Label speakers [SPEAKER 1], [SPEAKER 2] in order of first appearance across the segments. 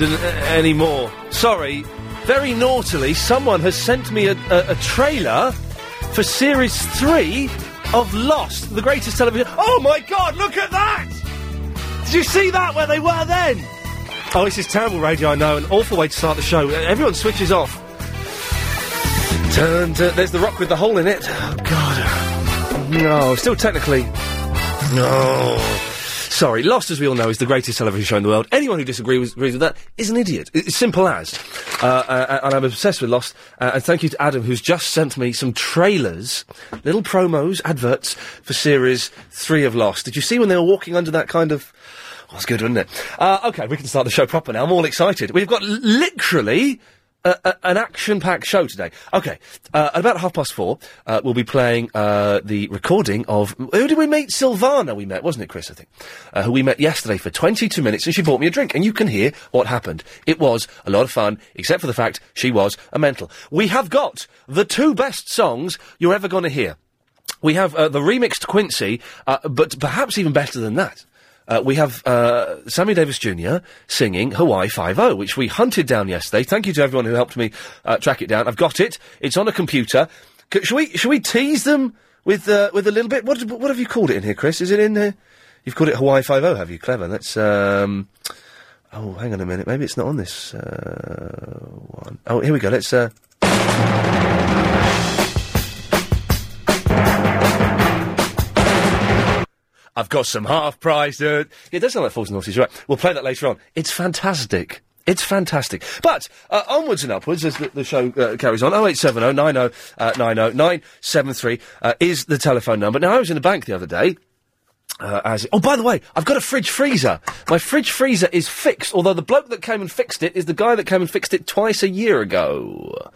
[SPEAKER 1] uh, anymore. Sorry, very naughtily, someone has sent me a, a, a trailer for series three of Lost, the greatest television. Oh my God! Look at that! Did you see that where they were then? Oh, this is terrible radio. I know, an awful way to start the show. Uh, Everyone switches off. Turn to there's the rock with the hole in it. Oh God! No, still technically. No. Sorry, Lost, as we all know, is the greatest television show in the world. Anyone who disagrees with, agrees with that is an idiot. It- It's simple as. Uh, uh, and I'm obsessed with Lost. Uh, and thank you to Adam, who's just sent me some trailers, little promos, adverts for series three of Lost. Did you see when they were walking under that kind of. Oh, that's good, wasn't it? Uh, okay, we can start the show proper now. I'm all excited. We've got l- literally a, a, an action-packed show today. Okay, uh, at about half past four, uh, we'll be playing uh, the recording of who did we meet? Silvana, we met, wasn't it, Chris? I think uh, who we met yesterday for 22 minutes, and she bought me a drink, and you can hear what happened. It was a lot of fun, except for the fact she was a mental. We have got the two best songs you're ever going to hear. We have uh, the remixed Quincy, uh, but perhaps even better than that. Uh, we have uh, Sammy Davis Jr. singing Hawaii Five O, which we hunted down yesterday. Thank you to everyone who helped me uh, track it down. I've got it. It's on a computer. C- should we should we tease them with uh, with a little bit? What what have you called it in here, Chris? Is it in here? You've called it Hawaii Five O, have you? Clever. Let's. Um, oh, hang on a minute. Maybe it's not on this uh, one. Oh, here we go. Let's. Uh, I've got some half price. Uh, it does sound like Fawkes and Naughties, right? We'll play that later on. It's fantastic. It's fantastic. But uh, onwards and upwards as the, the show uh, carries on. 0870 90 uh, 90 973 uh, is the telephone number. Now, I was in the bank the other day. Uh, as oh, by the way, I've got a fridge freezer. My fridge freezer is fixed. Although the bloke that came and fixed it is the guy that came and fixed it twice a year ago,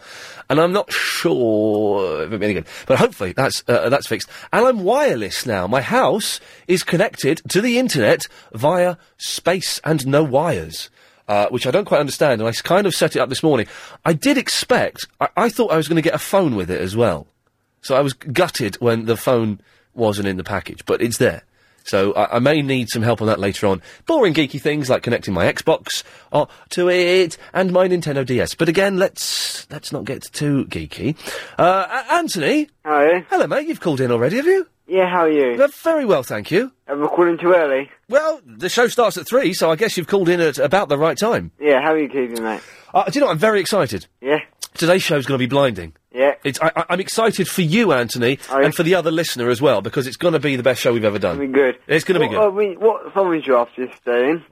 [SPEAKER 1] and I'm not sure if it'll be any good. But hopefully that's uh, that's fixed. And I'm wireless now. My house is connected to the internet via space and no wires. Uh, which I don't quite understand, and I s- kind of set it up this morning. I did expect, I, I thought I was going to get a phone with it as well. So I was gutted when the phone wasn't in the package, but it's there. So I, I may need some help on that later on. Boring geeky things like connecting my Xbox uh, to it and my Nintendo DS. But again, let's let's not get too geeky. Uh, A- Anthony,
[SPEAKER 2] Hi.
[SPEAKER 1] hello mate. You've called in already, have you?
[SPEAKER 2] Yeah, how are you?
[SPEAKER 1] Uh, very well, thank you.
[SPEAKER 2] I'm recording too early.
[SPEAKER 1] Well, the show starts at three, so I guess you've called in at about the right time.
[SPEAKER 2] Yeah, how are you keeping, mate?
[SPEAKER 1] Uh, do you know? I'm very excited.
[SPEAKER 2] Yeah,
[SPEAKER 1] Today's show's going to be blinding.
[SPEAKER 2] yeah.
[SPEAKER 1] It's, I, I- I'm excited for you, Anthony, and for the other listener as well, because it's going to be the best show we've ever done.
[SPEAKER 2] It'll be good.
[SPEAKER 1] It's going to be
[SPEAKER 2] What,
[SPEAKER 1] good.
[SPEAKER 2] uh, we- what song was you after yesterday? then?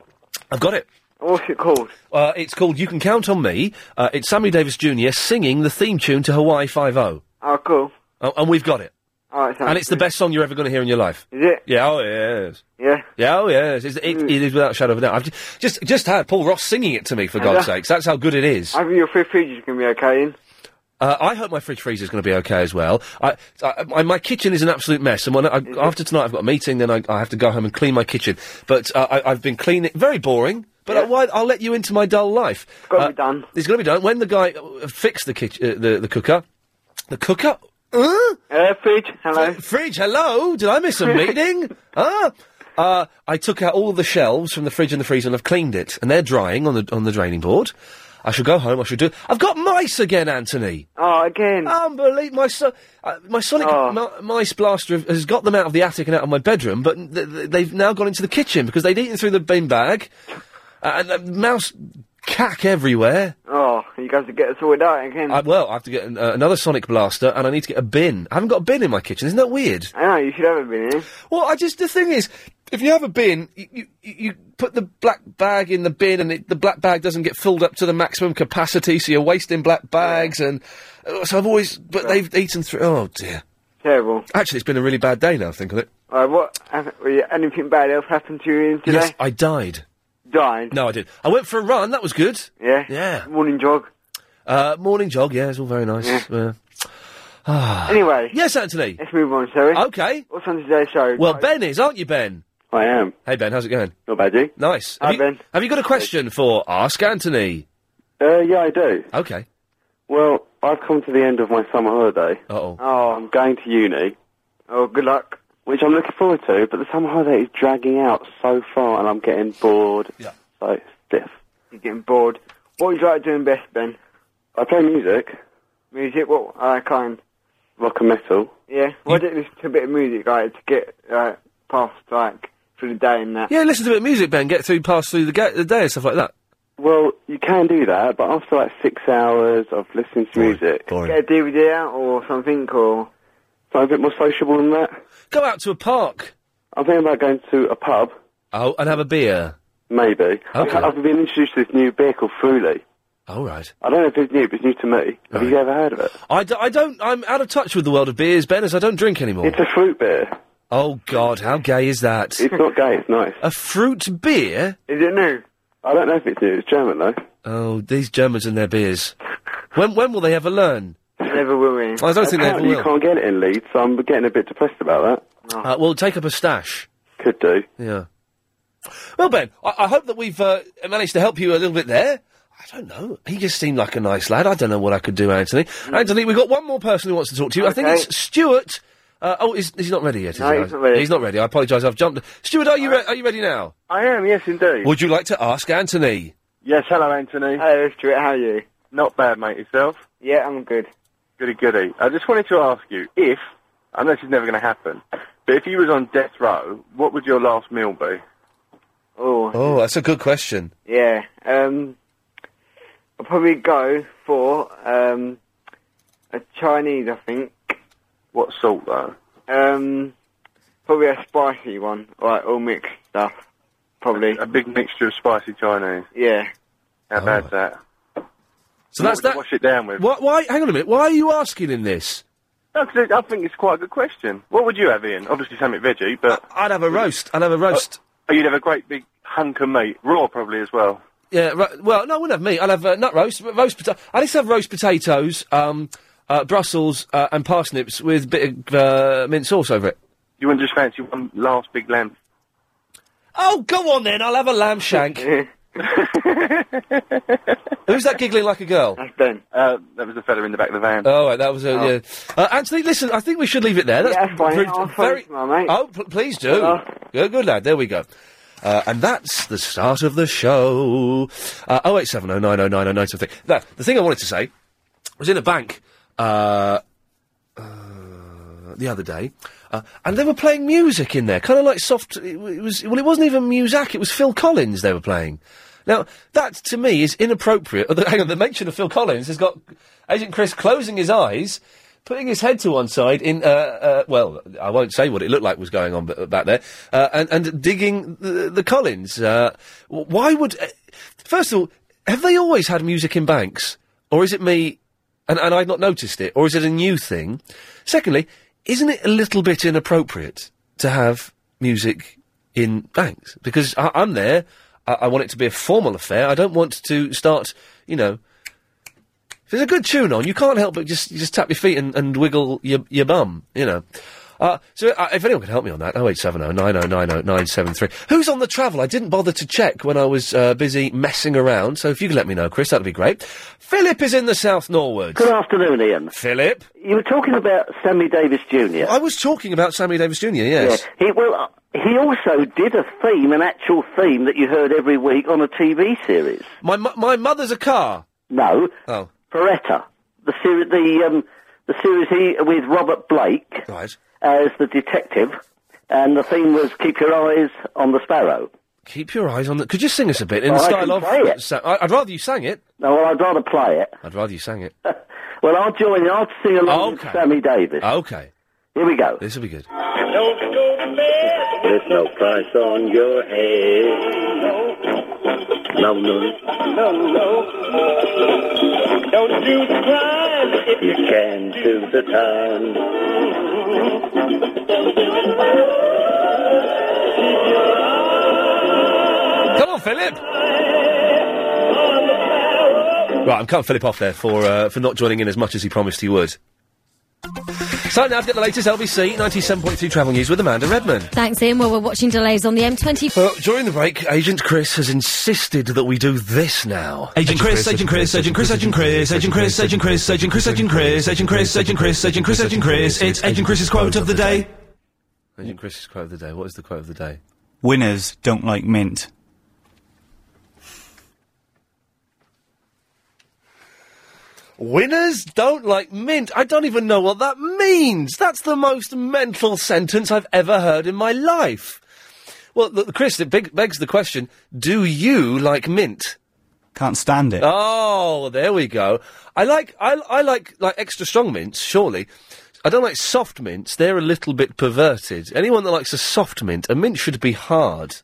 [SPEAKER 1] I've got it.
[SPEAKER 2] What's it called?
[SPEAKER 1] Uh, it's called "You Can Count on Me." Uh, it's Sammy Davis Jr. singing the theme tune to Hawaii Five O,
[SPEAKER 2] Oh, cool.
[SPEAKER 1] uh, and we've got it.
[SPEAKER 2] All right, sounds
[SPEAKER 1] And it's the best song you're ever going to hear in your life.
[SPEAKER 2] Is it?
[SPEAKER 1] Yeah, oh yes,
[SPEAKER 2] Yeah.
[SPEAKER 1] yeah, oh yes. It's, it, it is without a shadow of a doubt. I've ju- just just had Paul Ross singing it to me for
[SPEAKER 2] Yeah.
[SPEAKER 1] God's sakes. That's how good it is.
[SPEAKER 2] I think your free fridge is going to be okay. Then.
[SPEAKER 1] Uh, I hope my fridge freezer is going to be okay as well. I, I, I- my kitchen is an absolute mess, and when I, after tonight I've got a meeting, then I, I have to go home and clean my kitchen. But uh, I, I've been cleaning, very boring. But I, why, I'll let you into my dull life. It's got to be
[SPEAKER 2] done.
[SPEAKER 1] It's got to be done. When the guy uh, fixed the kitchen, uh, the the cooker, the cooker. Uh?
[SPEAKER 2] fridge, hello.
[SPEAKER 1] Fridge, hello. Did I miss a meeting? Ah. Uh, I took out all the shelves from the fridge and the freezer and I've cleaned it, and they're drying on the on the draining board. I shall go home. I shall do. I've got mice again, Anthony.
[SPEAKER 2] Oh, again.
[SPEAKER 1] Unbelievable. My, so- uh, my Sonic mi- Mice Blaster have- has got them out of the attic and out of my bedroom, but th- th- they've now gone into the kitchen because they'd eaten through the bin bag. Uh, and uh, mouse cack everywhere.
[SPEAKER 2] Oh, you guys to get it sorted out again.
[SPEAKER 1] I, well, I have to get an, uh, another Sonic Blaster and I need to get a bin. I haven't got a bin in my kitchen. Isn't that weird?
[SPEAKER 2] I know, you should have it been eh? in.
[SPEAKER 1] Well, I just the thing is, if you have a bin, you you, you put the black bag in the bin, and it, the black bag doesn't get filled up to the maximum capacity, so you're wasting black bags. And uh, so I've always, but they've eaten through. Oh dear.
[SPEAKER 2] Terrible.
[SPEAKER 1] Actually, it's been a really bad day now. I Think of it.
[SPEAKER 2] All right, what? have- were you- Anything bad else happened to you today?
[SPEAKER 1] Yes, I died.
[SPEAKER 2] Died.
[SPEAKER 1] No, I did. I went for a run. That was good.
[SPEAKER 2] Yeah.
[SPEAKER 1] Yeah.
[SPEAKER 2] Morning jog.
[SPEAKER 1] Uh, morning jog. Yeah, it's all very nice. Uh, ah.
[SPEAKER 2] Anyway.
[SPEAKER 1] Yes, Anthony.
[SPEAKER 2] Let's move on, shall we?
[SPEAKER 1] Okay.
[SPEAKER 2] What's on today's show?
[SPEAKER 1] Well, Ben is, aren't you, Ben?
[SPEAKER 3] I am.
[SPEAKER 1] Hey, Ben. How's it going?
[SPEAKER 3] Not bad, you?
[SPEAKER 1] Nice. Have
[SPEAKER 3] Hi,
[SPEAKER 1] you,
[SPEAKER 3] Ben.
[SPEAKER 1] Have you got a question for Ask Anthony?
[SPEAKER 3] Uh, yeah, I do.
[SPEAKER 1] Okay.
[SPEAKER 3] Well, I've come to the end of my summer holiday.
[SPEAKER 1] Uh oh.
[SPEAKER 2] Oh,
[SPEAKER 3] I'm going to uni,
[SPEAKER 2] oh, good luck.
[SPEAKER 3] which I'm looking forward to, but the summer holiday is dragging out so far and I'm getting bored.
[SPEAKER 1] Yeah.
[SPEAKER 3] So stiff.
[SPEAKER 4] You're getting bored. What would you like doing best, Ben?
[SPEAKER 5] I play music,
[SPEAKER 4] Music? What uh, kind?
[SPEAKER 5] rock and metal.
[SPEAKER 4] Yeah. Why don't you listen to a bit of music, like, to get uh, past, like, through the day and that?
[SPEAKER 1] Yeah, listen to a bit of music, Ben. Get through, pass through the, ga- the day and stuff like that.
[SPEAKER 5] Well, you can do that, but after like six hours of listening to music,
[SPEAKER 4] Get a DVD out or something, or...
[SPEAKER 5] so I'm a bit more sociable than that.
[SPEAKER 1] Go out to a park.
[SPEAKER 5] I'm thinking about going to a pub,
[SPEAKER 1] Oh, and have a beer.
[SPEAKER 5] maybe.
[SPEAKER 1] Okay.
[SPEAKER 5] I- I've been introduced to this new beer called Fruly.
[SPEAKER 1] All right.
[SPEAKER 5] I don't know if it's new, but it's new to me. Have you ever heard of it?
[SPEAKER 1] I, d- I don't. I'm out of touch with the world of beers, Ben, as I don't drink anymore.
[SPEAKER 5] It's a fruit beer.
[SPEAKER 1] oh God, how gay is that?
[SPEAKER 5] It's not gay, it's nice.
[SPEAKER 1] a fruit beer?
[SPEAKER 4] Is it new?
[SPEAKER 5] I don't know if it's new, it's German though.
[SPEAKER 1] Oh, these Germans and their beers. When when will they ever learn?
[SPEAKER 4] Never will we.
[SPEAKER 1] I don't think they ever
[SPEAKER 5] Apparently you
[SPEAKER 1] will.
[SPEAKER 5] can't get it in Leeds, so I'm getting a bit depressed about
[SPEAKER 1] Uh, well, take up a stash.
[SPEAKER 5] that. Could do.
[SPEAKER 1] Yeah. Well, Ben, I, I hope that we've uh, managed to help you a little bit there. I don't know. He just seemed like a nice lad. I don't know what I could do, Anthony. Anthony, we've got one more person who wants to talk to you. I think
[SPEAKER 4] Okay.
[SPEAKER 1] it's Stuart. Uh, oh, is, he's not ready yet. Is
[SPEAKER 4] No,
[SPEAKER 1] he?
[SPEAKER 4] he's not ready.
[SPEAKER 1] He's not ready. I apologise. I've jumped. Stuart, are you re- are you ready now?
[SPEAKER 6] I am, yes, indeed.
[SPEAKER 1] Would you like to ask Anthony?
[SPEAKER 6] Yes, hello, Anthony.
[SPEAKER 4] Hello, Stuart, how are you?
[SPEAKER 6] Not bad, mate. Yourself?
[SPEAKER 4] Yeah, I'm good.
[SPEAKER 6] Goody, goody. I just wanted to ask you if, I know this is never going to happen, but if you was on death row, what would your last meal be?
[SPEAKER 4] Oh,
[SPEAKER 1] Oh, that's a good question.
[SPEAKER 4] yeah. Um, I'll probably go for um, a Chinese, I think.
[SPEAKER 6] What sort, though?
[SPEAKER 4] Um, probably a spicy one, like all mixed stuff. Probably,
[SPEAKER 6] A big mixture of spicy Chinese.
[SPEAKER 4] yeah.
[SPEAKER 6] How bad's that?
[SPEAKER 1] So that's
[SPEAKER 6] What would
[SPEAKER 1] that.
[SPEAKER 6] you Wash it down with.
[SPEAKER 1] Oh. Why, why? Hang on a minute. Why are you asking him this?
[SPEAKER 6] No, 'cause it- I think it's quite a good question. What would you have, Ian? Obviously something veggie, but
[SPEAKER 1] I'd have a roast. I'd have a roast.
[SPEAKER 6] oh, you'd have a great big hunk of meat, raw probably as well.
[SPEAKER 1] Yeah, ro- well, no, I wouldn't have meat. I'll have uh, nut roast, ro- roast potato. I used to have roast potatoes, um, uh, Brussels, uh, and parsnips with a bit of uh, mint sauce over it.
[SPEAKER 6] You wouldn't just fancy one last big lamb.
[SPEAKER 1] Oh, go on then. I'll have a lamb shank. Who's that giggling like a girl?
[SPEAKER 4] That's done.
[SPEAKER 6] Uh, that was the fella in the back of the van.
[SPEAKER 1] Oh, right, that was a. Yeah. Uh, Anthony, listen, I think we should leave it there. That's
[SPEAKER 4] Yeah, that's fine.
[SPEAKER 1] proved
[SPEAKER 4] I'll phone tomorrow, mate.
[SPEAKER 1] Oh, pl- please do. Good, good lad. There we go. Uh, and that's the start of the show. Uh, 08709090973. Now, the thing I wanted to say I was in a bank uh, uh, the other day, uh, and they were playing music in there, kind of like soft. It, w- it was well, it wasn't even Muzak; it was Phil Collins they were playing. Now that to me is inappropriate. Oh, the- hang on, the mention of Phil Collins has got Agent Chris closing his eyes. Putting his head to one side in, uh, uh, well, I won't say what it looked like was going on b- back there, uh, and, and digging the, the Collins. Uh, w- why would, uh, first of all, have they always had music in banks? Or is it me and, and I'd not noticed it, or is it a new thing? Secondly, isn't it a little bit inappropriate to have music in banks? Because I, I'm there, I, I want it to be a formal affair. I don't want to start, you know. If there's a good tune on, you can't help but just you just tap your feet and, and wiggle your your bum, you know. Uh, so uh, if anyone can help me on that, 0870 9090 973. Who's on the travel? I didn't bother to check when I was uh, busy messing around, so if you could let me know, Chris, that'd be great. Philip is in the South Norwood.
[SPEAKER 7] Good afternoon, Ian.
[SPEAKER 1] Philip?
[SPEAKER 7] You were talking about Sammy Davis Jr.
[SPEAKER 1] I was talking about Sammy Davis Jr., yes.
[SPEAKER 7] Yeah, he well, uh, he also did a theme, an actual theme that you heard every week on a TV series.
[SPEAKER 1] My, mo- my mother's a car.
[SPEAKER 7] No,
[SPEAKER 1] Oh,
[SPEAKER 7] Peretta, the series, the um, the series he with Robert Blake
[SPEAKER 1] right.
[SPEAKER 7] as the detective, and the theme was "Keep Your Eyes on the Sparrow."
[SPEAKER 1] Keep your eyes on the. Could you sing us a bit in
[SPEAKER 7] Well,
[SPEAKER 1] the
[SPEAKER 7] I
[SPEAKER 1] style
[SPEAKER 7] can
[SPEAKER 1] of.
[SPEAKER 7] play it.
[SPEAKER 1] Sa- I- I'd rather you sang it.
[SPEAKER 7] Now, well, I'd rather play it.
[SPEAKER 1] I'd rather you sang it.
[SPEAKER 7] Well, I'll join. I'll sing along
[SPEAKER 1] Okay.
[SPEAKER 7] with Sammy Davis.
[SPEAKER 1] Okay,
[SPEAKER 7] Here we go.
[SPEAKER 1] this will be good.
[SPEAKER 8] There's no price on your head. No, no. No, no. Don't do the crime if you can do the time.
[SPEAKER 1] Come on, Philip! Right, I'm cutting Philip off there for uh, for not joining in as much as he promised he would. So now to get the latest LBC 97.2 travel news with Amanda Redman.
[SPEAKER 9] Thanks, Ian. Well, we're watching delays on the M20.
[SPEAKER 1] Well, during the break, Agent Chris has insisted that we do this now.
[SPEAKER 10] Agent Chris, Agent Chris, Agent Chris, Agent Chris, Agent Chris, Agent Chris, Agent Chris, Agent Chris, Agent Chris, Agent Chris, Agent Chris, Agent Chris. It's Agent Chris's quote of the day.
[SPEAKER 1] Agent Chris's quote of the day. What is the quote of the day?
[SPEAKER 11] Winners don't like mint.
[SPEAKER 1] Winners don't like mint. I don't even know what that means. That's the most mental sentence I've ever heard in my life. Well, look, Chris, it beg- begs the question: Do you like mint?
[SPEAKER 7] Can't stand it.
[SPEAKER 1] Oh, there we go. I like I, I like like extra strong mints. Surely, I don't like soft mints. They're a little bit perverted. Anyone that likes a soft mint, a mint should be hard.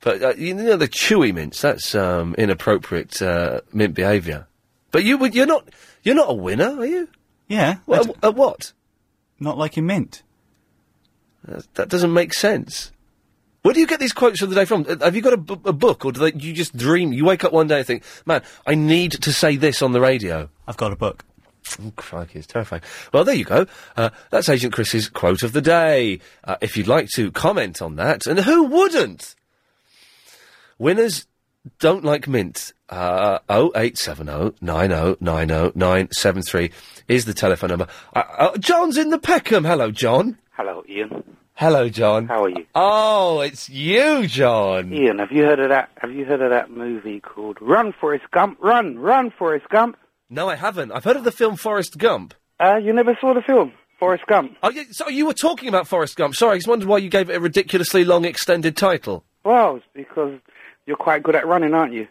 [SPEAKER 1] But uh, you know the chewy mints. That's um, inappropriate uh, mint behaviour. But you would you're not you're not a winner, are you?
[SPEAKER 7] Yeah.
[SPEAKER 1] Well, at, at what?
[SPEAKER 7] Not liking mint.
[SPEAKER 1] That, that doesn't make sense. Where do you get these quotes of the day from? Uh, Have you got a, bu- a book, or do they, you just dream? You wake up one day and think, "Man, I need to say this on the radio."
[SPEAKER 7] I've got a book.
[SPEAKER 1] Oh, crikey, it's terrifying. Well, there you go. Uh, that's Agent Chris's quote of the day. Uh, if you'd like to comment on that, and who wouldn't? Winners don't like mint. Uh, 0870 9090973 is the telephone number. Uh, uh, John's in the Peckham. Hello, John.
[SPEAKER 12] Hello, Ian.
[SPEAKER 1] Hello, John.
[SPEAKER 12] How are you?
[SPEAKER 1] Oh, it's you, John.
[SPEAKER 12] Ian, have you heard of that? Have you heard of that movie called Run, Forrest Gump? Run, Run, Forrest Gump.
[SPEAKER 1] No, I haven't. I've heard of the film Forrest Gump.
[SPEAKER 12] Uh, you never saw the film Forrest Gump.
[SPEAKER 1] Oh, yeah, so you were talking about Forrest Gump. Sorry, I just wondered why you gave it a ridiculously long extended title.
[SPEAKER 12] Well, it's because you're quite good at running, aren't you?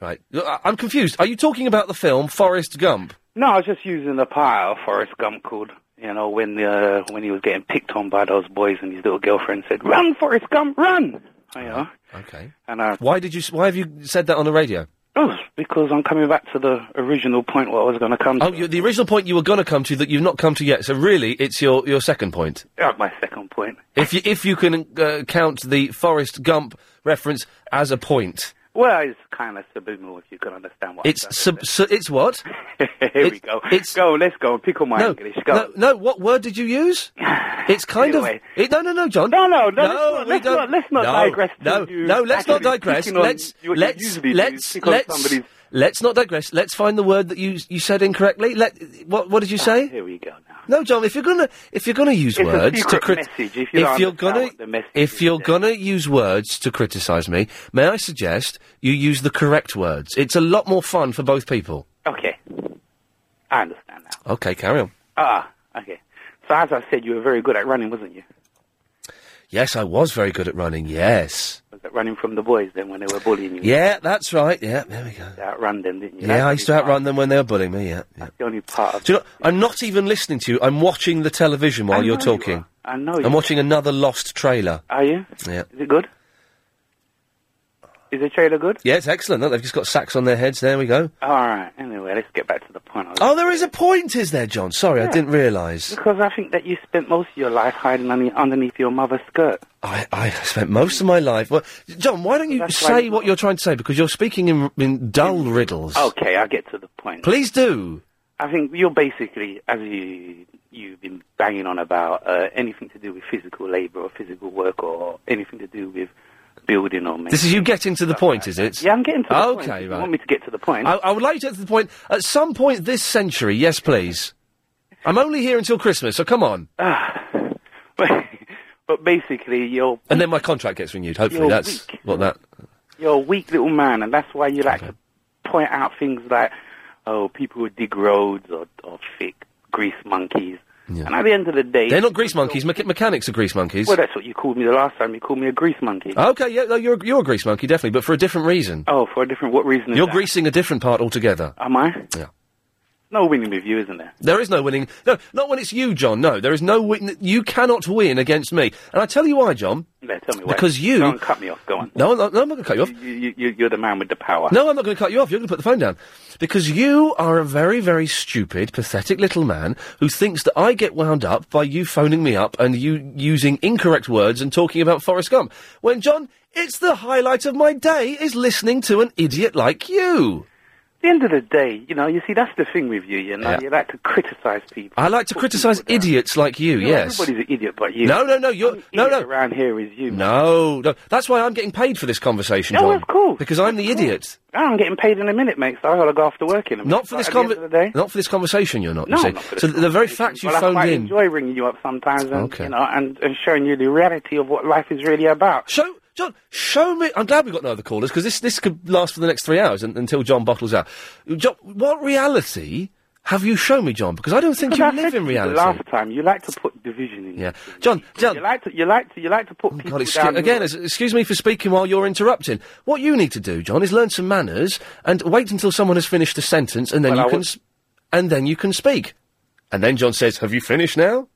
[SPEAKER 1] Right. Look, I- I'm confused. Are you talking about the film Forrest Gump?
[SPEAKER 12] No, I was just using the part of Forrest Gump called. You know, when uh, when he was getting picked on by those boys, and his little girlfriend said, "Run, Forrest Gump, run!" You know,
[SPEAKER 1] Okay.
[SPEAKER 12] and I
[SPEAKER 1] Why did you? s- Why have you said that on the radio?
[SPEAKER 12] Oh, because I'm coming back to the original point where I was going to come to.
[SPEAKER 1] Oh, you, the original point you were going to come to that you've not come to yet. So really, it's your your second point.
[SPEAKER 12] Yeah, my second point.
[SPEAKER 1] If you if you can uh, count the Forrest Gump reference as a point,
[SPEAKER 12] Well, it's kind of subliminal if you can understand what
[SPEAKER 1] it's sub, su- it's what?
[SPEAKER 12] I'm saying. Here we go. go, let's go. Pick on my
[SPEAKER 1] no,
[SPEAKER 12] English. Go.
[SPEAKER 1] no, no. What word did you use? It's kind
[SPEAKER 12] Anyway.
[SPEAKER 1] of it, no, no, no, John. No,
[SPEAKER 12] no, no, let's not-
[SPEAKER 1] we
[SPEAKER 12] let's
[SPEAKER 1] don't-
[SPEAKER 12] not- let's not
[SPEAKER 1] no,
[SPEAKER 12] digress to
[SPEAKER 1] No,
[SPEAKER 12] you
[SPEAKER 1] no, let's not
[SPEAKER 12] actually
[SPEAKER 1] digress.
[SPEAKER 12] picking on
[SPEAKER 1] Let's
[SPEAKER 12] you- you
[SPEAKER 1] let's
[SPEAKER 12] usually do,
[SPEAKER 1] let's
[SPEAKER 12] pick on
[SPEAKER 1] let's
[SPEAKER 12] somebody's-
[SPEAKER 1] let's not digress. Let's find the word that you you said incorrectly. Let what what did you say?
[SPEAKER 12] Ah, Here we go. Now.
[SPEAKER 1] No, John. If you're gonna if you're gonna use
[SPEAKER 12] It's a
[SPEAKER 1] words to
[SPEAKER 12] secret
[SPEAKER 1] crit-
[SPEAKER 12] message, if you don't
[SPEAKER 1] you're
[SPEAKER 12] understand
[SPEAKER 1] gonna
[SPEAKER 12] what the message
[SPEAKER 1] if you're gonna use words to criticise me, may I suggest you use the correct words? It's a lot more fun for both people.
[SPEAKER 12] Okay. I understand now.
[SPEAKER 1] Okay, carry on.
[SPEAKER 12] Ah, okay. So as I said, you were very good at running, wasn't you?
[SPEAKER 1] Yes, I was very good at running. Yes.
[SPEAKER 12] Was it running from the boys then when they were bullying you?
[SPEAKER 1] Yeah, that's right. Yeah, there we go.
[SPEAKER 12] You outrun them, didn't you?
[SPEAKER 1] Yeah, I
[SPEAKER 12] That's
[SPEAKER 1] used to outrun them when they were bullying me. Yeah. yeah.
[SPEAKER 12] the only part of
[SPEAKER 1] Do you know? I'm not even listening to you. I'm watching the television while
[SPEAKER 12] I
[SPEAKER 1] you're
[SPEAKER 12] know you
[SPEAKER 1] talking.
[SPEAKER 12] I know you
[SPEAKER 1] I'm watching another Lost trailer.
[SPEAKER 12] Are you?
[SPEAKER 1] Yeah.
[SPEAKER 12] Is it good? Is the trailer good?
[SPEAKER 1] Yeah, it's excellent. Look, they've just got sacks on their heads. There we go.
[SPEAKER 12] All right. Anyway, let's get back to the point. I was-
[SPEAKER 1] Oh, there is a point, is there, John? Sorry, I
[SPEAKER 12] Yeah.
[SPEAKER 1] didn't realise.
[SPEAKER 12] Because I think that you spent most of your life hiding under- underneath your mother's skirt.
[SPEAKER 1] I, I spent most of my life. Well, John, why don't you
[SPEAKER 12] That's why
[SPEAKER 1] say
[SPEAKER 12] you-
[SPEAKER 1] what you're trying to say? Because you're speaking in, in dull riddles.
[SPEAKER 12] Okay, I'll get to the point.
[SPEAKER 1] Please do.
[SPEAKER 12] I think you're basically, as you, you've been banging on about, uh, anything to do with physical labour or physical work or anything to do with building or making.
[SPEAKER 1] This is you getting to the point, is it?
[SPEAKER 12] Yeah, I'm getting to the
[SPEAKER 1] okay,
[SPEAKER 12] point. You
[SPEAKER 1] right.
[SPEAKER 12] want me to get to the point?
[SPEAKER 1] I, I would like to get to the point at some point this century. Yes, please. I'm only here until Christmas, so come on.
[SPEAKER 12] Ah. but basically, you're,
[SPEAKER 1] And then my contract gets renewed. Hopefully,
[SPEAKER 12] You're
[SPEAKER 1] that's
[SPEAKER 12] weak.
[SPEAKER 1] what that.
[SPEAKER 12] you're a weak little man, and that's why you like to point out things like, oh, people who dig roads or, or fake grease monkeys. And at the end of the day,
[SPEAKER 1] They're not grease monkeys. Mecha- mechanics are grease monkeys. Oh.
[SPEAKER 12] Well, that's what you called me the last time. You called me a grease monkey.
[SPEAKER 1] Okay, yeah, no, you're you're a grease monkey definitely, but for a different reason.
[SPEAKER 12] oh, for a different what reason? is
[SPEAKER 1] You're
[SPEAKER 12] that? Oh,
[SPEAKER 1] greasing a different part altogether.
[SPEAKER 12] Am I?
[SPEAKER 1] Yeah.
[SPEAKER 12] No winning with you, isn't there?
[SPEAKER 1] There is no winning. No, not when it's you, John. No, there is no win. You cannot win against me. And I tell you why, John.
[SPEAKER 12] No, tell me why.
[SPEAKER 1] Because you-
[SPEAKER 12] Go on, cut me off. Go on.
[SPEAKER 1] No, no, no I'm not going to cut you off.
[SPEAKER 12] You, you, you're the man with the power.
[SPEAKER 1] No, I'm not going to cut you off. You're going to put the phone down. Because you are a very, very stupid, pathetic little man who thinks that I get wound up by you phoning me up and you using incorrect words and talking about Forrest Gump. When, John, it's the highlight of my day is listening to an idiot like you.
[SPEAKER 12] At the end of the day, you know, you see, that's the thing with you. You know,
[SPEAKER 1] Yeah.
[SPEAKER 12] you like to criticise people.
[SPEAKER 1] I like to criticise idiots like you,
[SPEAKER 12] You know,
[SPEAKER 1] yes.
[SPEAKER 12] Everybody's an idiot, but you.
[SPEAKER 1] No, no, no, you're. No, no.
[SPEAKER 12] Around here is you.
[SPEAKER 1] No, no. That's why I'm getting paid for this conversation,
[SPEAKER 12] No,
[SPEAKER 1] John.
[SPEAKER 12] of course,
[SPEAKER 1] Because I'm the idiot.
[SPEAKER 12] Oh, I'm getting paid in a minute, mate. So I gotta go after work in a minute.
[SPEAKER 1] Not for
[SPEAKER 12] But
[SPEAKER 1] this
[SPEAKER 12] at the end of the day-
[SPEAKER 1] conversation. Not for this conversation. You're not.
[SPEAKER 12] No,
[SPEAKER 1] you see.
[SPEAKER 12] I'm not for this
[SPEAKER 1] so the- the very fact you
[SPEAKER 12] Well, I
[SPEAKER 1] phoned
[SPEAKER 12] quite
[SPEAKER 1] in.
[SPEAKER 12] enjoy ringing you up sometimes, and
[SPEAKER 1] Okay.
[SPEAKER 12] you know, and, and showing you the reality of what life is really about.
[SPEAKER 1] Show John. Show me. I'm glad we got no other callers because this this could last for the next three hours un until John bottles out. John, what reality Have you shown me, John? Because I don't think
[SPEAKER 12] But
[SPEAKER 1] you
[SPEAKER 12] I
[SPEAKER 1] live
[SPEAKER 12] said
[SPEAKER 1] in
[SPEAKER 12] to you
[SPEAKER 1] reality.
[SPEAKER 12] The last time you like to put division in.
[SPEAKER 1] Yeah, John. John.
[SPEAKER 12] You like to you like to you like to put people
[SPEAKER 1] God, excu-
[SPEAKER 12] down.
[SPEAKER 1] again, ex- excuse me for speaking while you're interrupting. What you need to do, John, is learn some manners and wait until someone has finished the sentence, and then
[SPEAKER 12] Well,
[SPEAKER 1] you
[SPEAKER 12] I
[SPEAKER 1] can,
[SPEAKER 12] was-
[SPEAKER 1] s- and then you can speak. And then John says, "Have you finished now?"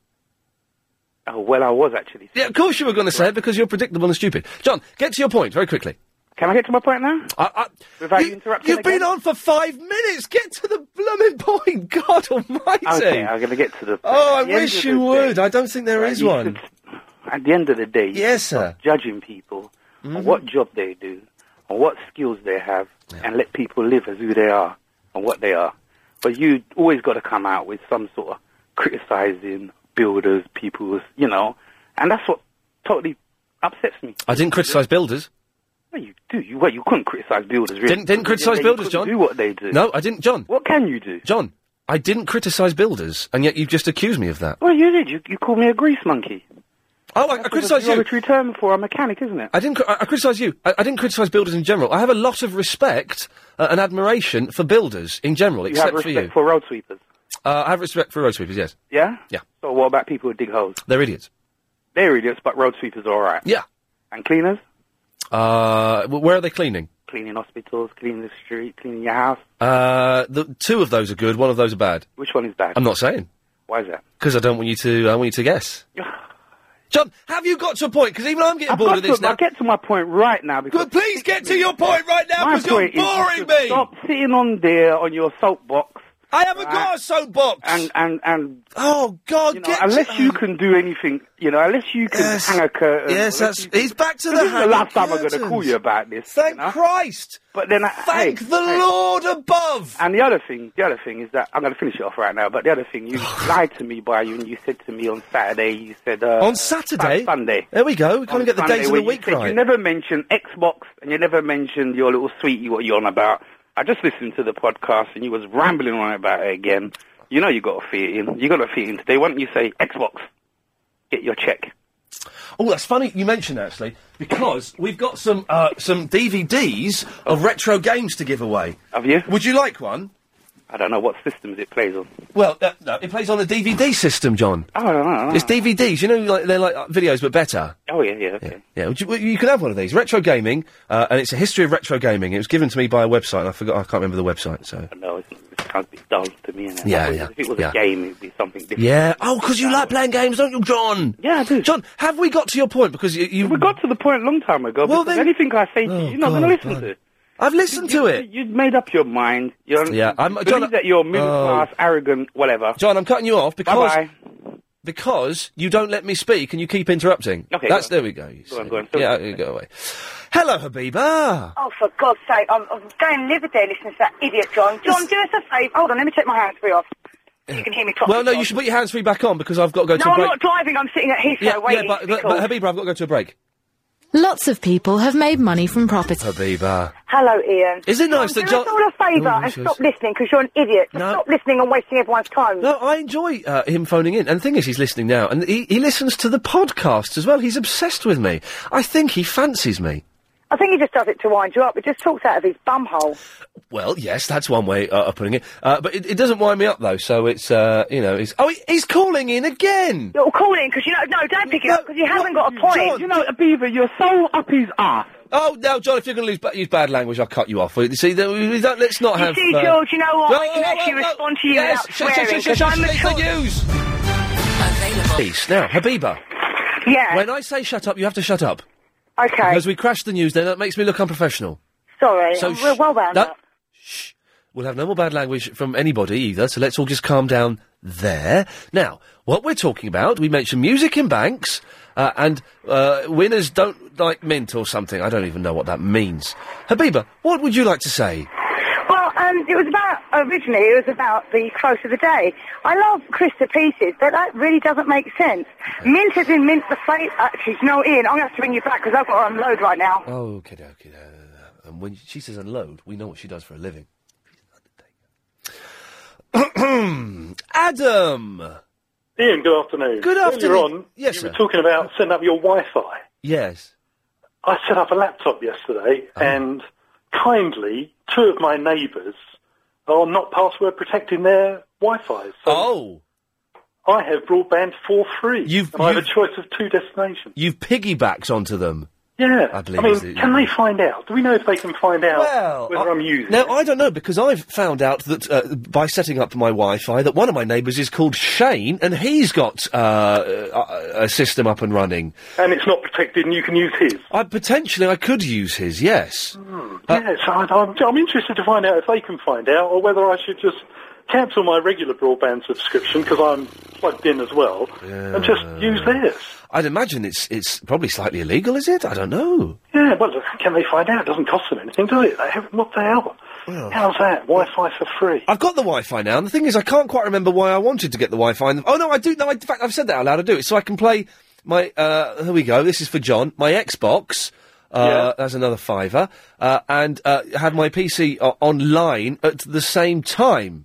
[SPEAKER 12] Oh well, I was actually.
[SPEAKER 1] Yeah, of course you were going to say it because you're predictable and stupid. John, get to your point very quickly.
[SPEAKER 12] Can I get to my point now?
[SPEAKER 1] I,
[SPEAKER 12] Without you, interrupting.
[SPEAKER 1] you've
[SPEAKER 12] again?
[SPEAKER 1] been on for five minutes. Get to the blooming point, God Almighty!
[SPEAKER 12] Okay, I'm going to get to the.
[SPEAKER 1] Oh, I
[SPEAKER 12] at the end
[SPEAKER 1] wish
[SPEAKER 12] of
[SPEAKER 1] you
[SPEAKER 12] the
[SPEAKER 1] would. I don't think there
[SPEAKER 12] Right,
[SPEAKER 1] is
[SPEAKER 12] you
[SPEAKER 1] one.
[SPEAKER 12] should- At the end of the day, you
[SPEAKER 1] Yes,
[SPEAKER 12] should
[SPEAKER 1] sir. Mm-hmm.
[SPEAKER 12] stop Judging people on what job they do, on what skills they have, and let people live as who they are and what they are. But you always got to come out with some sort of criticizing builders, people, you know, and that's what totally upsets me.
[SPEAKER 1] I didn't criticise builders.
[SPEAKER 12] Well, you do. You, well, you couldn't criticize builders. Really.
[SPEAKER 1] Didn't, didn't
[SPEAKER 12] You
[SPEAKER 1] criticise
[SPEAKER 12] couldn't
[SPEAKER 1] builders, John.
[SPEAKER 12] Do what they do.
[SPEAKER 1] No, I didn't, John.
[SPEAKER 12] What can you do,
[SPEAKER 1] John? I didn't criticise builders, and yet you just accused me of that.
[SPEAKER 12] Well, you did. You, you called me a grease monkey.
[SPEAKER 1] Oh, I, I criticised you.
[SPEAKER 12] derogatory term for a mechanic, isn't it?
[SPEAKER 1] I didn't. cri- I, I criticise you. I, I didn't criticise builders in general. I have a lot of respect uh, and admiration for builders in general,
[SPEAKER 12] you have
[SPEAKER 1] except for
[SPEAKER 12] respect
[SPEAKER 1] you.
[SPEAKER 12] for road sweepers.
[SPEAKER 1] Uh, I have respect for road sweepers. Yes,
[SPEAKER 12] Yeah?
[SPEAKER 1] Yeah.
[SPEAKER 12] So what about people who dig holes?
[SPEAKER 1] they're idiots.
[SPEAKER 12] They're idiots, but road sweepers are alright.
[SPEAKER 1] Yeah.
[SPEAKER 12] And cleaners?
[SPEAKER 1] Uh, wh- where are they cleaning?
[SPEAKER 12] Cleaning hospitals, cleaning the street, cleaning your house.
[SPEAKER 1] Uh, the, two of those are good. One of those are bad.
[SPEAKER 12] Which one is bad?
[SPEAKER 1] I'm not saying
[SPEAKER 12] Why is that?
[SPEAKER 1] because I don't want you to. I want you to guess. John, have you got to a point? Because even I'm getting
[SPEAKER 12] I've
[SPEAKER 1] bored
[SPEAKER 12] got
[SPEAKER 1] of this
[SPEAKER 12] to,
[SPEAKER 1] now.
[SPEAKER 12] I'll get to my point right now because...
[SPEAKER 1] But please get to your point right now
[SPEAKER 12] My
[SPEAKER 1] 'cause you're
[SPEAKER 12] point is you
[SPEAKER 1] boring
[SPEAKER 12] should
[SPEAKER 1] me.
[SPEAKER 12] Stop sitting on there on your soapbox.
[SPEAKER 1] I haven't
[SPEAKER 12] right?
[SPEAKER 1] got a soapbox.
[SPEAKER 12] And, and, and...
[SPEAKER 1] Oh God!
[SPEAKER 12] You know,
[SPEAKER 1] get
[SPEAKER 12] unless you can do anything, you know, unless you can
[SPEAKER 1] Yes.
[SPEAKER 12] hang a curtain. unless
[SPEAKER 1] Yes, that's-
[SPEAKER 12] you can-
[SPEAKER 1] he's back to the
[SPEAKER 12] This is the
[SPEAKER 1] hanging
[SPEAKER 12] last time I'm going to
[SPEAKER 1] curtains.
[SPEAKER 12] call you about this.
[SPEAKER 1] Thank
[SPEAKER 12] you know?
[SPEAKER 1] Christ!
[SPEAKER 12] But then, I,
[SPEAKER 1] Thank
[SPEAKER 12] hey,
[SPEAKER 1] the
[SPEAKER 12] hey.
[SPEAKER 1] Lord above.
[SPEAKER 12] And the other thing, the other thing is that I'm going to finish it off right now. But the other thing, you lied to me by you, and you said to me on Saturday, you said uh,
[SPEAKER 1] on Saturday,
[SPEAKER 12] Sun- Sunday.
[SPEAKER 1] There we go. We can't
[SPEAKER 12] On
[SPEAKER 1] get the
[SPEAKER 12] Sunday
[SPEAKER 1] days of
[SPEAKER 12] where
[SPEAKER 1] the
[SPEAKER 12] you
[SPEAKER 1] week
[SPEAKER 12] said
[SPEAKER 1] right.
[SPEAKER 12] You never mentioned Xbox, and you never mentioned your little sweetie what you're on about. I just listened to the podcast, and you was rambling on about it again. You know you got a fit in. You got a fit in today. Why don't you say Xbox? Get your check.
[SPEAKER 1] Oh, that's funny you mentioned that, actually, because we've got some uh, some DVDs of retro games to give away.
[SPEAKER 12] Have you?
[SPEAKER 1] Would you like one?
[SPEAKER 12] I don't know what systems it plays on.
[SPEAKER 1] Well, uh, no, it plays on the DVD system, John.
[SPEAKER 12] Oh, no, no, no.
[SPEAKER 1] It's DVDs. You know, like they're like uh, videos but better.
[SPEAKER 12] oh yeah, yeah, okay.
[SPEAKER 1] Yeah, would you, well, you can have one of these. Retro gaming, uh, and it's a history of retro gaming. It was given to me by a website, and I forgot. I can't remember the website. So.
[SPEAKER 12] No, it's, it sounds a bit dull to me. innit?
[SPEAKER 1] Yeah,
[SPEAKER 12] If it-
[SPEAKER 1] yeah,
[SPEAKER 12] If it was
[SPEAKER 1] yeah.
[SPEAKER 12] a game, it would be something different.
[SPEAKER 1] Yeah. Oh, because you like playing games, don't you, John?
[SPEAKER 12] Yeah, I do.
[SPEAKER 1] John, have we got to your point? Because you, you
[SPEAKER 12] We got to the point a long time ago.
[SPEAKER 1] Well,
[SPEAKER 12] Well, because
[SPEAKER 1] then-
[SPEAKER 12] anything I say to
[SPEAKER 1] Oh,
[SPEAKER 12] you, you're not going to
[SPEAKER 1] God,
[SPEAKER 12] listen
[SPEAKER 1] God.
[SPEAKER 12] to.
[SPEAKER 1] I've listened to it.
[SPEAKER 12] You, have made up your mind. You're,
[SPEAKER 1] Yeah,
[SPEAKER 12] you
[SPEAKER 1] I'm-
[SPEAKER 12] believe
[SPEAKER 1] John, oh.
[SPEAKER 12] that you're middle class, arrogant, whatever.
[SPEAKER 1] John, I'm cutting you
[SPEAKER 12] Bye
[SPEAKER 1] off because
[SPEAKER 12] bye.
[SPEAKER 1] because you don't let me speak and you keep interrupting.
[SPEAKER 12] Okay,
[SPEAKER 1] That's
[SPEAKER 12] go
[SPEAKER 1] there we go. you
[SPEAKER 12] Go on,
[SPEAKER 1] see.
[SPEAKER 12] go on, still
[SPEAKER 1] Yeah,
[SPEAKER 12] go
[SPEAKER 1] you go away. Hello, Habiba.
[SPEAKER 13] Oh, for God's sake, I'm, I'm going to live with there listening to that idiot John. John, do us a favour. Hold on, let me take my hands free off. You can hear me properly.
[SPEAKER 1] Well, no,
[SPEAKER 13] John.
[SPEAKER 1] you should put your hands free back on because I've got to go to
[SPEAKER 13] No,
[SPEAKER 1] a
[SPEAKER 13] I'm
[SPEAKER 1] break.
[SPEAKER 13] not driving. I'm sitting at Heathrow
[SPEAKER 1] yeah, yeah,
[SPEAKER 13] waiting.
[SPEAKER 1] but,
[SPEAKER 13] to be
[SPEAKER 1] but,
[SPEAKER 13] called.
[SPEAKER 1] but Habiba, I've got to go to a break.
[SPEAKER 14] Lots of people have made money from property.
[SPEAKER 1] Habiba.
[SPEAKER 13] Hello, Ian.
[SPEAKER 1] Is it nice that
[SPEAKER 13] do
[SPEAKER 1] John-
[SPEAKER 13] us all a favour
[SPEAKER 1] Oh,
[SPEAKER 13] and
[SPEAKER 1] yes, yes.
[SPEAKER 13] stop listening because you're an idiot. Just
[SPEAKER 1] No.
[SPEAKER 13] stop listening and wasting everyone's time.
[SPEAKER 1] No, I enjoy uh, him phoning in, and the thing is, he's listening now, and he, he listens to the podcast as well. He's obsessed with me. I think he fancies me.
[SPEAKER 13] I think he just does it to wind you up. It just talks out of his bumhole.
[SPEAKER 1] Well, yes, that's one way uh, of putting it. Uh, but it, it doesn't wind me up though. So it's uh, you know, it's oh, he, he's calling in again.
[SPEAKER 13] You're calling because you know. No, don't pick it up because he hasn't got a point.
[SPEAKER 12] You know, Abiva, you're so up his ass.
[SPEAKER 1] Oh no, John! If you're going to ba- use bad language, I'll cut you off. We- See, th- we don't, let's not
[SPEAKER 13] You
[SPEAKER 1] have.
[SPEAKER 13] see,
[SPEAKER 1] uh,
[SPEAKER 13] George, you know what?
[SPEAKER 1] No,
[SPEAKER 13] I can
[SPEAKER 1] no,
[SPEAKER 13] actually
[SPEAKER 1] no, no.
[SPEAKER 13] respond to you
[SPEAKER 1] Yes,
[SPEAKER 13] without
[SPEAKER 1] sh- sh-
[SPEAKER 13] swearing
[SPEAKER 1] sh- sh-
[SPEAKER 13] 'cause I'm
[SPEAKER 1] sh- the
[SPEAKER 13] mature.
[SPEAKER 1] news. Peace. Now, Habiba,
[SPEAKER 13] Yeah.
[SPEAKER 1] when I say shut up, you have to shut up
[SPEAKER 13] okay.
[SPEAKER 1] because we crashed the news. Then that makes me look unprofessional.
[SPEAKER 13] Sorry.
[SPEAKER 1] So
[SPEAKER 13] I'm
[SPEAKER 1] sh-
[SPEAKER 13] real well wound
[SPEAKER 1] no-
[SPEAKER 13] up.
[SPEAKER 1] We'll have no more bad language from anybody either, so let's all just calm down there. Now, what we're talking about, we mentioned music in banks, uh, and uh, winners don't like mint or something. I don't even know what that means. Habiba, what would you like to say?
[SPEAKER 13] Well, um, it was about originally. It was about the close of the day. I love Chris to pieces, but that really doesn't make sense. Mint is in mint the fate. Actually, you know, Ian, I'm going to have to ring you back because I've got to unload right now.
[SPEAKER 1] Oh, okay, okay. and when she says unload, we know what she does for a living. Adam!
[SPEAKER 15] Ian, good afternoon.
[SPEAKER 1] Good
[SPEAKER 15] Earlier
[SPEAKER 1] afternoon.
[SPEAKER 15] on,
[SPEAKER 1] Yes,
[SPEAKER 15] you were
[SPEAKER 1] sir.
[SPEAKER 15] talking about setting up your Wi-Fi.
[SPEAKER 1] Yes.
[SPEAKER 15] I set up a laptop yesterday,
[SPEAKER 1] Uh-huh.
[SPEAKER 15] and kindly, two of my neighbours are not password protecting their
[SPEAKER 5] Wi-Fi. So
[SPEAKER 1] oh.
[SPEAKER 5] I have broadband for free.
[SPEAKER 1] You've-
[SPEAKER 5] and I have a
[SPEAKER 1] you've-
[SPEAKER 5] choice of two destinations.
[SPEAKER 1] You've piggybacked onto them.
[SPEAKER 5] Yeah.
[SPEAKER 1] I believe
[SPEAKER 5] mean,
[SPEAKER 1] it's it-
[SPEAKER 5] can they find out? Do we know if they can find out whether I, am using?
[SPEAKER 1] Now I don't know because I've found out that uh, by setting up my Wi-Fi, that one of my neighbours is called Shane, and he's got uh, a, a system up and running.
[SPEAKER 5] And it's not protected, and you can use his.
[SPEAKER 1] I potentially I could use his. Yes.
[SPEAKER 5] Hmm. yes,
[SPEAKER 1] uh,
[SPEAKER 5] I, I'm, I'm interested to find out if they can find out, or whether I should just cancel my regular broadband subscription because I'm plugged in as well, and just use theirs.
[SPEAKER 1] Uh, I'd imagine it's it's probably slightly illegal, is it? I don't know.
[SPEAKER 5] Yeah, well, look, can they find out? It doesn't cost them anything, does it? They haven't knocked that out. How's that? Wi-Fi for free.
[SPEAKER 1] I've got the Wi-Fi now, and the thing is, I can't quite remember why I wanted to get the Wi-Fi. And oh no, I do. No, I, in fact, I've said that out loud. I do it so I can play my. Uh, here we go. This is for John. My Xbox. Uh, That's another fiver, uh, and uh, have my PC uh, online at the same time.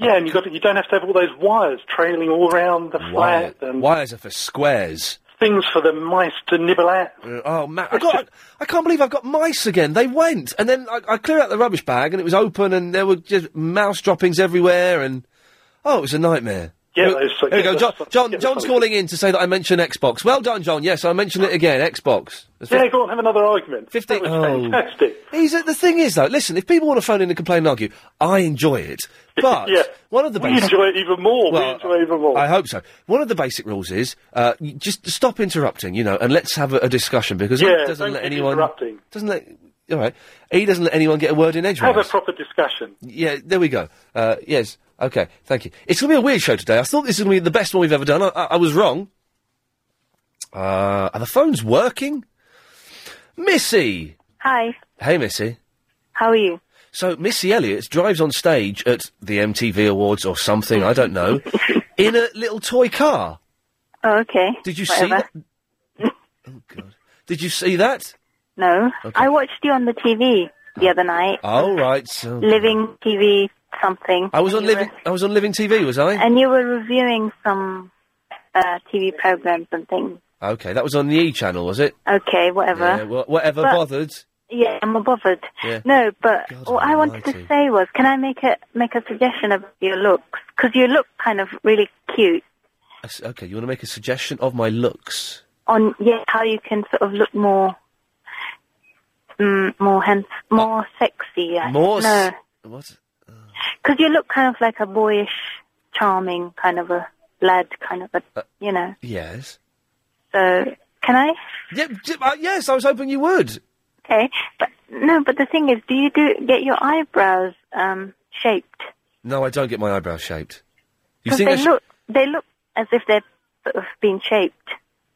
[SPEAKER 1] Uh,
[SPEAKER 5] Yeah, and you got to, you don't have to have all those wires trailing all around the flat
[SPEAKER 1] Wire- wires are for squares.
[SPEAKER 5] things for the mice to nibble at.
[SPEAKER 1] Uh, oh man, I, got, I, I can't believe I've got mice again. They went, and then I, I cleared out the rubbish bag, and it was open, and there were just mouse droppings everywhere, and oh, it was a nightmare.
[SPEAKER 5] Yeah,
[SPEAKER 1] Here-
[SPEAKER 5] those-
[SPEAKER 1] here we
[SPEAKER 5] yeah,
[SPEAKER 1] go.
[SPEAKER 5] those-
[SPEAKER 1] John, John,
[SPEAKER 5] yeah,
[SPEAKER 1] John's
[SPEAKER 5] those-
[SPEAKER 1] calling in to say that I mentioned Xbox. Well done, John. Yes, I mentioned it again. Xbox. That's
[SPEAKER 5] Yeah,
[SPEAKER 1] right.
[SPEAKER 5] go on, have another argument. Fifteen. That was
[SPEAKER 1] Oh.
[SPEAKER 5] fantastic.
[SPEAKER 1] He's, the thing is, though, listen, if people want to phone in and complain and argue, I enjoy it. But
[SPEAKER 5] yeah,
[SPEAKER 1] one of the
[SPEAKER 5] we
[SPEAKER 1] basic-
[SPEAKER 5] enjoy it even more. we
[SPEAKER 1] Well,
[SPEAKER 5] enjoy it even more.
[SPEAKER 1] I hope so. One of the basic rules is uh, y- just stop interrupting, you know, and let's have a, a discussion because he
[SPEAKER 5] yeah,
[SPEAKER 1] doesn't
[SPEAKER 5] don't
[SPEAKER 1] let
[SPEAKER 5] keep
[SPEAKER 1] anyone.
[SPEAKER 5] interrupting.
[SPEAKER 1] Doesn't let. All right, he doesn't let anyone get a word in edgewise.
[SPEAKER 5] Have a proper discussion.
[SPEAKER 1] Yeah, there we go. Uh, yes, okay, thank you. It's going to be a weird show today. I thought this was going to be the best one we've ever done. I, I, I was wrong. Uh, are the phones working? Missy,
[SPEAKER 16] Hi,
[SPEAKER 1] hey Missy.
[SPEAKER 16] how are you?
[SPEAKER 1] So Missy Elliott drives on stage at the MTV Awards or something, I don't know, in a little toy car.
[SPEAKER 16] Oh, okay.
[SPEAKER 1] Did you see
[SPEAKER 16] Whatever.
[SPEAKER 1] that? Oh god. Did you see that?
[SPEAKER 16] No.
[SPEAKER 1] Okay.
[SPEAKER 16] I watched you on the TV the other night.
[SPEAKER 1] All right. So
[SPEAKER 16] Living TV something.
[SPEAKER 1] I was on
[SPEAKER 16] And you
[SPEAKER 1] living I was on living TV, was I?
[SPEAKER 16] were- and you were reviewing some uh, TV programs and things.
[SPEAKER 1] Okay, that was on the E channel, was it?
[SPEAKER 16] Okay, Uh, whatever.
[SPEAKER 1] Yeah, wha- whatever
[SPEAKER 16] But-
[SPEAKER 1] bothered.
[SPEAKER 16] Yeah, I'm bothered.
[SPEAKER 1] Yeah.
[SPEAKER 16] No, but what I wanted to say was, can I make a make a suggestion about your looks? Because you look kind of really cute
[SPEAKER 1] I s- Okay, you want to make a suggestion of my looks?
[SPEAKER 16] on yeah how you can sort of look more, mm, more hands, more sexy. I
[SPEAKER 1] More
[SPEAKER 16] don't know.
[SPEAKER 1] s- what?
[SPEAKER 16] Because you look kind of like a boyish, charming kind of a lad, kind of a,
[SPEAKER 1] Uh,
[SPEAKER 16] you know.
[SPEAKER 1] Yes.
[SPEAKER 16] So, can I?
[SPEAKER 1] Yeah, j- uh, yes, I was hoping you would.
[SPEAKER 16] Okay, but no. But the thing is, do you do get your eyebrows um shaped?
[SPEAKER 1] No, I don't get my eyebrows shaped. You
[SPEAKER 16] Because
[SPEAKER 1] think I
[SPEAKER 16] they
[SPEAKER 1] sh-
[SPEAKER 16] look they look as if they're sort of been shaped.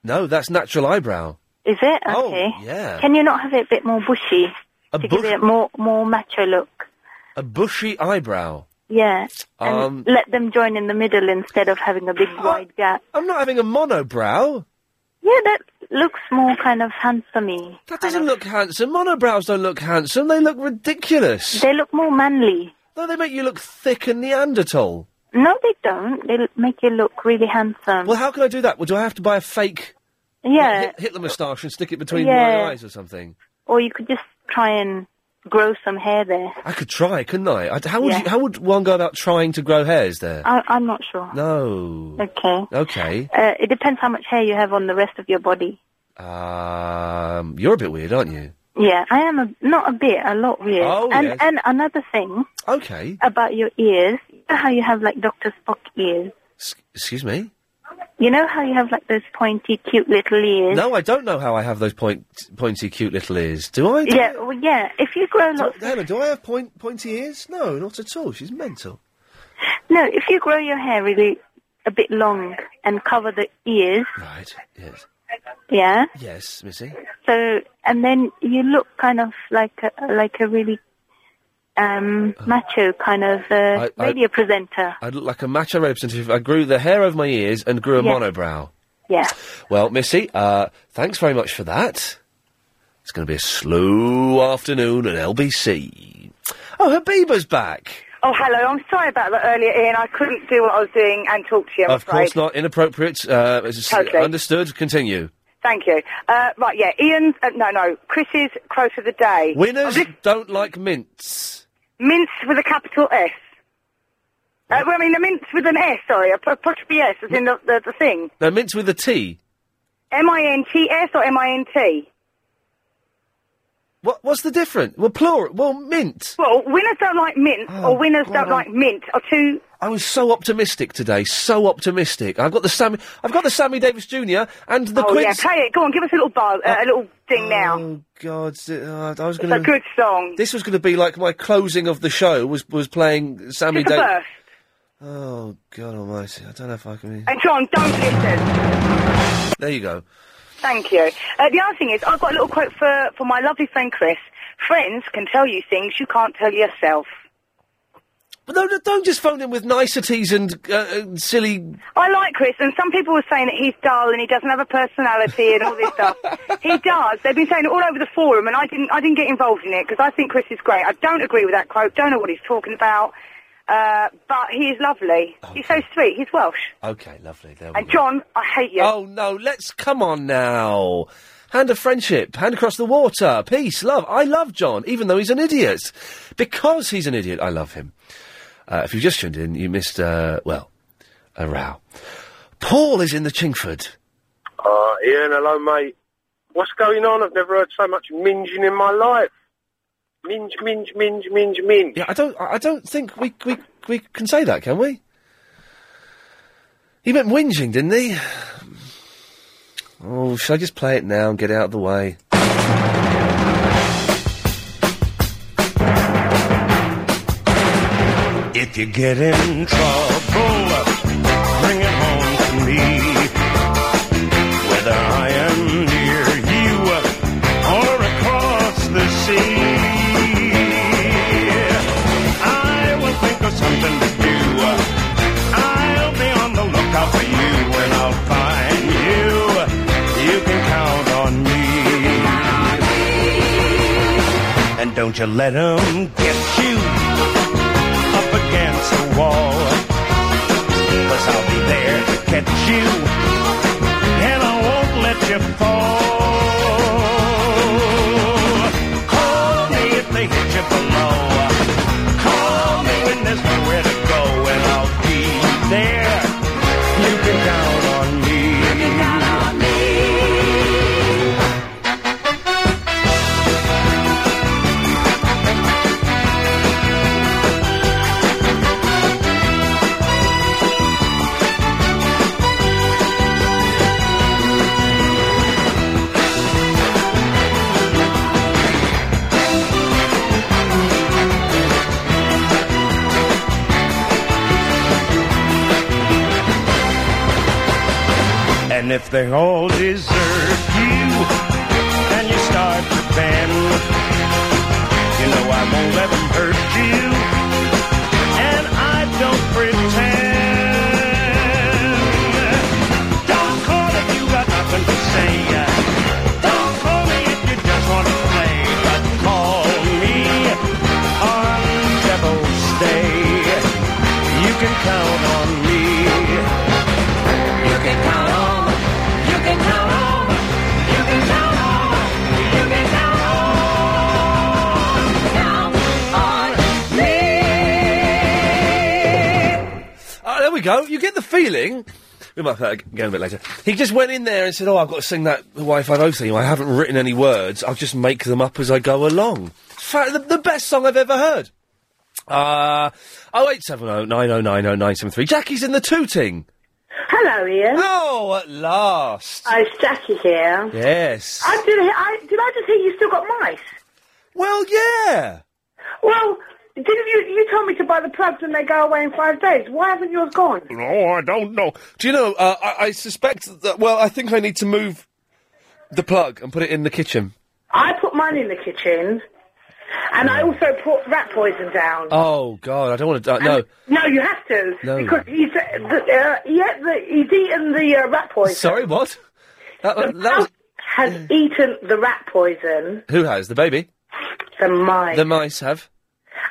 [SPEAKER 1] No, that's natural eyebrow.
[SPEAKER 16] Is it?
[SPEAKER 1] Oh,
[SPEAKER 16] Okay.
[SPEAKER 1] yeah.
[SPEAKER 16] Can you not have it a bit more bushy
[SPEAKER 1] A
[SPEAKER 16] to
[SPEAKER 1] bush-
[SPEAKER 16] give it more more macho look?
[SPEAKER 1] a bushy eyebrow.
[SPEAKER 16] Yeah. And
[SPEAKER 1] Um,
[SPEAKER 16] let them join in the middle instead of having a big wide gap.
[SPEAKER 1] I'm not having a monobrow.
[SPEAKER 16] Yeah, that looks more kind of handsome
[SPEAKER 1] That doesn't look handsome. Monobrows don't look handsome. They look ridiculous.
[SPEAKER 16] They look more manly.
[SPEAKER 1] No, they make you look thick and Neanderthal.
[SPEAKER 16] No, they don't. They l- make you look really handsome.
[SPEAKER 1] Well, how can I do that? Well, do I have to buy a fake
[SPEAKER 16] yeah.
[SPEAKER 1] Hit- Hitler moustache and stick it between
[SPEAKER 16] Yeah.
[SPEAKER 1] my eyes or something?
[SPEAKER 16] Or you could just try and grow some hair there.
[SPEAKER 1] I could try, couldn't I? I how would
[SPEAKER 16] Yeah.
[SPEAKER 1] you, how would one go about trying to grow hairs there?
[SPEAKER 16] I, I'm not sure.
[SPEAKER 1] no.
[SPEAKER 16] Okay.
[SPEAKER 1] Okay.
[SPEAKER 16] Uh, it depends how much hair you have on the rest of your body.
[SPEAKER 1] Um, you're a bit weird, aren't you?
[SPEAKER 16] Yeah, I am a, not a bit, a lot weird.
[SPEAKER 1] Oh,
[SPEAKER 16] and
[SPEAKER 1] yes.
[SPEAKER 16] and another thing
[SPEAKER 1] Okay.
[SPEAKER 16] about your ears, you know how you have like Doctor Spock ears.
[SPEAKER 1] Excuse me.
[SPEAKER 16] You know how you have like those pointy, cute little ears.
[SPEAKER 1] No, I don't know how I have those point, pointy, cute little ears. Do I?
[SPEAKER 16] Yeah, well, yeah. If you grow
[SPEAKER 1] Do,
[SPEAKER 16] lots,
[SPEAKER 1] Hannah, do I have point, pointy ears? No, not at all. She's mental.
[SPEAKER 16] no, if you grow your hair really a bit long and cover the ears,
[SPEAKER 1] Right. Yes.
[SPEAKER 16] yeah.
[SPEAKER 1] Yes, Missy.
[SPEAKER 16] So and then you look kind of like a, like a really um, macho kind of uh,
[SPEAKER 1] Uh-huh. I- I-
[SPEAKER 16] radio presenter.
[SPEAKER 1] I'd look like a macho representative. if I grew the hair over my ears and grew a
[SPEAKER 16] Yeah.
[SPEAKER 1] monobrow.
[SPEAKER 16] Yeah.
[SPEAKER 1] Well, Missy, uh, thanks very much for that. It's going to be a slow afternoon at LBC. Oh, Habiba's back.
[SPEAKER 13] Oh, hello. I'm sorry about that earlier, Ian. I couldn't do what I was doing and talk to you. I'm
[SPEAKER 1] of
[SPEAKER 13] afraid.
[SPEAKER 1] course not. Inappropriate. Uh, it's-
[SPEAKER 13] Totally.
[SPEAKER 1] Understood. Continue.
[SPEAKER 13] Thank you. Uh, right, yeah. Ian's, uh, no, no. Chris's quote of the day.
[SPEAKER 1] Winners don't like mints.
[SPEAKER 13] Mince with a capital S. Uh, well, I mean, mean, the mints with an S, sorry. A p- push B S as in the, the, the thing.
[SPEAKER 1] No, mints with a T.
[SPEAKER 13] M-I-N-T-S or M-I-N-T?
[SPEAKER 1] What, what's the difference? Well, plural. Well, Oh, mint. Oh,
[SPEAKER 13] Well, winners don't like mint, or winners don't like mint, or two...
[SPEAKER 1] I was so optimistic today, so optimistic. I've got the Sammy, I've got the Sammy Davis Jr. and the
[SPEAKER 13] oh,
[SPEAKER 1] Quincy.
[SPEAKER 13] yeah, play it. Go on, give us a little bar, uh, a little thing now.
[SPEAKER 1] Oh, God, s- uh, I was
[SPEAKER 13] It's
[SPEAKER 1] going to.
[SPEAKER 13] a good song.
[SPEAKER 1] This was going to be like my closing of the show was was playing Sammy
[SPEAKER 13] Just a
[SPEAKER 1] Davis.
[SPEAKER 13] burst.
[SPEAKER 1] Oh God Almighty! I don't know if I can.
[SPEAKER 13] And John, don't listen.
[SPEAKER 1] There you go.
[SPEAKER 13] Thank you. Uh, the other thing is, I've got a little quote for, for my lovely friend Chris. Friends can tell you things you can't tell yourself.
[SPEAKER 1] But no, no, don't just phone in with niceties and uh, uh, silly.
[SPEAKER 13] I like Chris, and some people were saying that he's dull and he doesn't have a personality and all this stuff. he does. They've been saying it all over the forum, and I didn't. I didn't get involved in it because I think Chris is great. I don't agree with that quote. Don't know what he's talking about, uh, but he is lovely.
[SPEAKER 1] Oh,
[SPEAKER 13] He's so sweet. He's Welsh.
[SPEAKER 1] Okay, lovely. There we
[SPEAKER 13] And
[SPEAKER 1] go.
[SPEAKER 13] John, I hate you.
[SPEAKER 1] Oh no! Let's come on now. Hand of friendship, hand across the water, peace, love. I love John, even though he's an idiot. Because he's an idiot, I love him. Uh, if you just tuned in, you missed, uh, well, a row. Paul is in the Chingford.
[SPEAKER 7] Uh, Ian, hello, mate. What's going on? I've never heard so much minging in my life. Minge, minge, minge, minge, minge.
[SPEAKER 1] Yeah, I don't, I I don't think we, we, we can say that, can we? He meant whinging, didn't he? Oh, should I just play it now and get it out of the way?
[SPEAKER 17] If you get in trouble, bring it home to me. Whether I am near you or across the sea, I will think of something to do. I'll be on the lookout for you when I'll find you. You can count on me. And don't you let 'em get you up against the wall. Cause I'll be there to catch you, and I won't let you fall. Call me if they hit you below. Call me when there's nowhere to go, and I'll be there. You can count on me. You can count on me. And if they all desert you and you start to bend, you know I won't let them hurt you. And I don't pretend. Don't call if you got nothing to say. Don't call me if you just want to play. But call me on Devil's Day. You can count on me. You can count on you can count on, you can count on, you can count on, count on me.
[SPEAKER 1] Ah, there we go. You get the feeling. We might play that again a bit later. He just went in there and said, "Oh, I've got to sing that Y50 theme. I haven't written any words. I'll just make them up as I go along." Fa- the, the best song I've ever heard. Uh, 0870 9090973. Jackie's in the tooting.
[SPEAKER 18] Hello, Ian.
[SPEAKER 1] Oh, at last.
[SPEAKER 18] Oh, it's Jackie here.
[SPEAKER 1] Yes.
[SPEAKER 18] I did. I did. I just hear you still got mice.
[SPEAKER 1] Well, yeah.
[SPEAKER 18] Well, didn't you? You told me to buy the plugs and they go away in five days. Why haven't yours gone?
[SPEAKER 1] No, Oh, I don't know. Do you know? Uh, I, I suspect that. Well, I think I need to move the plug and put it in the kitchen.
[SPEAKER 18] I put mine in the kitchen, and
[SPEAKER 1] Mm.
[SPEAKER 18] I also put rat poison down.
[SPEAKER 1] Oh God, I don't want to. Uh, no.
[SPEAKER 18] No, you have to
[SPEAKER 1] No.
[SPEAKER 18] because he's uh, the, uh, he had the, he's eaten the uh, rat poison.
[SPEAKER 1] Sorry, what? That, that
[SPEAKER 18] The
[SPEAKER 1] was,
[SPEAKER 18] mouse has eaten the rat poison.
[SPEAKER 1] who has the baby?
[SPEAKER 18] The mice,
[SPEAKER 1] The mice have.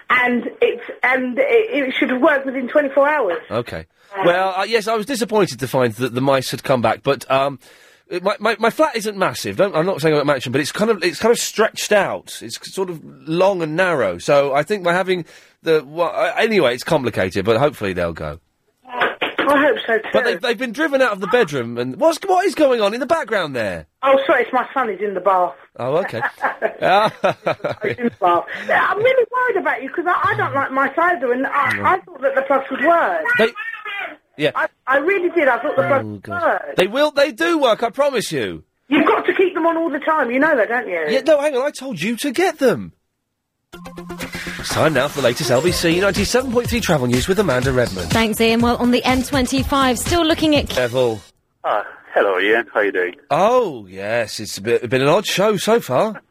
[SPEAKER 18] and it's and it, it should have worked within 24 hours.
[SPEAKER 1] Okay. Well, uh, yes, I was disappointed to find that the mice had come back, but um, it- my, my, my flat isn't massive. Don't, I'm not saying I'm a mansion, but it's kind of it's kind of stretched out. It's c- sort of long and narrow. So I think by having the well, uh, anyway, it's complicated, but hopefully they'll go.
[SPEAKER 18] I hope so too.
[SPEAKER 1] But they've, they've been driven out of the bedroom, and what's what is going on in the background there?
[SPEAKER 18] Oh, sorry, it's my son. He's in the bath.
[SPEAKER 1] Oh, okay. Ah.
[SPEAKER 18] in the bath. Yeah, I'm really worried about you because I, I don't like my cider, and I, I thought that the plugs would work.
[SPEAKER 1] They- yeah, Oh,
[SPEAKER 18] I, I really did. I thought the plugs would work.
[SPEAKER 1] they will. They do work. I promise you.
[SPEAKER 18] You've got to keep them on all the time. You know that, don't you?
[SPEAKER 1] Yeah, no, hang on. I told you to get them. It's time now for the latest LBC 97.3 travel news with Amanda Redmond.
[SPEAKER 14] Thanks, Ian. Well, on the M25, still looking at.
[SPEAKER 1] Neville.
[SPEAKER 10] Ah, hello, Ian. How you doing?
[SPEAKER 1] Oh, yes, it's a bit, been an odd show so far.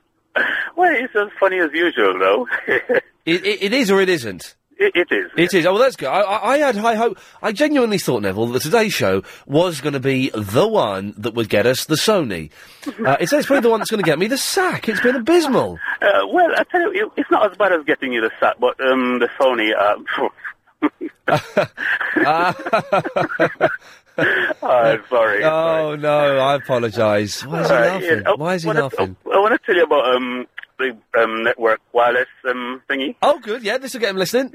[SPEAKER 10] Well, it's as funny as usual, though.
[SPEAKER 1] It, it, it is or it isn't?
[SPEAKER 10] It, it is.
[SPEAKER 1] It is. Oh, well, that's good. I, I, I had high hope. I genuinely thought, Neville, that today's show was going to be the one that would get us the Sony. Uh, it's, it's probably the one that's going to get me the sack. It's been abysmal.
[SPEAKER 10] Uh, well, I tell you, it- it's not as bad as getting you the sat, but um, the Sony. Uh, I'm sorry.
[SPEAKER 1] Oh, no, I apologise. Why is he
[SPEAKER 10] Uh,
[SPEAKER 1] laughing?
[SPEAKER 10] yeah, oh,
[SPEAKER 1] Why is he
[SPEAKER 10] wanna-
[SPEAKER 1] laughing?
[SPEAKER 10] I want to tell you about um, the um, network wireless um, thingy.
[SPEAKER 1] Oh, good. Yeah, this will get him listening.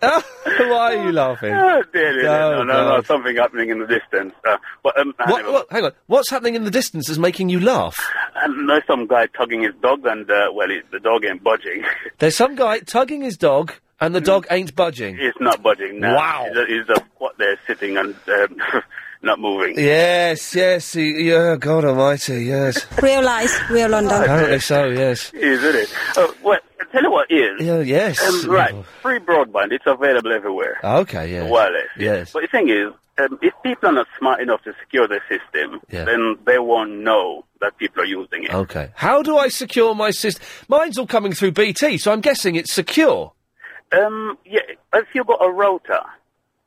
[SPEAKER 1] Why are you laughing?
[SPEAKER 10] Oh, dear, dear,
[SPEAKER 1] Oh,
[SPEAKER 10] no, no, no,
[SPEAKER 1] God.
[SPEAKER 10] something happening in the distance. Uh, but um,
[SPEAKER 1] What, what, hang on. What's happening in the distance that's making you laugh?
[SPEAKER 10] And there's some guy tugging his dog, and uh, well, he, the dog ain't budging.
[SPEAKER 1] There's some guy tugging his dog, and
[SPEAKER 10] Hmm.
[SPEAKER 1] the dog ain't budging.
[SPEAKER 10] He's not budging now.
[SPEAKER 1] Wow.
[SPEAKER 10] He's, he's uh, what there sitting and um, not moving.
[SPEAKER 1] Yes, yes, he, yeah, God Almighty, yes.
[SPEAKER 19] Real lies, real London.
[SPEAKER 1] Apparently so, yes.
[SPEAKER 10] Is it? is. Oh, well, tell you what is.
[SPEAKER 1] Yeah, yes.
[SPEAKER 10] Um, right, free broadband. It's available everywhere.
[SPEAKER 1] Okay, yes.
[SPEAKER 10] Wireless.
[SPEAKER 1] Yes.
[SPEAKER 10] But the thing is, um, if people are not smart enough to secure their system,
[SPEAKER 1] Yeah.
[SPEAKER 10] then they won't know that people are using it.
[SPEAKER 1] Okay. How do I secure my system? Mine's all coming through BT, so I'm guessing it's secure.
[SPEAKER 10] Um, yeah, if you've got a router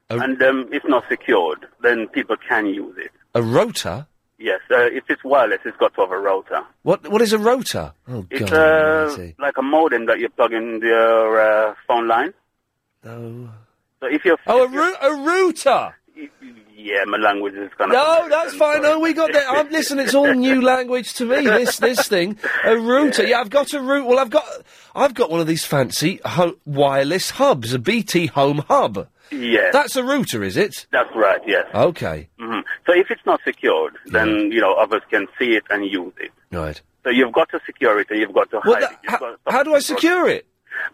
[SPEAKER 1] A-
[SPEAKER 10] and um, it's not secured, then people can use it.
[SPEAKER 1] A rotor?
[SPEAKER 10] Yes, uh, if it's wireless, it's got to have a router.
[SPEAKER 1] What? What is a rotor? Oh,
[SPEAKER 10] It's
[SPEAKER 1] God.
[SPEAKER 10] uh,
[SPEAKER 1] Almighty.
[SPEAKER 10] like a modem that you plug in your uh, phone line. uh,
[SPEAKER 1] No.
[SPEAKER 10] So if you're
[SPEAKER 1] Oh, a, ru- a router.
[SPEAKER 10] yeah, my language is kind
[SPEAKER 1] No,
[SPEAKER 10] of
[SPEAKER 1] that's fine. No, we got that. I'm listen. It's all new language to me. This this thing, a router. Yeah, I've got a root. Well, I've got I've got one of these fancy ho- wireless hubs, a BT Home Hub.
[SPEAKER 10] Yeah.
[SPEAKER 1] that's a router, is it?
[SPEAKER 10] That's right. Yes.
[SPEAKER 1] Okay,
[SPEAKER 10] hmm So if it's not secured, then you know others can see it and use it.
[SPEAKER 1] right.
[SPEAKER 10] So you've got to secure it, and you've got to hide
[SPEAKER 1] Well,
[SPEAKER 10] it. You've got to-
[SPEAKER 1] How do I secure it?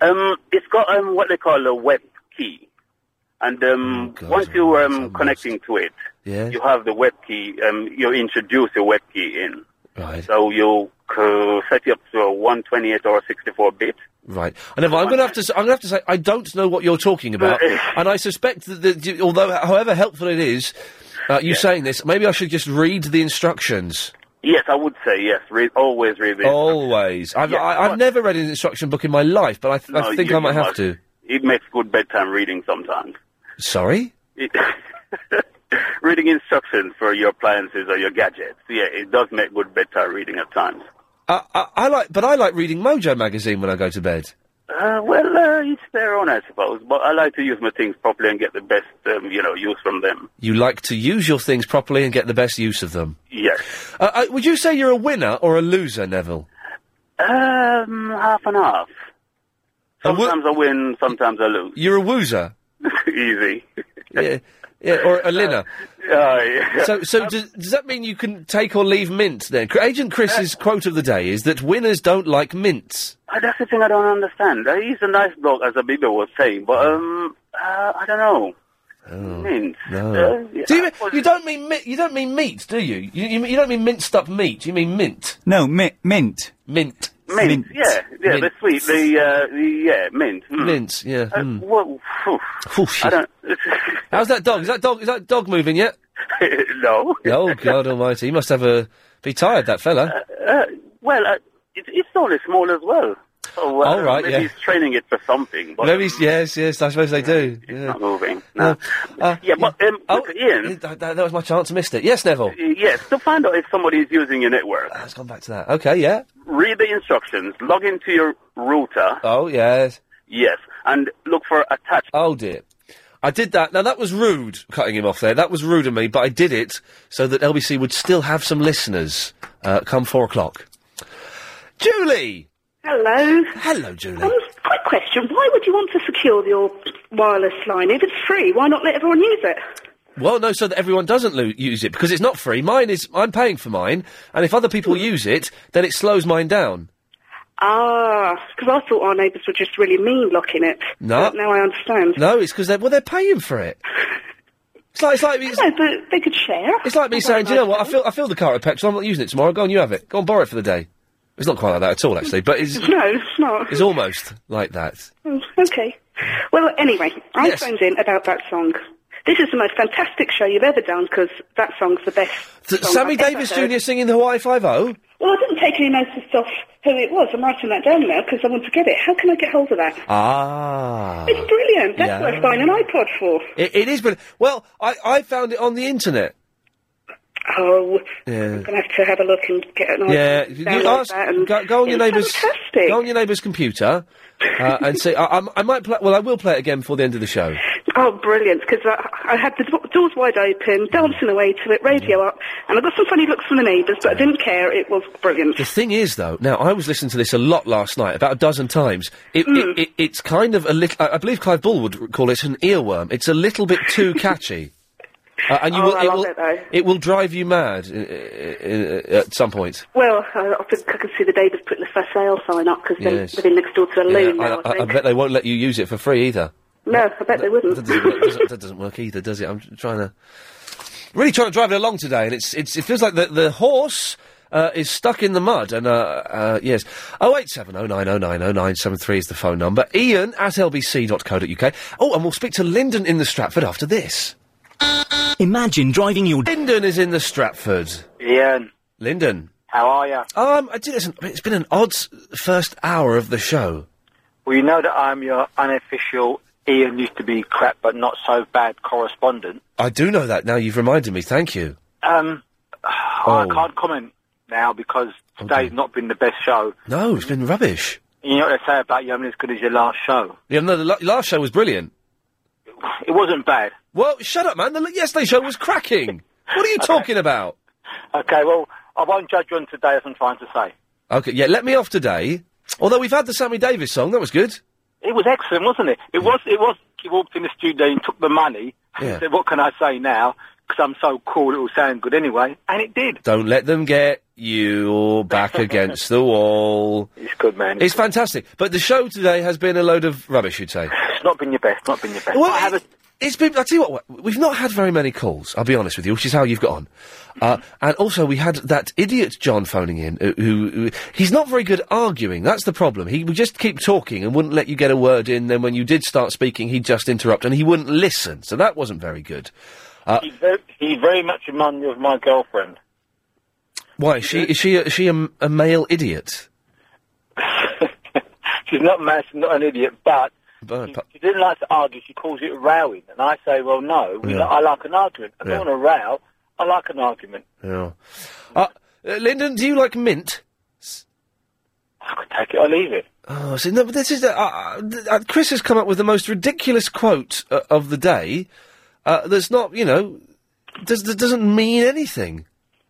[SPEAKER 10] Um, it's got um, what they call a web key, and
[SPEAKER 1] Oh,
[SPEAKER 10] um, once you're um, connecting to it,
[SPEAKER 1] Yeah.
[SPEAKER 10] you have the web key. Um, you introduce your web key in.
[SPEAKER 1] Right.
[SPEAKER 10] So you uh, set it up to a 128 or a 64 bit.
[SPEAKER 1] Right, and if I'm going to have to, s- I'm going to have to say I don't know what you're talking about, and I suspect that, that you- although however helpful it is, uh, you saying this, maybe I should just read the instructions.
[SPEAKER 10] Yes, I would say yes. Read, always read it.
[SPEAKER 1] Always, I've I, I've never read an instruction book in my life, but I, th-
[SPEAKER 10] No,
[SPEAKER 1] I think
[SPEAKER 10] you-
[SPEAKER 1] I might
[SPEAKER 10] you
[SPEAKER 1] have
[SPEAKER 10] must.
[SPEAKER 1] to.
[SPEAKER 10] It makes good bedtime reading sometimes.
[SPEAKER 1] Sorry.
[SPEAKER 10] It- reading instructions for your appliances or your gadgets. Yeah, it does make good bedtime reading at times.
[SPEAKER 1] I, I, I like, but I like reading Mojo magazine when I go to bed.
[SPEAKER 10] Uh, well, uh, it's their own, I suppose. But I like to use my things properly and get the best, um, you know, use from them.
[SPEAKER 1] You like to use your things properly and get the best use of them.
[SPEAKER 10] Yes.
[SPEAKER 1] Uh, uh, would you say you're a winner or a loser, Neville?
[SPEAKER 10] Um, half and half. Sometimes I win, sometimes I lose.
[SPEAKER 1] You're a woozer.
[SPEAKER 10] Easy.
[SPEAKER 1] yeah, yeah, or a linner.
[SPEAKER 10] Uh, yeah.
[SPEAKER 1] So, so does, does that mean you can take or leave mint then? Cr- Agent Chris's quote of the day is that winners don't like mints.
[SPEAKER 18] Oh,
[SPEAKER 10] Uh, that's the thing I don't understand. Uh, he's a nice bloke, as Abiba was saying, but um, uh, I don't know. Mint.
[SPEAKER 1] Oh, No.
[SPEAKER 10] Uh, yeah.
[SPEAKER 1] Do you, you don't mean mi- you don't mean meat, do you? You, you? you don't mean minced up meat. You mean mint.
[SPEAKER 7] No, mi- mint.
[SPEAKER 1] Mint.
[SPEAKER 10] Mint, yeah, yeah,
[SPEAKER 1] Mint.
[SPEAKER 10] the sweet, the, uh, the yeah, mint. Mm.
[SPEAKER 1] Mints, yeah.
[SPEAKER 10] Uh,
[SPEAKER 1] mm.
[SPEAKER 10] Well, phew. I don't.
[SPEAKER 1] How's that dog? Is that dog? Is that dog moving yet?
[SPEAKER 10] no.
[SPEAKER 1] Oh God Almighty! He must have a be tired that fella.
[SPEAKER 10] Uh, well, uh, it, it's only small as well. So, uh,
[SPEAKER 1] All right,
[SPEAKER 10] maybe
[SPEAKER 1] yeah.
[SPEAKER 10] he's training it for something. But
[SPEAKER 1] Maybe he's- yes, yes. I suppose they do. Yeah.
[SPEAKER 10] not moving.
[SPEAKER 1] No. Uh,
[SPEAKER 10] yeah, but um, look, Ian. Uh,
[SPEAKER 1] that, that was my chance. Missed it. Yes, Neville.
[SPEAKER 10] Yes, to find out if somebody is using your network,
[SPEAKER 1] Let's come back to that. Okay, yeah.
[SPEAKER 10] read the instructions, log into your router,
[SPEAKER 1] Oh yes.
[SPEAKER 10] yes, and look for attached.
[SPEAKER 1] Oh dear. I did that. Now that was rude, cutting him off there. That was rude of me, but I did it so that LBC would still have some listeners uh, come four o'clock. Julie.
[SPEAKER 20] Hello.
[SPEAKER 1] Hello, Julie.
[SPEAKER 20] Um, quick question. Why would you want to secure your wireless line? If it's free, why not let everyone use it?
[SPEAKER 1] Well, no, so that everyone doesn't lo- use it because it's not free. Mine is. I'm paying for mine, and if other people use it, then it slows mine down.
[SPEAKER 19] Ah, because I thought our neighbours were just really mean locking it.
[SPEAKER 1] No.
[SPEAKER 19] But now I understand.
[SPEAKER 1] No, it's because they're well, they're paying for it. It's like it's like me.
[SPEAKER 19] No, but they could share.
[SPEAKER 1] It's like me saying, do you know what? I fill I fill the car at petrol. I'm not using it tomorrow. Go on, you have it. Go on, borrow it for the day. It's not quite like that at all, actually, but it's
[SPEAKER 19] No, it's not.
[SPEAKER 1] it's almost like that.
[SPEAKER 19] Oh, okay. Well, anyway, I phoned in about that song. This is the most fantastic show you've ever done because that song's the best.
[SPEAKER 1] Th-
[SPEAKER 19] song
[SPEAKER 1] Sammy
[SPEAKER 19] I've ever
[SPEAKER 1] Davis
[SPEAKER 19] heard.
[SPEAKER 1] Jr. singing the Hawaii Five O.
[SPEAKER 19] Well, I didn't take any notice of who it was. I'm writing that down now because I want to get it. How can I get hold of that?
[SPEAKER 1] Ah.
[SPEAKER 19] It's brilliant. That's
[SPEAKER 1] Yeah.
[SPEAKER 19] worth buying an iPod for.
[SPEAKER 1] It, it is, but well, I, I found it on the internet.
[SPEAKER 19] Oh,
[SPEAKER 1] Yeah.
[SPEAKER 19] I'm going to have to have a look and get an iPod.
[SPEAKER 1] Yeah,
[SPEAKER 19] and
[SPEAKER 1] you
[SPEAKER 19] download
[SPEAKER 1] ask-
[SPEAKER 19] that and
[SPEAKER 1] go, go on your
[SPEAKER 19] It's
[SPEAKER 1] neighbour's go on your neighbour's computer uh, and see. I, I'm- I might play. Well, I will play it again before the end of the show.
[SPEAKER 19] Oh, brilliant! Because I, I had the do- doors wide open, dancing away to it, radio up, and I got some funny looks from the neighbours, but I didn't care. It was brilliant.
[SPEAKER 1] The thing is, though, now I was listening to this a lot last night, about a dozen times. It,
[SPEAKER 19] Hmm.
[SPEAKER 1] it, it, it's kind of a little. I, I believe Clive Bull would r- call it an earworm. It's a little bit too catchy, uh, and you
[SPEAKER 19] Oh,
[SPEAKER 1] will.
[SPEAKER 19] I
[SPEAKER 1] it
[SPEAKER 19] love
[SPEAKER 1] will.
[SPEAKER 19] it, though.
[SPEAKER 1] it will drive you mad i- i- i- at some point.
[SPEAKER 19] Well, I, I think I can see the neighbours putting a for sale sign up because
[SPEAKER 1] Yes.
[SPEAKER 19] they're living next door to a
[SPEAKER 1] Yeah,
[SPEAKER 19] loon now.
[SPEAKER 1] I,
[SPEAKER 19] I,
[SPEAKER 1] I, I
[SPEAKER 19] think.
[SPEAKER 1] bet they won't let you use it for free either.
[SPEAKER 19] no, I bet they
[SPEAKER 1] That
[SPEAKER 19] wouldn't.
[SPEAKER 1] doesn't, work, doesn't- that doesn't work either, does it? I'm trying to really trying to drive it along today, and it's, it's it feels like the the horse. Uh, is stuck in the mud and uh, uh yes, oh eight seven oh nine oh nine oh nine seven three is the phone number. Ian at lbc.co.uk. Oh, and we'll speak to Lyndon in the Stratford after this. Imagine driving your Lyndon is in the Stratford.
[SPEAKER 20] Ian,
[SPEAKER 1] Lyndon,
[SPEAKER 20] how are you?
[SPEAKER 1] um, I did listen. It's been an odd s- first hour of the show.
[SPEAKER 20] Well, you know that I'm your unofficial Ian used to be crap but not so bad correspondent.
[SPEAKER 1] I do know that now. You've reminded me. Thank you.
[SPEAKER 20] Um, I
[SPEAKER 1] Oh.
[SPEAKER 20] can't comment now because today's not been the best show.
[SPEAKER 1] No, it's been rubbish.
[SPEAKER 20] You know what they say about you having as good as your last show.
[SPEAKER 1] Yeah, no, the la- last show was brilliant.
[SPEAKER 20] It wasn't bad.
[SPEAKER 1] Well, shut up, man. The l- yesterday show was cracking. What are you talking about?
[SPEAKER 20] Okay, well, I won't judge you on today as I'm trying to say.
[SPEAKER 1] Okay, yeah, let me off today. Although we've had the Sammy Davis song, that was good.
[SPEAKER 20] It was excellent, wasn't it? It was. It was. He walked in the studio and took the money.
[SPEAKER 1] Yeah.
[SPEAKER 20] Said, "What can I say now? Because I'm so cool. It will sound good anyway." And it did.
[SPEAKER 1] Don't let them get you back against the wall.
[SPEAKER 20] It's good, man.
[SPEAKER 1] It's fantastic. But the show today has been a load of rubbish, you'd say.
[SPEAKER 20] It's not been your best. Not been your best.
[SPEAKER 1] Well, it, has been. I tell you what, we've not had very many calls. I'll be honest with you, which is how you've got on. Uh, and also, we had that idiot John phoning in, who, who, who he's not very good arguing. That's the problem. He would just keep talking and wouldn't let you get a word in. Then when you did start speaking, he'd just interrupt and he wouldn't listen. So that wasn't very good. Uh,
[SPEAKER 20] He very, he very much reminded me of my girlfriend.
[SPEAKER 1] why is she? Is she? A, is she a, a male idiot?
[SPEAKER 20] She's not mad. She's not an idiot, but
[SPEAKER 1] But- but-
[SPEAKER 20] she didn't like to argue. She calls it rowing, and I say, "Well, no. We
[SPEAKER 1] Yeah.
[SPEAKER 20] li- I like an argument. I
[SPEAKER 1] Yeah.
[SPEAKER 20] don't want to row. I like an argument."
[SPEAKER 1] yeah. Uh, uh, Lyndon, do you like mint?
[SPEAKER 20] I could take it or leave it.
[SPEAKER 1] Oh, see, no, but this is. Uh, uh, th- uh, Chris has come up with the most ridiculous quote uh, of the day. Uh, that's not, you know, does, that doesn't mean anything.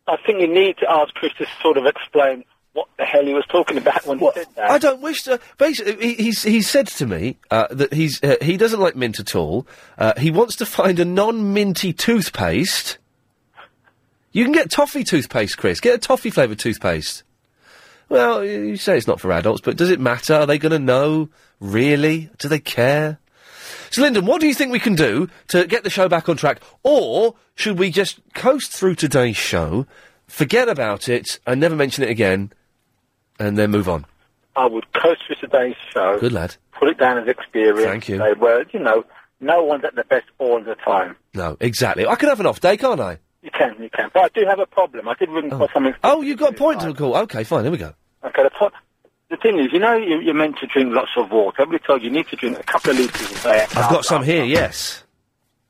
[SPEAKER 20] I think you need to ask Chris to sort of explain what the hell he was talking about when he said that.
[SPEAKER 1] I don't wish to. Basically, he, he's, he said to me uh, that he's uh, he doesn't like mint at all. Uh, he wants to find a non-minty toothpaste. You can get toffee toothpaste, Chris. Get a toffee flavored toothpaste. Well, y- you say it's not for adults, but does it matter? Are they going to know? Really? Do they care? So, Lyndon, what do you think we can do to get the show back on track? Or should we just coast through today's show, forget about it, and never mention it again, and then move on?
[SPEAKER 20] I would coast through today's show,
[SPEAKER 1] Good lad.
[SPEAKER 20] put it down as experience.
[SPEAKER 1] Thank you.
[SPEAKER 20] They were, you know, no one's at the best all the time.
[SPEAKER 1] No, exactly. I can have an off day, can't I?
[SPEAKER 20] You can, you can. But I do have a problem. I did ring for something.
[SPEAKER 1] Oh, you've got a point to call. Okay, fine. There we go.
[SPEAKER 20] Okay, the, pro- the thing is, you know, you, you're meant to drink lots of water. Everybody told you you need to drink a couple of litres a day.
[SPEAKER 1] I've got some here. Yes.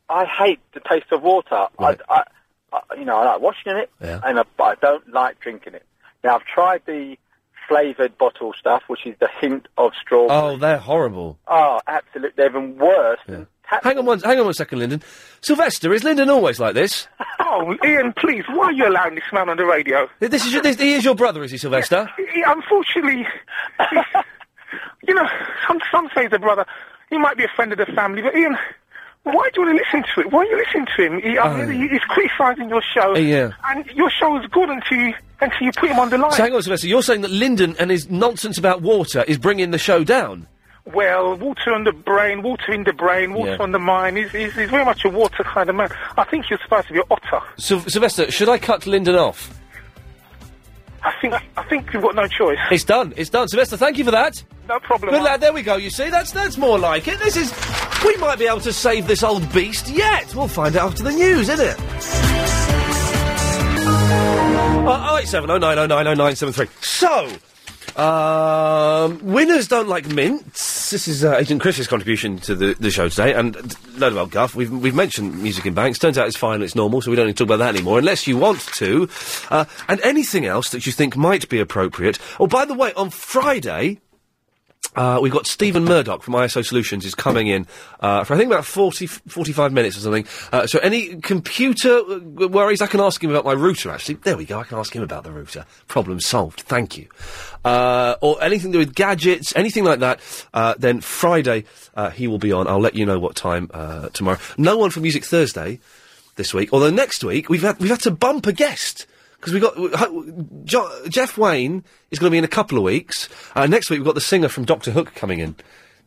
[SPEAKER 20] I hate the taste of water.
[SPEAKER 1] Right.
[SPEAKER 20] I, I, I, you know, I like washing it,
[SPEAKER 1] Yeah.
[SPEAKER 20] and I, but I don't like drinking it. Now, I've tried the flavoured bottle stuff, which is the hint of strawberry.
[SPEAKER 1] Oh, they're horrible.
[SPEAKER 20] Oh, absolutely. They're even worse.
[SPEAKER 1] Hang on one. Hang on one second, Lyndon. Sylvester, is Lyndon always like this?
[SPEAKER 6] Oh, Ian, please, why are you allowing this man on the radio?
[SPEAKER 1] This is your, this, he is your brother, is he, Sylvester?
[SPEAKER 6] He- unfortunately, he's- you know, some, some say he's a brother. He might be a friend of the family, but Ian, Why do you want to listen to it? Why are you listening to him? He, I mean, he- he's criticising your show.
[SPEAKER 1] Uh, Oh. yeah.
[SPEAKER 6] And your show is good until you, until you put him on the line.
[SPEAKER 1] So hang on, Sylvester. You're saying that Lyndon and his nonsense about water is bringing the show down.
[SPEAKER 6] Well, water on the brain, water in the brain, water
[SPEAKER 1] Yeah.
[SPEAKER 6] on the mind. He's, he's, he's very much a water kind of man. I think you're supposed to be an otter.
[SPEAKER 1] Syl- Sylvester, should I cut Lyndon off?
[SPEAKER 6] I think I think you've got no choice.
[SPEAKER 1] It's done. It's done. Sylvester, thank you for that.
[SPEAKER 6] No problem.
[SPEAKER 1] Good lad. There we go. You see, that's that's more like it. This is. We might be able to save this old beast yet. We'll find out after the news, isn't it? Oh, eight seven oh nine oh nine oh nine seven three. So, um, winners don't like mints. This is uh, Agent Chris's contribution to the, the show today, and uh, a load of old guff. We've we've mentioned music in banks. Turns out it's fine. It's normal, so we don't need to talk about that anymore, unless you want to. Uh, and anything else that you think might be appropriate. Oh, by the way, on Friday. Uh, we've got Stephen Murdoch from ISO Solutions is coming in uh, for I think about 40, 45 minutes or something. Uh, so any computer uh, worries, I can ask him about my router. Actually, there we go. I can ask him about the router. Problem solved. Thank you. Uh, or anything to do with gadgets, anything like that. Uh, then Friday uh, he will be on. I'll let you know what time uh, tomorrow. No one for Music Thursday this week. Although next week we've had we've had to bump a guest because we got w- ho- jo- Jeff Wayne is going to be in a couple of weeks. Uh, next week we've got the singer from Doctor Hook coming in.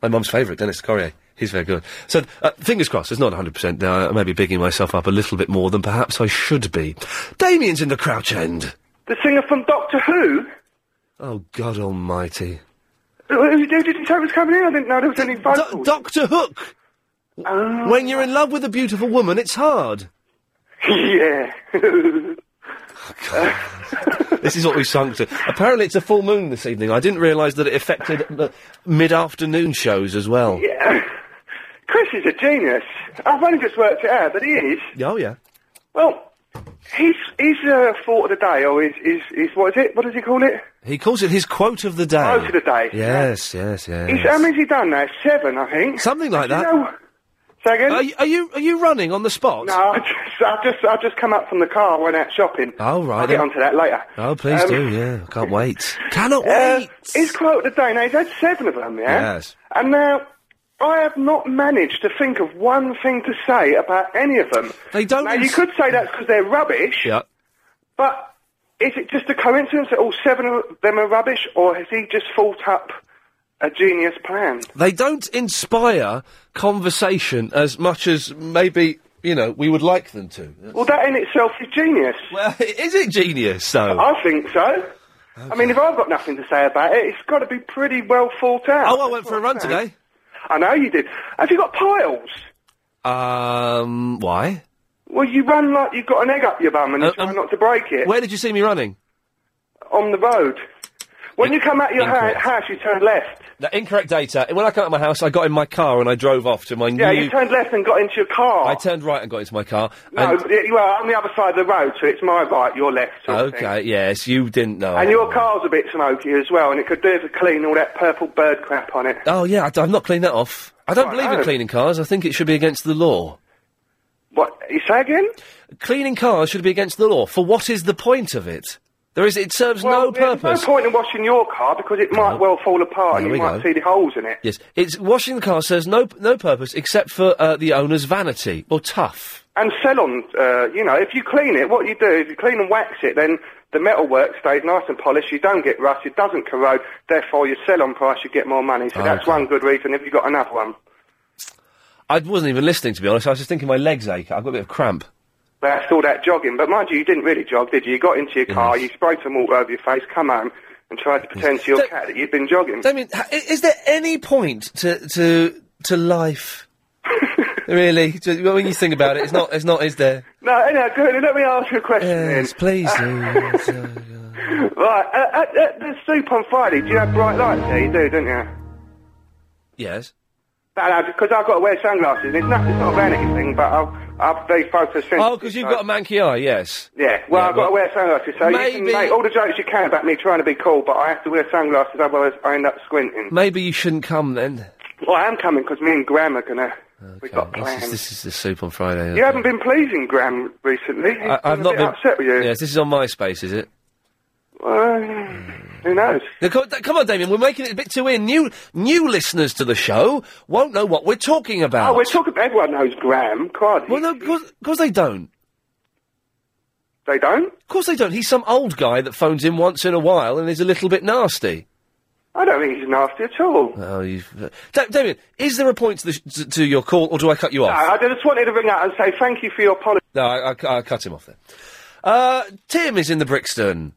[SPEAKER 1] My mum's favourite, Dennis Corrier. He's very good. So, uh, fingers crossed, it's not 100%. Uh, I may be bigging myself up a little bit more than perhaps I should be. Damien's in the crouch end.
[SPEAKER 6] The singer from Doctor Who?
[SPEAKER 1] Oh, God almighty.
[SPEAKER 6] Who, who did you say was coming in? I didn't know there was any Oh. phone calls.
[SPEAKER 1] Doctor Hook! When you're in love with a beautiful woman, it's hard.
[SPEAKER 6] Yeah.
[SPEAKER 1] this is what we've sunk to. Apparently, it's a full moon this evening. I didn't realise that it affected the mid-afternoon shows as well.
[SPEAKER 6] Yeah. Chris is a genius. I've only just worked it out, but he is.
[SPEAKER 1] Oh, yeah.
[SPEAKER 6] Well, his his uh, thought of the day, or his, his, his what is it? What does he call it?
[SPEAKER 1] He calls it his quote of the day.
[SPEAKER 6] Quote of the day.
[SPEAKER 1] Yes, yes, yes.
[SPEAKER 6] He's, how many's he done now? Seven, I think.
[SPEAKER 1] Something like that.
[SPEAKER 6] Say again?
[SPEAKER 1] Are you, are you are you running on the spot?
[SPEAKER 6] No, I just, I've just I've just come up from the car. I went out shopping.
[SPEAKER 1] Oh, right
[SPEAKER 6] I'll get
[SPEAKER 1] then.
[SPEAKER 6] onto that later.
[SPEAKER 1] Oh, please
[SPEAKER 6] Um,
[SPEAKER 1] do. Yeah, I can't wait. Cannot
[SPEAKER 6] Uh, his quote of the day. Now he's had seven of them. Yeah.
[SPEAKER 1] Yes.
[SPEAKER 6] And now. I have not managed to think of one thing to say about any of them.
[SPEAKER 1] They don't.
[SPEAKER 6] Now you could say that's because they're rubbish.
[SPEAKER 1] Yeah.
[SPEAKER 6] But is it just a coincidence that all seven of them are rubbish, or has he just thought up a genius plan?
[SPEAKER 1] They don't inspire conversation as much as maybe you know we would like them to.
[SPEAKER 6] Well, that in itself is genius.
[SPEAKER 1] Well, is it genius? So.
[SPEAKER 6] I think so. I mean, if I've got nothing to say about it, it's got to be pretty well thought out.
[SPEAKER 1] Oh, I went for a run today.
[SPEAKER 6] I know you did. Have you got piles?
[SPEAKER 1] Um, why? Uh, um,
[SPEAKER 6] Well, you run like you've got an egg up your bum and you try not to break it
[SPEAKER 1] Where did you see me running?
[SPEAKER 6] on the road. When you come out of your ha-
[SPEAKER 1] Incorrect.
[SPEAKER 6] house, you turn left.
[SPEAKER 1] The incorrect data. When I came out of my house, I got in my car and I drove off to my
[SPEAKER 6] Yeah,
[SPEAKER 1] new.
[SPEAKER 6] you turned left and got into your car.
[SPEAKER 1] I turned right and got into my car.
[SPEAKER 6] No,
[SPEAKER 1] and-
[SPEAKER 6] y- well, I'm the other side of the road, so it's my right, your left. Sort of thing.
[SPEAKER 1] okay, yes, you didn't know.
[SPEAKER 6] And your car's a bit smoky as well, and it could do with a clean all that purple bird crap on it.
[SPEAKER 1] Oh yeah, I, have not cleaned that off. I don't
[SPEAKER 6] Right, oh.
[SPEAKER 1] believe in
[SPEAKER 6] no.
[SPEAKER 1] cleaning cars. I think it should be against the law.
[SPEAKER 6] What you say again?
[SPEAKER 1] Cleaning cars should be against the law. For what is the point of it? There is. It serves no
[SPEAKER 6] Yeah,
[SPEAKER 1] purpose.
[SPEAKER 6] There's no point in washing your car because it might well fall apart
[SPEAKER 1] There
[SPEAKER 6] and
[SPEAKER 1] we
[SPEAKER 6] you might
[SPEAKER 1] go.
[SPEAKER 6] see the holes in it.
[SPEAKER 1] Yes, it's washing the car serves no no purpose except for uh, the owner's vanity or tough.
[SPEAKER 6] And Celon, uh, you know, if you clean it, what you do, if you clean and wax it, then the metalwork stays nice and polished, you don't get rust, it doesn't corrode, therefore your Celon price, you get more money. So that's
[SPEAKER 1] Okay.
[SPEAKER 6] one good reason if you've got another one.
[SPEAKER 1] I wasn't even listening to be honest. I was just thinking my legs ache. I've got a bit of cramp.
[SPEAKER 6] That's all that jogging. But mind you, you didn't really jog, did you? You got into your car, you sprayed some water over your face, come home, and tried to pretend to your cat that you'd been jogging.
[SPEAKER 1] Damien, ha- i- is there any point to to to life? really, Ju- well, when you think about it, it's not. It's not. Is there?
[SPEAKER 6] No, anyhow, good. Let me ask you a question
[SPEAKER 1] Yes, please. do.
[SPEAKER 6] then. Right, uh, at, at the soup on Friday, do you have bright lights there? You do, don't you?
[SPEAKER 1] yes.
[SPEAKER 6] No, no, because I've got to wear sunglasses. It's not, it's not a vanity thing, but I've, I've very photosensitive.
[SPEAKER 1] Oh, because you've got a manky eye. Yes.
[SPEAKER 6] Yeah, well, I've got to wear sunglasses, so you can
[SPEAKER 1] Maybe-
[SPEAKER 6] make all the jokes you can about me trying to be cool, but I have to wear sunglasses, otherwise I end up squinting.
[SPEAKER 1] Maybe you shouldn't come then.
[SPEAKER 6] Well, I am coming because me and Graham are going to... We've got
[SPEAKER 1] This is,
[SPEAKER 6] plans.
[SPEAKER 1] this is the soup on Friday.
[SPEAKER 6] You haven't been pleasing Graham recently. He's
[SPEAKER 1] I, I've
[SPEAKER 6] been a
[SPEAKER 1] not
[SPEAKER 6] bit
[SPEAKER 1] been
[SPEAKER 6] upset with you.
[SPEAKER 1] Yes, this is on MySpace, is it?
[SPEAKER 6] Uh,
[SPEAKER 1] Who knows? Come, come on, Damien, we're making it a bit too in. New new listeners to the show won't know what we're talking about.
[SPEAKER 6] Oh, we're talking. Everyone knows Graham. God.
[SPEAKER 1] Well, no, because they don't.
[SPEAKER 6] They don't?
[SPEAKER 1] Of course they don't. He's some old guy that phones in once in a while and is a little bit nasty.
[SPEAKER 6] I don't think he's nasty at all.
[SPEAKER 1] Oh, you've... uh, Da- Damien, is there a point to, the sh- to, to your call, or do I cut you off?
[SPEAKER 6] I I just wanted to ring out and say thank you for your policy.
[SPEAKER 1] No, I, I cu- I cut him off there. Uh, Tim is in the Brixton.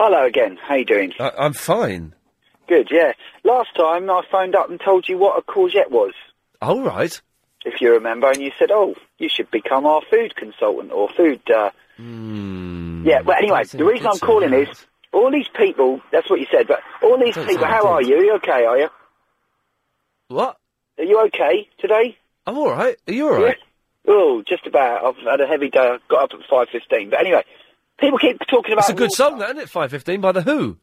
[SPEAKER 21] Hello again. How you doing?
[SPEAKER 1] I, I'm fine.
[SPEAKER 21] Good, yeah. Last time I phoned up and told you what a courgette was,
[SPEAKER 1] All right.
[SPEAKER 21] if you remember, and you said, "Oh, you should become our food consultant or food." Uh...
[SPEAKER 1] Hmm.
[SPEAKER 21] yeah. Well, anyway, the reason I'm calling is all these people. That's what you said, but all these
[SPEAKER 1] Don't
[SPEAKER 21] people.
[SPEAKER 1] sound
[SPEAKER 21] How are you? Are you okay? Are you?
[SPEAKER 1] What?
[SPEAKER 21] Are you okay today?
[SPEAKER 1] I'm all right. Are you all right?
[SPEAKER 21] Oh, just about. I've had a heavy day. I got up at five fifteen. But anyway, people keep talking about.
[SPEAKER 1] It's a good song, that, isn't it? 5.15 by The Who.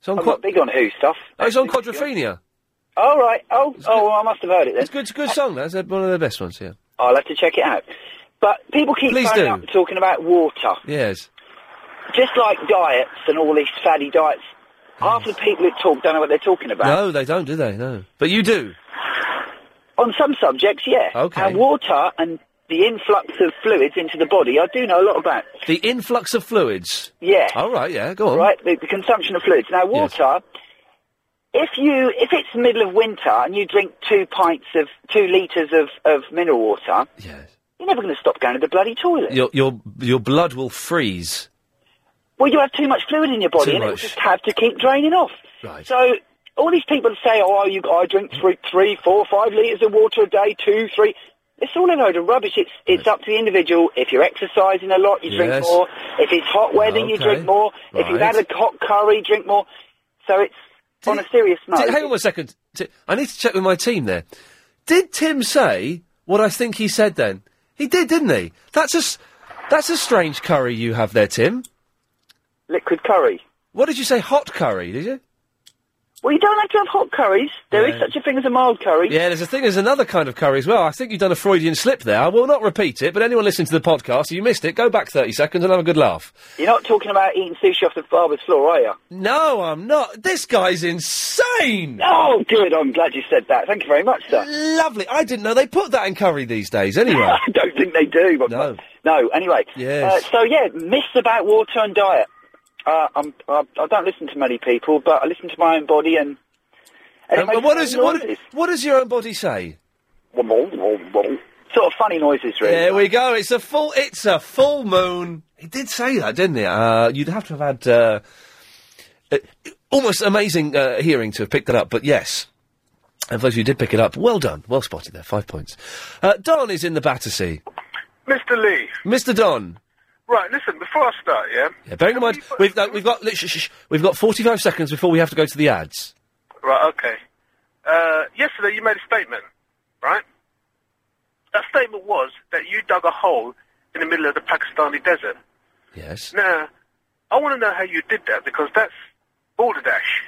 [SPEAKER 1] It's on
[SPEAKER 21] I'm not big on Who stuff.
[SPEAKER 1] Oh, it's on Quadrophenia.
[SPEAKER 21] All right. Oh, oh, well, I must have heard it then.
[SPEAKER 1] It's good, it's a good song, that's uh, one of the best ones, yeah.
[SPEAKER 21] I'll have to check it out. But people keep
[SPEAKER 1] Please
[SPEAKER 21] phoning
[SPEAKER 1] do.
[SPEAKER 21] up and talking about water,
[SPEAKER 1] Yes.
[SPEAKER 21] just like diets and all these fatty diets. Half the people who talk don't know what they're talking about.
[SPEAKER 1] No, they don't, do they? No. But you do.
[SPEAKER 21] On some subjects, yeah.
[SPEAKER 1] Okay.
[SPEAKER 21] And water and the influx of fluids into the body, I do know a lot about.
[SPEAKER 1] The influx of fluids.
[SPEAKER 21] Yeah.
[SPEAKER 1] All right, yeah, go on.
[SPEAKER 21] Right, the, the consumption of fluids. Now, water. If you if it's the middle of winter and you drink two pints of two liters of, of mineral water,
[SPEAKER 1] yes.
[SPEAKER 21] you're never going to stop going to the bloody toilet.
[SPEAKER 1] Your, your, your blood will freeze.
[SPEAKER 21] Well, you have too much fluid in your body,
[SPEAKER 1] Too
[SPEAKER 21] and it will
[SPEAKER 1] much.
[SPEAKER 21] just have to keep draining off.
[SPEAKER 1] Right. Mm.
[SPEAKER 21] So all these people say, "Oh, you, I drink three, three, four, five litres of water a day, two, three. It's all a load of rubbish. It's it's up to the individual. If you're exercising a lot, you drink
[SPEAKER 19] Yes.
[SPEAKER 21] more. If it's hot weather, you
[SPEAKER 19] Okay.
[SPEAKER 21] drink more. If you've had
[SPEAKER 1] Right.
[SPEAKER 21] a hot curry, drink more. So it's on a serious note.
[SPEAKER 1] Ti- hang on a second. Ti- I need to check with my team there. Did Tim say what I think he said then? He did, didn't he? That's a, s- that's a strange curry you have there, Tim.
[SPEAKER 21] Liquid curry.
[SPEAKER 1] What did you say? Hot curry, did you?
[SPEAKER 21] Well, you don't have to have hot curries. There is
[SPEAKER 1] Yeah.
[SPEAKER 21] such a thing as a mild curry.
[SPEAKER 1] Yeah, there's a thing, there's another kind of curry as well. I think you've done a Freudian slip there. I will not repeat it, but anyone listening to the podcast, if you missed it, go back 30 seconds and have a good laugh.
[SPEAKER 21] You're not talking about eating sushi off the barber's floor, are you?
[SPEAKER 1] No, I'm not. This guy's insane!
[SPEAKER 21] Oh, good. I'm glad you said that. Thank you very much, sir.
[SPEAKER 1] Lovely. I didn't know they put that in curry these days, anyway. I
[SPEAKER 21] don't think they do. But
[SPEAKER 1] no.
[SPEAKER 21] No, anyway.
[SPEAKER 1] Yes.
[SPEAKER 21] Uh, so yeah, myths about water and diet. Uh, I'm, I, I don't listen to many people, but I listen to my own body and. and it
[SPEAKER 1] Um,
[SPEAKER 21] makes
[SPEAKER 1] what,
[SPEAKER 21] funny
[SPEAKER 1] is, what,
[SPEAKER 21] noises.
[SPEAKER 1] what does your own body say?
[SPEAKER 21] Sort of funny noises, really.
[SPEAKER 1] There we go. It's a full. It's a full moon. He did say that, didn't he? Uh, you'd have to have had uh, uh, almost amazing uh, hearing to have picked that up. But yes, and for those who did pick it up, well done, well spotted there. Five points. Uh, Don is in the Battersea.
[SPEAKER 22] Mr. Lee,
[SPEAKER 1] Mr. Don.
[SPEAKER 22] right, listen, before I start, yeah?
[SPEAKER 1] Yeah, bearing in mind we've uh, we've got li- shh, shh, shh, we've got forty five seconds before we have to go to the ads.
[SPEAKER 22] Right, okay. Uh, yesterday you made a statement, right? That statement was that you dug a hole in the middle of the Pakistani desert.
[SPEAKER 1] Yes.
[SPEAKER 22] Now, I want to know how you did that because that's balderdash.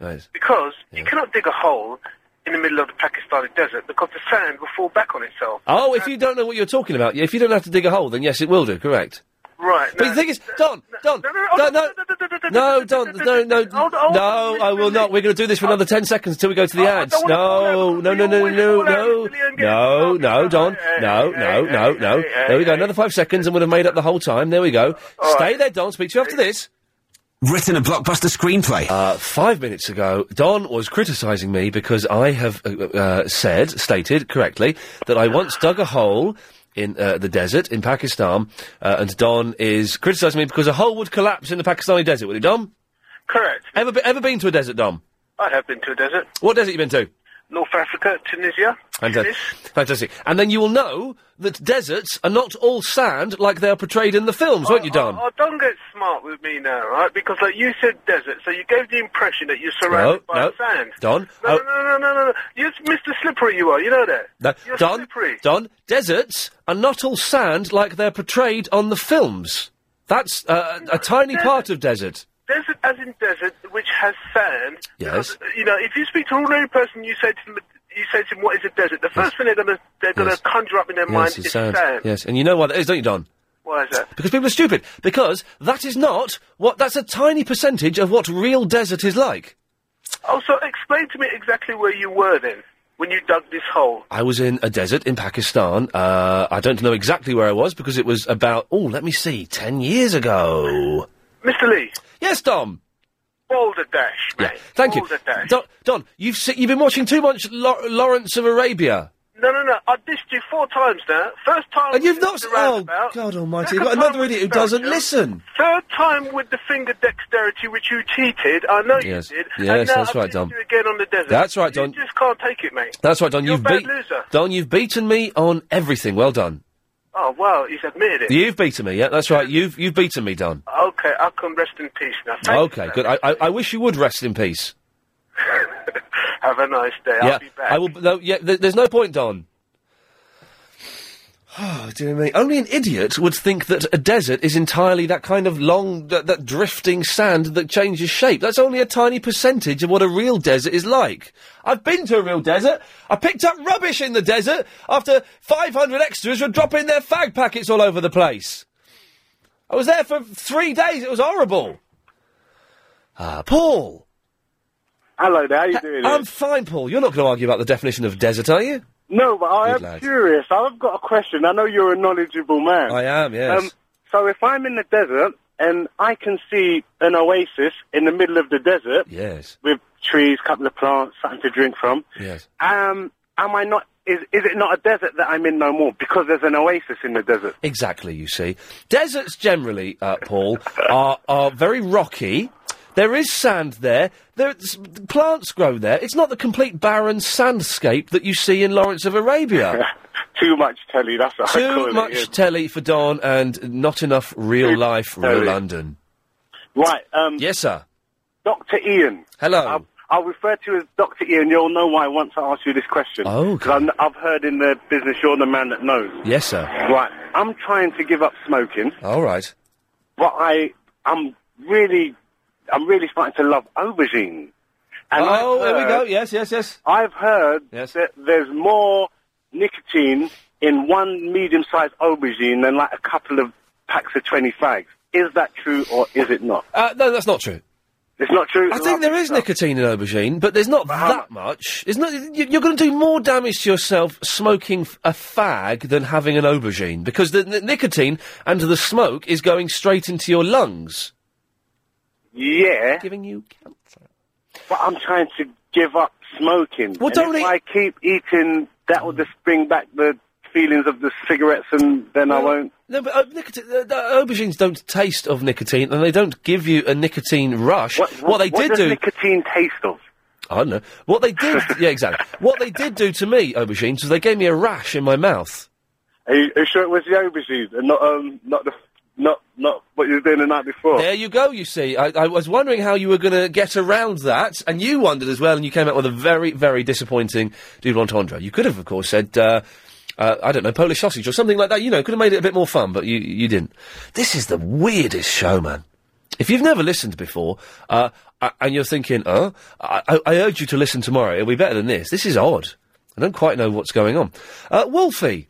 [SPEAKER 1] Right.
[SPEAKER 22] Because you cannot dig a hole in the middle of the Pakistani desert because the sand will fall back on itself.
[SPEAKER 1] Oh, if you don't know what you're talking about, if you don't have to dig a hole, then yes, it will do. Correct.
[SPEAKER 22] Right.
[SPEAKER 1] But the thing is, Don, Don, Don, no, no, Don, no, no, no, I will not. We're going to do this for another ten seconds until we go to the ads. No, no, no, no, no, no, no, no, Don, no, no, no, no. There we go. Another five seconds, and we'll have made up the whole time. There we go. Stay there, Don. Speak to you after this.
[SPEAKER 23] Written a blockbuster screenplay.
[SPEAKER 1] Uh, five minutes ago, Don was criticising me because I have uh, uh, said, stated correctly, that I once dug a hole in uh, the desert in Pakistan, uh, and Don is criticising me because a hole would collapse in the Pakistani desert, would it, Dom?
[SPEAKER 22] Correct.
[SPEAKER 1] Ever, be- ever been to a desert, Dom?
[SPEAKER 22] I have been to a desert.
[SPEAKER 1] What desert you been to?
[SPEAKER 22] North Africa, Tunisia.
[SPEAKER 1] Fantastic. Fantastic. And then you will know that deserts are not all sand like they are portrayed in the films, won't you, Don?
[SPEAKER 22] Oh, don't get smart with me now, right? Because like you said, desert, so you gave the impression that you're surrounded
[SPEAKER 1] No,
[SPEAKER 22] by
[SPEAKER 1] no.
[SPEAKER 22] sand.
[SPEAKER 1] Don,
[SPEAKER 22] No,
[SPEAKER 1] oh.
[SPEAKER 22] no, no, no, no, no. You're Mr. Slippery. You are. You know that.
[SPEAKER 1] No,
[SPEAKER 22] You're
[SPEAKER 1] Don,
[SPEAKER 22] slippery.
[SPEAKER 1] Don, deserts are not all sand like they're portrayed on the films. That's uh, a, a tiny part of desert.
[SPEAKER 22] Desert, as in desert, which has sand.
[SPEAKER 1] Yes.
[SPEAKER 22] You know, if you speak to an ordinary person, you say to them, you say to them, "What is a desert?" The first thing they're gonna they're gonna
[SPEAKER 1] Yes.
[SPEAKER 22] conjure up in their mind
[SPEAKER 1] yes,
[SPEAKER 22] is
[SPEAKER 1] it's sand. Yes, and you know why that is, don't you, Don?
[SPEAKER 22] Why is that?
[SPEAKER 1] Because people are stupid. Because that is not what. That's a tiny percentage of what real desert is like.
[SPEAKER 22] Oh, so explain to me exactly where you were then when you dug this hole.
[SPEAKER 1] I was in a desert in Pakistan. Uh, I don't know exactly where I was because it was about, oh, let me see, 10 years ago.
[SPEAKER 22] Mr. Lee.
[SPEAKER 1] Yes, Dom.
[SPEAKER 22] Boulder Dash.
[SPEAKER 1] Yeah. Thank you.
[SPEAKER 22] Boulder Dash.
[SPEAKER 1] Don, Don you've, se- you've been watching too much Lau- Lawrence of Arabia.
[SPEAKER 22] No, no, no. I dissed you four times now. First time.
[SPEAKER 1] And you've
[SPEAKER 22] with
[SPEAKER 1] not.
[SPEAKER 22] the
[SPEAKER 1] Oh,
[SPEAKER 22] roundabout.
[SPEAKER 1] God almighty.
[SPEAKER 22] Second
[SPEAKER 1] You've got
[SPEAKER 22] time
[SPEAKER 1] another
[SPEAKER 22] with
[SPEAKER 1] idiot who
[SPEAKER 22] the
[SPEAKER 1] doesn't
[SPEAKER 22] Belgium.
[SPEAKER 1] listen.
[SPEAKER 22] Third time with the finger dexterity, which you cheated. I know
[SPEAKER 1] Yes.
[SPEAKER 22] you did.
[SPEAKER 1] Yes,
[SPEAKER 22] and now
[SPEAKER 1] that's
[SPEAKER 22] I've
[SPEAKER 1] right,
[SPEAKER 22] dissed
[SPEAKER 1] Dom.
[SPEAKER 22] you again on the desert.
[SPEAKER 1] That's right, Don.
[SPEAKER 22] You just can't take it, mate.
[SPEAKER 1] oh, That's right, Don.
[SPEAKER 22] You're
[SPEAKER 1] have
[SPEAKER 22] a bad
[SPEAKER 1] beat.
[SPEAKER 22] loser.
[SPEAKER 1] Don, you've beaten me on everything. Well done.
[SPEAKER 22] Oh, wow. He's admitted it.
[SPEAKER 1] You've beaten me. Yeah, that's right. You've you've beaten me, Don.
[SPEAKER 22] Okay, I can rest in peace now. Thank
[SPEAKER 1] okay, good. I, I I wish you would rest in peace.
[SPEAKER 22] you. Have a nice day.
[SPEAKER 1] yeah,
[SPEAKER 22] I'll be back.
[SPEAKER 1] I will. No, yeah, th- there's no point, Don. Oh, dear me. Only an idiot would think that a desert is entirely that kind of long, that, that drifting sand that changes shape. That's only a tiny percentage of what a real desert is like. I've been to a real desert. I picked up rubbish in the desert after 500 extras were dropping their fag packets all over the place. I was there for three days. It was horrible. Ah, Paul.
[SPEAKER 7] Hello there, how you doing?
[SPEAKER 1] I'm fine, Paul. You're not going to argue about the definition of desert, are you?
[SPEAKER 7] No, but I
[SPEAKER 1] Good
[SPEAKER 7] am
[SPEAKER 1] lad.
[SPEAKER 7] curious. I've got a question. I know you're a knowledgeable man.
[SPEAKER 1] I am, yes.
[SPEAKER 7] Um, so if I'm in the desert and I can see an oasis in the middle of the desert
[SPEAKER 1] Yes.
[SPEAKER 7] with trees, couple of plants, something to drink from,
[SPEAKER 1] Yes.
[SPEAKER 7] um, am I not? Is is it not a desert that I'm in no more because there's an oasis in the desert?
[SPEAKER 1] Exactly, you see. Deserts generally, uh, Paul, are, are very rocky. There is sand there. There's, plants grow there. It's not the complete barren sandscape that you see in Lawrence of Arabia.
[SPEAKER 7] Too much telly. That's what I call
[SPEAKER 1] Too
[SPEAKER 7] it,
[SPEAKER 1] much
[SPEAKER 7] yeah.
[SPEAKER 1] telly for Don and not enough real life, real
[SPEAKER 7] telly.
[SPEAKER 1] London.
[SPEAKER 7] Right. Um,
[SPEAKER 1] yes, sir.
[SPEAKER 7] Doctor Ian.
[SPEAKER 1] Hello.
[SPEAKER 7] I'll refer to you as Doctor Ian. You'll know why once I ask you this question.
[SPEAKER 1] Oh,
[SPEAKER 7] Because I've heard in the business you're the man that knows.
[SPEAKER 1] Yes, sir.
[SPEAKER 7] Right. I'm trying to give up smoking,
[SPEAKER 1] All right.
[SPEAKER 7] but I I'm really I'm really starting to love aubergine.
[SPEAKER 1] Oh,
[SPEAKER 7] I've
[SPEAKER 1] there we
[SPEAKER 7] heard-
[SPEAKER 1] go. Yes, yes, yes.
[SPEAKER 7] I've heard that there's more nicotine in one medium-sized aubergine than like a couple of packs of 20 fags. Is that true or is it not?
[SPEAKER 1] Uh, no, that's not true.
[SPEAKER 7] It's not true.
[SPEAKER 1] I think there is nicotine in aubergine, but there's not that much. It's not, you- you're going to do more damage to yourself smoking f- a fag than having an aubergine because the, the nicotine and the smoke is going straight into your lungs.
[SPEAKER 7] Yeah.
[SPEAKER 1] Giving you cancer.
[SPEAKER 7] But I'm trying to give up smoking.
[SPEAKER 1] Well,
[SPEAKER 7] And
[SPEAKER 1] don't
[SPEAKER 7] if I keep eating, that will just bring back the feelings of the cigarettes and then I won't.
[SPEAKER 1] No, but uh, nicotine, uh, uh, aubergines don't taste of nicotine, and they don't give you a nicotine rush. What, they
[SPEAKER 7] what
[SPEAKER 1] did
[SPEAKER 7] does
[SPEAKER 1] do,
[SPEAKER 7] nicotine taste of?
[SPEAKER 1] I don't know. What they did, yeah, exactly. What they did do to me, aubergines, was they gave me a rash in my mouth.
[SPEAKER 7] Are you, are you sure it was the aubergine and not, um, not the, not, not what you were doing the night before?
[SPEAKER 1] There you go, you see. I, I was wondering how you were going to get around that, and you wondered as well, and you came out with a very, very disappointing double entendre. You could have, of course, said, uh, uh, I don't know, Polish sausage or something like that, you know, could have made it a bit more fun, but you, you didn't. This is the weirdest show, man. If you've never listened before, uh, a- and you're thinking, uh, I, I- I urge you to listen tomorrow, it'll be better than this. This is odd. I don't quite know what's going on. Uh, Wolfie.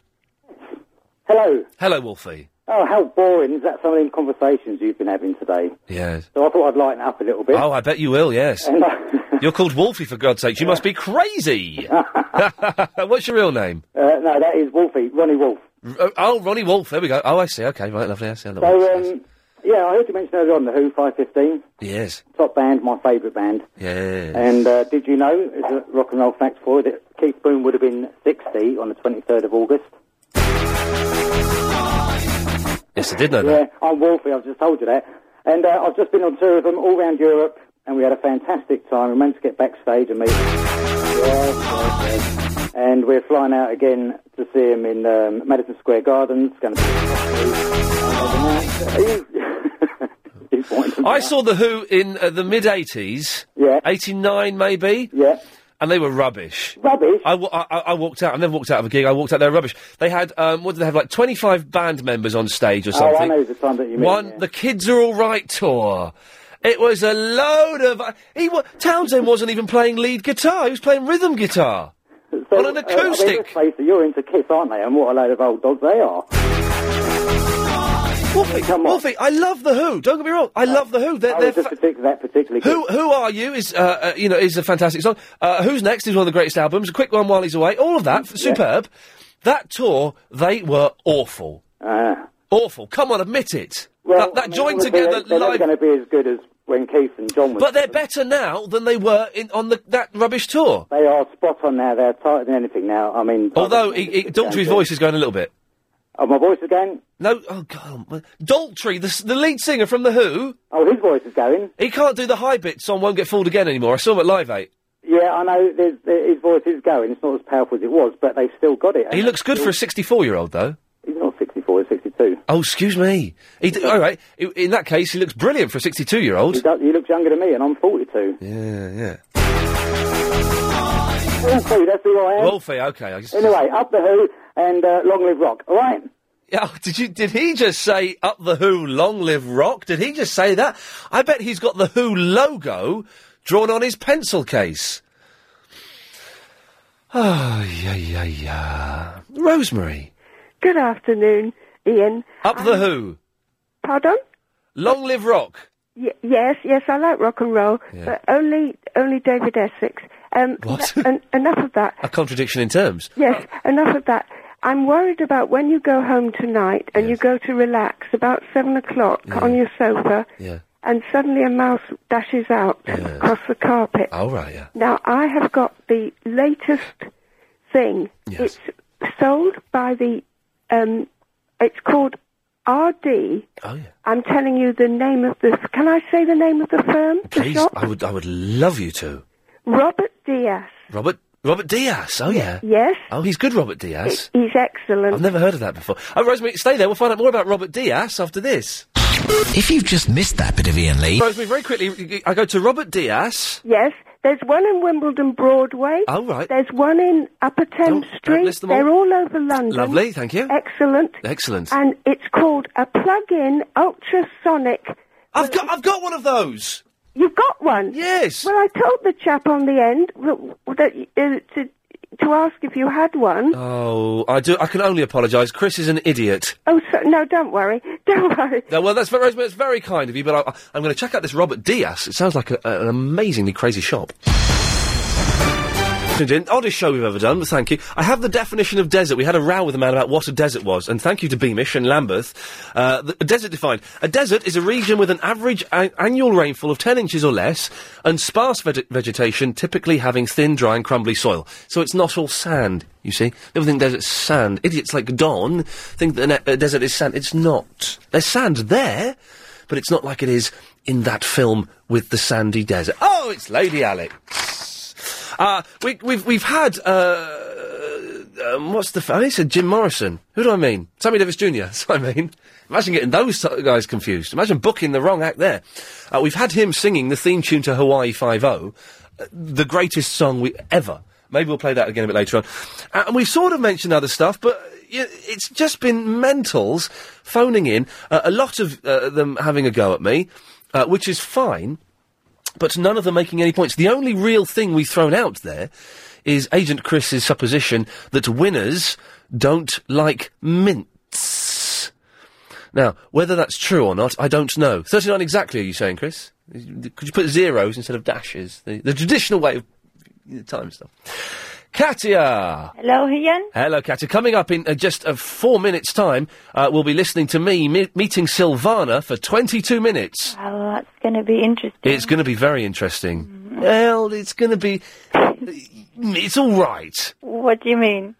[SPEAKER 24] Hello.
[SPEAKER 1] Hello, Wolfie.
[SPEAKER 24] Oh, how boring. Is that some of the conversations you've been having today?
[SPEAKER 1] Yes.
[SPEAKER 24] So I thought I'd lighten up a little bit.
[SPEAKER 1] Oh, I bet you will, yes.
[SPEAKER 24] And, uh,
[SPEAKER 1] You're called Wolfie, for God's sake. You must be crazy. What's your real name?
[SPEAKER 24] uh, no, that is Wolfie, Ronnie Wolf.
[SPEAKER 1] R- oh, oh, Ronnie Wolf. There we go. Oh, I see. Okay, right, lovely. I see. I know what it is.
[SPEAKER 24] So, um, yeah, I heard you mention earlier on The Who 515,
[SPEAKER 1] yes,
[SPEAKER 24] top band, my favourite band.
[SPEAKER 1] yes.
[SPEAKER 24] And uh, did you know, as a rock and roll fact for you, that Keith Boone would have been 60 on the 23rd of August?
[SPEAKER 1] yes, I did know
[SPEAKER 24] yeah,
[SPEAKER 1] that.
[SPEAKER 24] I'm Wolfie, I've just told you that. And uh, I've just been on tour with them all round Europe, and we had a fantastic time. We managed to get backstage and meet Yes, yes, yes. And we're flying out again to see him in um, Madison Square Gardens. Going to
[SPEAKER 1] I saw The Who in uh, the mid 80s.
[SPEAKER 24] Yeah.
[SPEAKER 1] 89, maybe?
[SPEAKER 24] Yeah.
[SPEAKER 1] And they were rubbish.
[SPEAKER 24] Rubbish?
[SPEAKER 1] I, wa- I, I I walked out. I never walked out of a gig. I walked out there rubbish. They had, um, what did they have, like 25 band members on stage or
[SPEAKER 24] Oh,
[SPEAKER 1] something.
[SPEAKER 24] I know the time that you mean.
[SPEAKER 1] One, the kids are all right tour. It was a load of. He wa- Townsend wasn't even playing lead guitar. He was playing rhythm guitar on
[SPEAKER 24] Uh,
[SPEAKER 1] an
[SPEAKER 24] I mean,
[SPEAKER 1] acoustic.
[SPEAKER 24] let's face it, you're into Kiss, aren't they? And what a load of old dogs they are.
[SPEAKER 1] Wolfie, Wolfie, I love the Who. Don't get me wrong, I love the Who. They're,
[SPEAKER 24] I
[SPEAKER 1] they're
[SPEAKER 24] was just partic- that particularly good.
[SPEAKER 1] Who Who Are You is, uh, uh, you know, is a fantastic song. Uh, Who's Next is one of the greatest albums. A quick one while he's away. All of that, f- superb. That tour, they were awful. Awful. Come on, admit it. that that
[SPEAKER 24] Ah. I mean,
[SPEAKER 1] joined
[SPEAKER 24] obviously
[SPEAKER 1] together
[SPEAKER 24] They're, they're
[SPEAKER 1] live.
[SPEAKER 24] never going to be as good as when Keith and John were.
[SPEAKER 1] But they're better now than they were in on the, that rubbish tour.
[SPEAKER 24] They are spot on now. They're tighter than anything now. I mean,
[SPEAKER 1] Although, he, he, Daltrey's voice is going a little bit.
[SPEAKER 24] oh, my voice again.
[SPEAKER 1] No, oh god, Daltrey, the, s- the lead singer from the Who.
[SPEAKER 24] Oh, his voice is going.
[SPEAKER 1] He can't do the high bits on "Won't Get Fooled Again" anymore. I saw him at Live Eight.
[SPEAKER 24] Yeah, I know. There's, there, his voice is going. It's not as powerful as it was, but they've still got it.
[SPEAKER 1] He looks good for a 64 year old, though.
[SPEAKER 24] Uh, He's not 64, he's 62.
[SPEAKER 1] Oh, excuse me. He d- all right. I- In that case, he looks brilliant for a 62 year old.
[SPEAKER 24] He, does, he looks younger than me, and I'm 42.
[SPEAKER 1] Yeah, yeah.
[SPEAKER 24] Wolfie, that's who I am.
[SPEAKER 1] Wolfie, okay. I just,
[SPEAKER 24] Anyway, up the Who and uh, long live rock. All right.
[SPEAKER 1] Yeah, did you? Did he just say "Up the Who, Long Live Rock"? Did he just say that? I bet he's got the Who logo drawn on his pencil case. Oh, yeah, yeah, yeah. Rosemary,
[SPEAKER 2] Good afternoon, Ian.
[SPEAKER 1] "Up the Who,
[SPEAKER 2] Pardon?
[SPEAKER 1] Long Live Rock."
[SPEAKER 2] Y- yes, yes, I like rock and roll,
[SPEAKER 1] Yeah.
[SPEAKER 2] but only only David Essex. Um,
[SPEAKER 1] What?
[SPEAKER 2] en- en- enough of that.
[SPEAKER 1] A contradiction in terms.
[SPEAKER 2] Yes, enough of that. I'm worried about when you go home tonight and you go to relax about seven o'clock on your sofa,
[SPEAKER 1] Yeah.
[SPEAKER 2] and suddenly a mouse dashes out across the carpet.
[SPEAKER 1] All right, yeah.
[SPEAKER 2] Now I have got the latest thing. It's sold by the. Um, it's called RD.
[SPEAKER 1] Oh yeah.
[SPEAKER 2] I'm telling you the name of this. Can I say the name of the firm? The
[SPEAKER 1] Please,
[SPEAKER 2] shop?
[SPEAKER 1] I would, I would love you to.
[SPEAKER 2] Robert Diaz.
[SPEAKER 1] Robert Robert Diaz. Oh yeah.
[SPEAKER 2] Yes,
[SPEAKER 1] Oh, he's good, Robert Diaz.
[SPEAKER 2] he's excellent.
[SPEAKER 1] I've never heard of that before. Oh, Rosemary, stay there. We'll find out more about Robert Diaz after this.
[SPEAKER 25] If you've just missed that bit of Ian Lee,
[SPEAKER 1] Rosemary, very quickly, I go to Robert Diaz.
[SPEAKER 2] Yes, there's one in Wimbledon Broadway.
[SPEAKER 1] Oh, right.
[SPEAKER 2] There's one in Upper Thames Street.
[SPEAKER 1] list them all.
[SPEAKER 2] They're all over London.
[SPEAKER 1] Lovely, thank you.
[SPEAKER 2] Excellent.
[SPEAKER 1] Excellent.
[SPEAKER 2] And it's called a plug-in ultrasonic.
[SPEAKER 1] I've got, I've got one of those.
[SPEAKER 2] You've got one.
[SPEAKER 1] Yes.
[SPEAKER 2] Well, I told the chap on the end that, that uh, to to ask if you had one.
[SPEAKER 1] Oh, I do. I can only apologise. Chris is an idiot.
[SPEAKER 2] Oh, so, no, don't worry, don't worry.
[SPEAKER 1] No, well, that's Rosemary. It's very kind of you, but I, I'm going to check out this Robert Diaz. It sounds like a, a- an amazingly crazy shop. Tuned in. Oddest show we've ever done, but thank you. I have the definition of desert. We had a row with a man about what a desert was, and thank you to Beamish and Lambeth. Uh, the, a desert defined. A desert is a region with an average a- annual rainfall of 10 inches or less, and sparse veg- vegetation, typically having thin, dry, and crumbly soil. So it's not all sand, you see. People think desert's sand. Idiots like Don think that a ne- a desert is sand. It's not. There's sand there, but it's not like it is in that film with the sandy desert. Oh, it's Lady Alex. Uh, we, we've we've had uh, um, what's the f- I said Jim Morrison. Who do I mean? Sammy Davis Jr. That's what I mean. Imagine getting those sort of guys confused. Imagine booking the wrong act there. Uh, we've had him singing the theme tune to Hawaii Five O, the greatest song we ever. Maybe we'll play that again a bit later on. Uh, and we've sort of mentioned other stuff, but y- it's just been mentals phoning in. Uh, a lot of uh, them having a go at me, uh, which is fine but none of them making any points. The only real thing we've thrown out there is Agent Chris's supposition that winners don't like mints. Now, whether that's true or not, I don't know. 39 exactly, are you saying, Chris? Could you put zeros instead of dashes? The, the traditional way of time stuff. Katia!
[SPEAKER 16] Hello, Ian.
[SPEAKER 1] Hello, Katia. Coming up in uh, just uh, four minutes' time, uh, we'll be listening to me me- meeting Silvana for 22 minutes.
[SPEAKER 16] Oh, that's going to be interesting.
[SPEAKER 1] It's going to be very interesting. Well, it's going to be. It's all right.
[SPEAKER 16] What do you mean?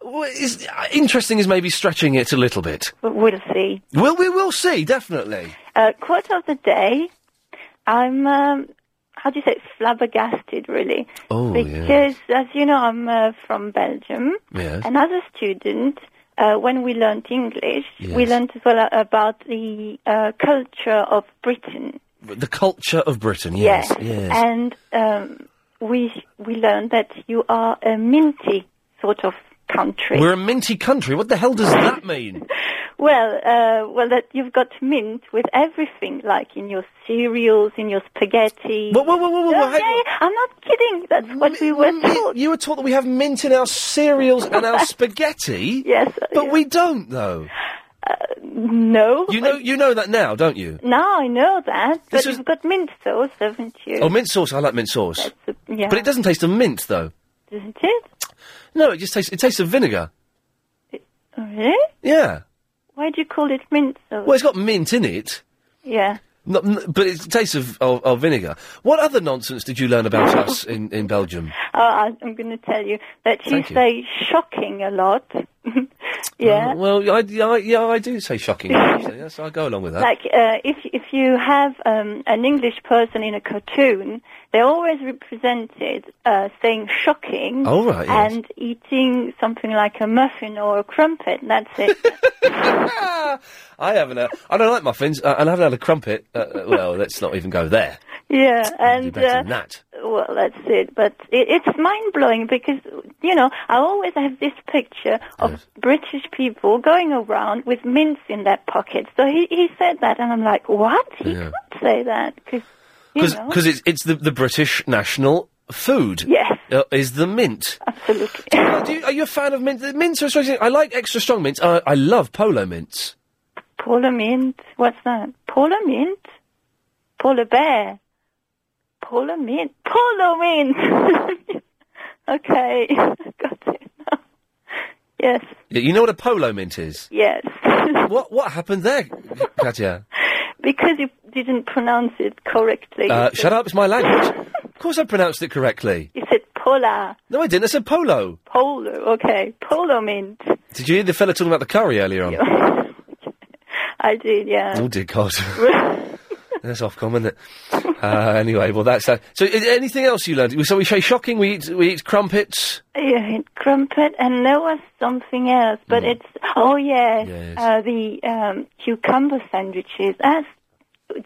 [SPEAKER 1] Well, it's, uh, interesting is maybe stretching it a little bit.
[SPEAKER 16] But We'll see.
[SPEAKER 1] Well, we will see, definitely.
[SPEAKER 16] Uh, quote of the day. I'm, um, how do you say it? Flabbergasted, really.
[SPEAKER 1] Oh,
[SPEAKER 16] because, as you know, I'm uh, from Belgium.
[SPEAKER 1] Yes.
[SPEAKER 16] And as a student, uh, when we learned English, we
[SPEAKER 1] Yes.
[SPEAKER 16] learned as well a- about the uh, culture of Britain.
[SPEAKER 1] The culture of Britain, yes. Yes.
[SPEAKER 16] And um, we we learned that you are a minty sort of country.
[SPEAKER 1] We're a minty country. What the hell does that mean?
[SPEAKER 16] Well, uh, well, that you've got mint with everything, like in your cereals, in your spaghetti.
[SPEAKER 1] Whoa, whoa, whoa, whoa, whoa,
[SPEAKER 16] No,
[SPEAKER 1] whoa, hang
[SPEAKER 16] yeah, yeah, I'm not kidding. That's what we were taught.
[SPEAKER 1] you were taught that we have mint in our cereals and our spaghetti.
[SPEAKER 16] Yes. Uh,
[SPEAKER 1] But we don't, though.
[SPEAKER 16] No.
[SPEAKER 1] You know, you know that now, don't you?
[SPEAKER 16] Now I know that, but
[SPEAKER 1] This
[SPEAKER 16] you've got mint sauce, haven't you?
[SPEAKER 1] Oh, mint sauce. I like mint sauce,
[SPEAKER 16] yeah.
[SPEAKER 1] but it doesn't taste of mint though.
[SPEAKER 16] Doesn't it?
[SPEAKER 1] No, it just tastes. It tastes of vinegar.
[SPEAKER 16] Oh, really?
[SPEAKER 1] Yeah.
[SPEAKER 16] Why do you call it mint sauce?
[SPEAKER 1] Well, it's got mint in it,
[SPEAKER 16] Yeah.
[SPEAKER 1] not, n- but it tastes of, of, of vinegar. What other nonsense did you learn about us in, in Belgium?
[SPEAKER 16] Oh, I, I'm going to tell you that you
[SPEAKER 1] Thank you.
[SPEAKER 16] say shocking a lot. yeah.
[SPEAKER 1] Uh, well, I, yeah, I, yeah, I do say shocking. actually. Yes, I go along with that.
[SPEAKER 16] Like uh, if if you have um, an English person in a cartoon, they're always represented uh, saying shocking
[SPEAKER 1] Oh, right, yes.
[SPEAKER 16] and eating something like a muffin or a crumpet. And that's it.
[SPEAKER 1] I haven't. Uh, I don't like muffins, uh, and I haven't had a crumpet. Uh, Uh, well, let's not even go there.
[SPEAKER 16] yeah,
[SPEAKER 1] Do
[SPEAKER 16] and
[SPEAKER 1] better
[SPEAKER 16] uh,
[SPEAKER 1] than that.
[SPEAKER 16] well, that's it. But it, it's mind blowing because you know I always have this picture of British people going around with mints in their pockets. So he he said that, and I'm like, what? He
[SPEAKER 1] Yeah.
[SPEAKER 16] can't say that because you
[SPEAKER 1] Because
[SPEAKER 16] know.
[SPEAKER 1] it's it's the, the British national food.
[SPEAKER 16] Yes.
[SPEAKER 1] Uh, is the mint. Absolutely. Do you, are you a fan of mint? The Mints are especially. I like extra strong mints. I, I love polo mints.
[SPEAKER 16] Polar mint. What's that? Polar mint? Polar bear. Polar mint. Polo mint! okay. Got it now. Yes,
[SPEAKER 1] Yeah, You know what a polo mint is?
[SPEAKER 16] yes.
[SPEAKER 1] what What happened there, Katya?
[SPEAKER 16] Because you didn't pronounce it correctly.
[SPEAKER 1] Uh, shut up, it's my language. of course I pronounced it correctly.
[SPEAKER 16] You said polar.
[SPEAKER 1] No, I didn't. I said polo.
[SPEAKER 16] Polo. Okay. Polo mint.
[SPEAKER 1] Did you hear the fella talking about the curry earlier on?
[SPEAKER 16] I did, yeah.
[SPEAKER 1] Oh, dear God. That's off common, isn't it? Uh, anyway, well, that's that. So, i- anything else you learned? So, we say shocking, we eat, we eat crumpets.
[SPEAKER 16] Yeah, crumpet, and there was something else, but
[SPEAKER 1] Mm.
[SPEAKER 16] it's oh yes, Uh, the um, cucumber sandwiches. As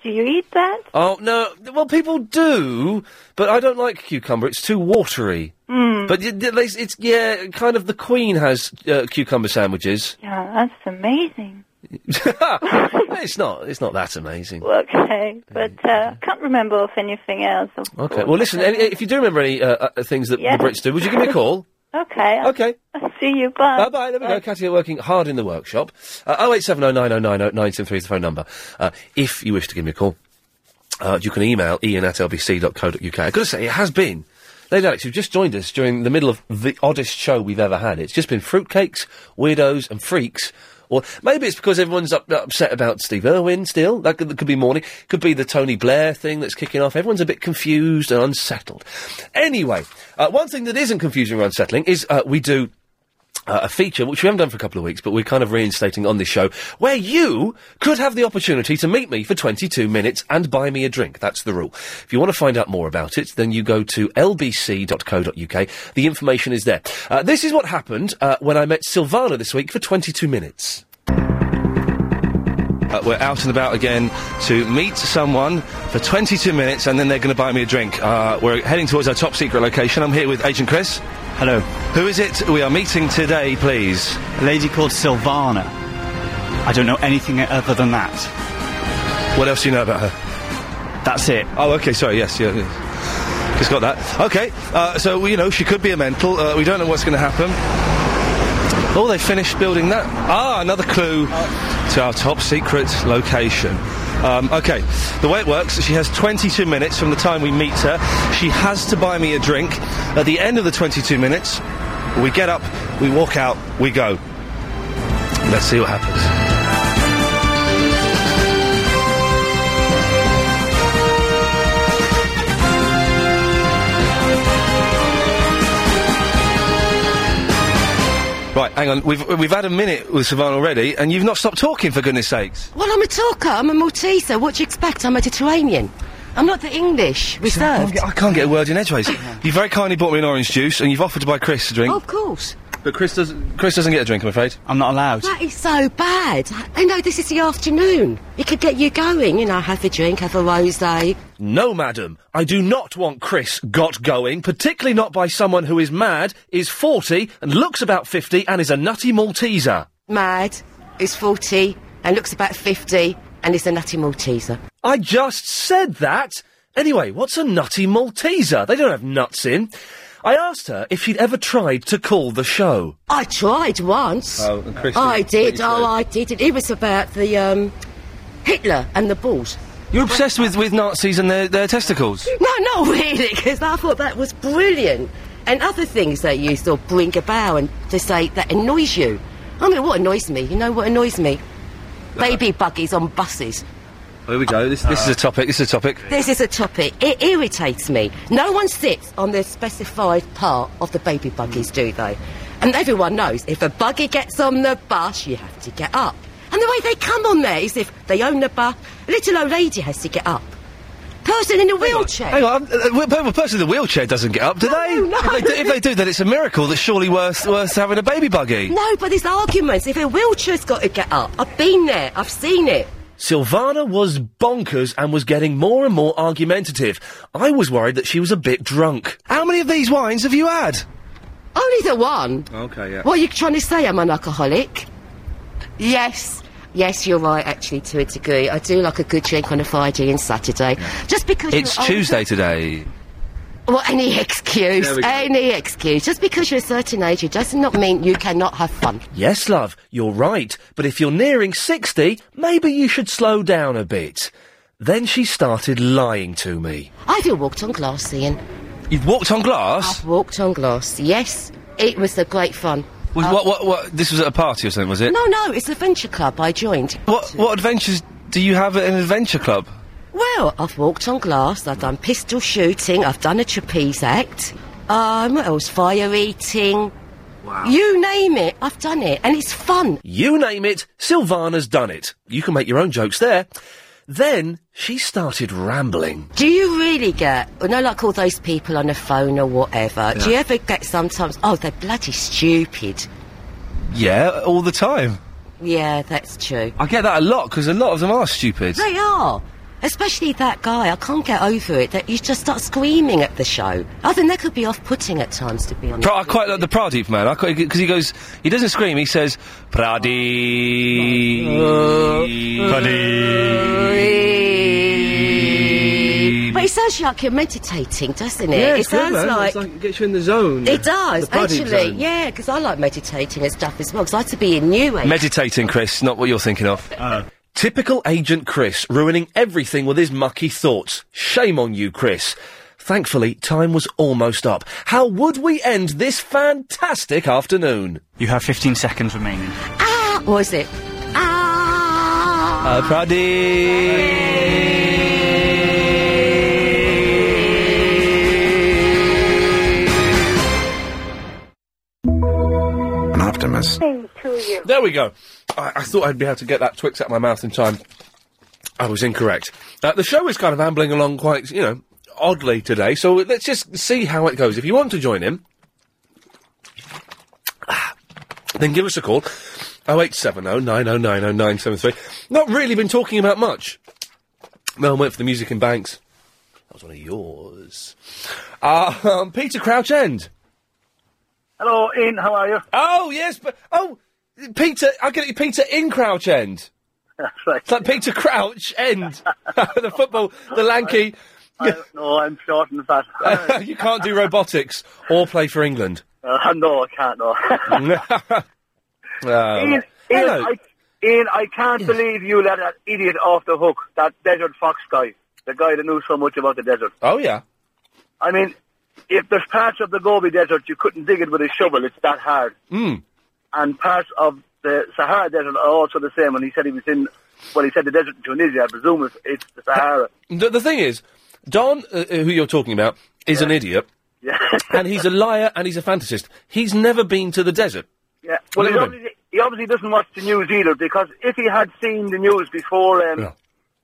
[SPEAKER 16] do you eat that?
[SPEAKER 1] Oh, no. Well, people do, but I don't like cucumber. It's too watery.
[SPEAKER 16] Mm.
[SPEAKER 1] But y- at least it's, yeah, kind of the Queen has uh, cucumber sandwiches.
[SPEAKER 16] Yeah, that's amazing.
[SPEAKER 1] it's not. It's not that amazing.
[SPEAKER 16] Okay, but uh, can't remember of anything else. Of
[SPEAKER 1] Okay. Well, listen. Any, if you do remember any uh, uh, things that
[SPEAKER 16] Yeah.
[SPEAKER 1] the Brits do, would you give me a call?
[SPEAKER 16] Okay.
[SPEAKER 1] Okay.
[SPEAKER 16] I'll see you. Bye.
[SPEAKER 1] Bye bye. There we go. Katia working hard in the workshop. Uh, 08709090973 is the phone number. Uh, if you wish to give me a call, uh, you can email ian at lbc.co.uk. I've got to say, it has been. Lady Alex, you've just joined us during the middle of the oddest show we've ever had. It's just been fruitcakes, weirdos, and freaks. Or maybe it's because everyone's up, upset about Steve Irwin still. That could, that could be morning. Could be the Tony Blair thing that's kicking off. Everyone's a bit confused and unsettled. Anyway, uh, one thing that isn't confusing or unsettling is uh, we do uh, a feature which we haven't done for a couple of weeks, but we're kind of reinstating on this show, where you could have the opportunity to meet me for 22 minutes and buy me a drink. That's the rule. If you want to find out more about it, then you go to lbc.co.uk. The information is there. Uh, this is what happened uh, when I met Silvana this week for 22 minutes. Uh, we're out and about again to meet someone for 22 minutes, and then they're going to buy me a drink. Uh, we're heading towards our top secret location. I'm here with Agent Chris. Hello. Who is it we are meeting today, please?
[SPEAKER 7] A lady called Silvana. I don't know anything other than that.
[SPEAKER 1] What else do you know about her? That's it. Oh, okay. Sorry. Yes. Yeah. yeah. Just got that. Okay. Uh, so well, you know she could be a mental. Uh, we don't know what's going to happen. Oh, they finished building that. Ah, another clue to our top secret location. Um, okay, the way it works, she has 22 minutes from the time we meet her. She has to buy me a drink. At the end of the 22 minutes, we get up, we walk out, we go. Let's see what happens. Right, hang on. We've we've had a minute with Savannah already, and you've not stopped talking for goodness sakes.
[SPEAKER 9] Well, I'm a talker. I'm a Malteser. What do you expect? I'm Mediterranean. I'm not the English
[SPEAKER 1] I can't
[SPEAKER 9] reserved.
[SPEAKER 1] get, I can't get a word in edgeways. you very kindly bought me an orange juice, and you've offered to buy Chris a drink.
[SPEAKER 9] of course.
[SPEAKER 1] But Chris doesn't. Chris doesn't get a drink, I'm afraid. I'm not allowed.
[SPEAKER 9] That is so bad. I know this is the afternoon. It could get you going. You know, have a drink, have a rosé.
[SPEAKER 1] No, madam. I do not want Chris got going, particularly not by someone who is mad, is forty, and looks about fifty, and is a nutty Malteser.
[SPEAKER 9] Mad is 40 and looks about 50 and is a nutty Malteser.
[SPEAKER 1] I just said that. Anyway, what's a nutty Malteser? They don't have nuts in. I asked her if she'd ever tried to call the show.
[SPEAKER 9] I tried once.
[SPEAKER 1] Oh, and Chris
[SPEAKER 9] I
[SPEAKER 1] did-
[SPEAKER 9] did.
[SPEAKER 1] what you
[SPEAKER 9] Oh,
[SPEAKER 1] said.
[SPEAKER 9] I did. It, it was about the um, Hitler and the balls.
[SPEAKER 1] You're obsessed with, with Nazis and their, their testicles.
[SPEAKER 9] No, not really, because I thought that was brilliant. And other things that you sort of bring about and to say that annoys you. I mean, what annoys me? You know what annoys me?
[SPEAKER 1] Uh,
[SPEAKER 9] Baby buggies on buses.
[SPEAKER 1] Here we go. This, this is a topic. This is a topic.
[SPEAKER 9] This is a topic. It irritates me. No one sits on the specified part of the baby buggies, do they? And everyone knows if a buggy gets on the bus, you have to get up. And the way they come on there is if they own the bus, little old lady has to get up. Person in a wheelchair.
[SPEAKER 1] Hang on, uh, uh, well, a person in the wheelchair doesn't get up, do they? If, they do, if they do, then it's a miracle. That's surely worth worth having a baby buggy.
[SPEAKER 9] No, but there's arguments. If a wheelchair's got to get up, I've been there. I've seen it.
[SPEAKER 1] Silvana was bonkers and was getting more and more argumentative. I was worried that she was a bit drunk.
[SPEAKER 9] Ah,
[SPEAKER 1] How many of these wines have you had?
[SPEAKER 9] Only the one.
[SPEAKER 1] Okay, yeah.
[SPEAKER 9] What are you trying to say? I'm an alcoholic. Yes. Yes, you're right, actually, to a degree. I do like a good drink on a Friday and Saturday. Just because
[SPEAKER 1] It's
[SPEAKER 9] you're older-
[SPEAKER 1] Tuesday today.
[SPEAKER 9] Well, any excuse.
[SPEAKER 1] There we go.
[SPEAKER 9] Any excuse. Just because you're a certain age, it does not mean you cannot have fun.
[SPEAKER 1] Yes, love, you're right. But if you're nearing 60, maybe you should slow down a bit. Then she started lying to me.
[SPEAKER 9] I've walked on glass, Ian.
[SPEAKER 1] You've walked on glass?
[SPEAKER 9] I've walked on glass. Yes, it was a great fun. Uh,
[SPEAKER 1] Was, what, what, what, this was at a party or something, was it?
[SPEAKER 9] No, no, it's a venture club I joined.
[SPEAKER 1] What, what adventures do you have at an adventure club?
[SPEAKER 9] Well, I've walked on glass, I've done pistol shooting, I've done a trapeze act, um, what else? Fire eating. Wow. You name it, I've done it, and it's fun.
[SPEAKER 1] You name it, Sylvana's done it. You can make your own jokes there. Then she started rambling.
[SPEAKER 9] Do you really get, you know, like all those people on the phone or whatever, do
[SPEAKER 1] Yeah.
[SPEAKER 9] you ever get sometimes, oh, they're bloody stupid?
[SPEAKER 1] Yeah, all the time.
[SPEAKER 9] Yeah, that's true.
[SPEAKER 1] I get that a lot because a lot of them are stupid.
[SPEAKER 9] They are. Especially that guy, I can't get over it, that you just start screaming at the show. I think that could be off putting at times, to be honest.
[SPEAKER 1] Pra- I quite like the Pradeep man. I quite because he goes, he doesn't scream. He says Pradeep, Pradeep.
[SPEAKER 9] But it sounds like you're meditating, doesn't it?
[SPEAKER 1] Yeah,
[SPEAKER 9] it
[SPEAKER 1] it's good,
[SPEAKER 9] sounds
[SPEAKER 1] man.
[SPEAKER 9] like,
[SPEAKER 1] It's like it gets you in the zone.
[SPEAKER 9] It does,
[SPEAKER 1] The Pradeep
[SPEAKER 9] actually.
[SPEAKER 1] zone.
[SPEAKER 9] Yeah, because I like meditating and stuff as well. Because I like to be in new age.
[SPEAKER 1] Meditating, Chris, not what you're thinking of. Typical agent Chris, ruining everything with his mucky thoughts. Shame on you, Chris. Thankfully, time was almost up. How would we end this fantastic afternoon?
[SPEAKER 7] You have 15 seconds remaining.
[SPEAKER 9] ah, what was it?
[SPEAKER 1] Uh,
[SPEAKER 25] An optimist.
[SPEAKER 1] There we go. I, I thought I'd be able to get that Twix out of my mouth in time. I was incorrect. Uh, the show is kind of ambling along quite, you know, oddly today, so let's just see how it goes. If you want to join in, then give us a call. Oh, 0870 oh, 9090973. Not really been talking about much. Mel went for the music in Banks. That was one of yours. Uh, um, Peter Crouch End.
[SPEAKER 12] Hello, Ian. How are you?
[SPEAKER 1] Oh yes, but oh, Peter, I get it. Peter in Crouch End.
[SPEAKER 12] That's right.
[SPEAKER 1] It's like Peter Crouch End, the football, the lanky.
[SPEAKER 12] No, I'm short and fat.
[SPEAKER 1] you can't do robotics or play for England.
[SPEAKER 12] Uh, no, I can't. No.
[SPEAKER 1] Oh.
[SPEAKER 12] Ian, Ian,
[SPEAKER 1] Hello.
[SPEAKER 12] I, Ian, I can't believe you let that idiot off the hook. That desert fox guy, the guy that knew so much about the desert.
[SPEAKER 1] Oh yeah.
[SPEAKER 12] I mean, if there's parts of the Gobi Desert you couldn't dig it with a shovel, it's that hard.
[SPEAKER 1] Mm.
[SPEAKER 12] And parts of the Sahara Desert are also the same. And he said he was in. Well, he said the desert in Tunisia. I presume it's, it's the Sahara.
[SPEAKER 1] The, the thing is, Don, uh, who you're talking about, is an idiot.
[SPEAKER 12] Yeah.
[SPEAKER 1] and he's a liar and he's a fantasist. He's never been to the desert.
[SPEAKER 12] Yeah, well, he
[SPEAKER 1] What do you mean?
[SPEAKER 12] obviously, he obviously doesn't watch the news either because if he had seen the news before um,
[SPEAKER 1] Yeah.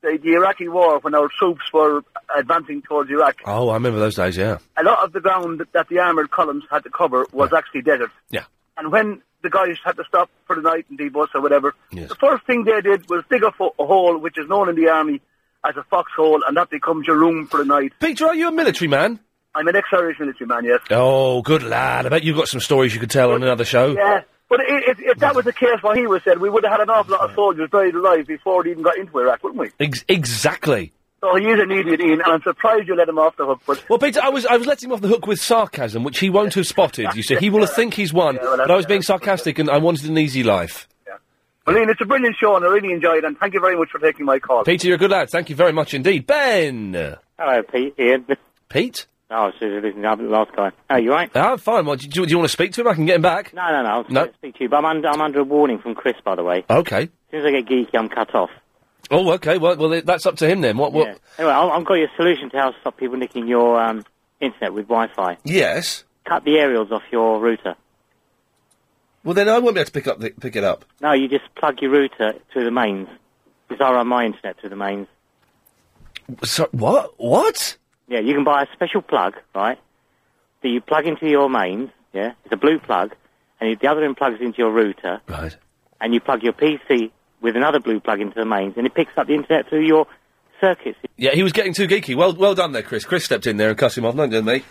[SPEAKER 12] the, the Iraqi war, when our troops were advancing towards Iraq,
[SPEAKER 1] Oh, I remember those days. Yeah.
[SPEAKER 12] a lot of the ground that, that the armoured columns had to cover was actually desert.
[SPEAKER 1] Yeah.
[SPEAKER 12] And when the guys had to stop for the night and debus or whatever, the first thing they did was dig a, fo- a hole which is known in the army as a foxhole, and that becomes your room for the night.
[SPEAKER 1] Peter, are you a military man?
[SPEAKER 12] I'm an ex-Irish military man, yes.
[SPEAKER 1] Oh, good lad. I bet you've got some stories you could tell on another show.
[SPEAKER 12] Yeah, but i- if, if that was the case, what he was said, we would have had an awful lot of soldiers buried alive before they even got into Iraq, wouldn't we?
[SPEAKER 1] Ex- exactly.
[SPEAKER 12] Oh, he is an idiot, Ian, and I'm surprised you let him off the hook. But
[SPEAKER 1] Well, Peter, I was I was letting him off the hook with sarcasm, which he won't have spotted. You see, he will think he's won, but I was being sarcastic and I wanted an easy life.
[SPEAKER 12] well, Ian, it's a brilliant show, and I really enjoyed it. And thank you very much for taking my call.
[SPEAKER 1] Peter, you're a good lad. Thank you very much indeed, Ben.
[SPEAKER 15] Hello, Pete. Ian.
[SPEAKER 1] Pete.
[SPEAKER 15] Oh, so you're listening. I'm the last guy. Oh, you right?
[SPEAKER 1] I'm Ah, fine. Well, do, you- do you want to speak to him? I can get him back.
[SPEAKER 15] No, no, no. I was going to speak to you, but I'm under, I'm under a warning from Chris, by the way.
[SPEAKER 1] Okay.
[SPEAKER 15] As soon as I get geeky, I'm cut off.
[SPEAKER 1] Oh, okay. Well, well, that's up to him then. What? What?
[SPEAKER 15] Yeah. Anyway, I'll, I've got your solution to how to stop people nicking your um, internet with Wi-Fi.
[SPEAKER 1] Yes.
[SPEAKER 15] Cut the aerials off your router.
[SPEAKER 1] Well, then I won't be able to pick up the, pick it up.
[SPEAKER 15] No, you just plug your router to the mains. Because I run my internet to the mains.
[SPEAKER 1] So what? What?
[SPEAKER 15] Yeah, you can buy a special plug, right? That you plug into your mains. Yeah, it's a blue plug, and you, the other end plugs into your router.
[SPEAKER 1] Right.
[SPEAKER 15] And you plug your PC with another blue plug into the mains, and it picks up the internet through your circuits.
[SPEAKER 1] Yeah, he was getting too geeky. Well, well done there, Chris. Chris stepped in there and cut him off. No, didn't he?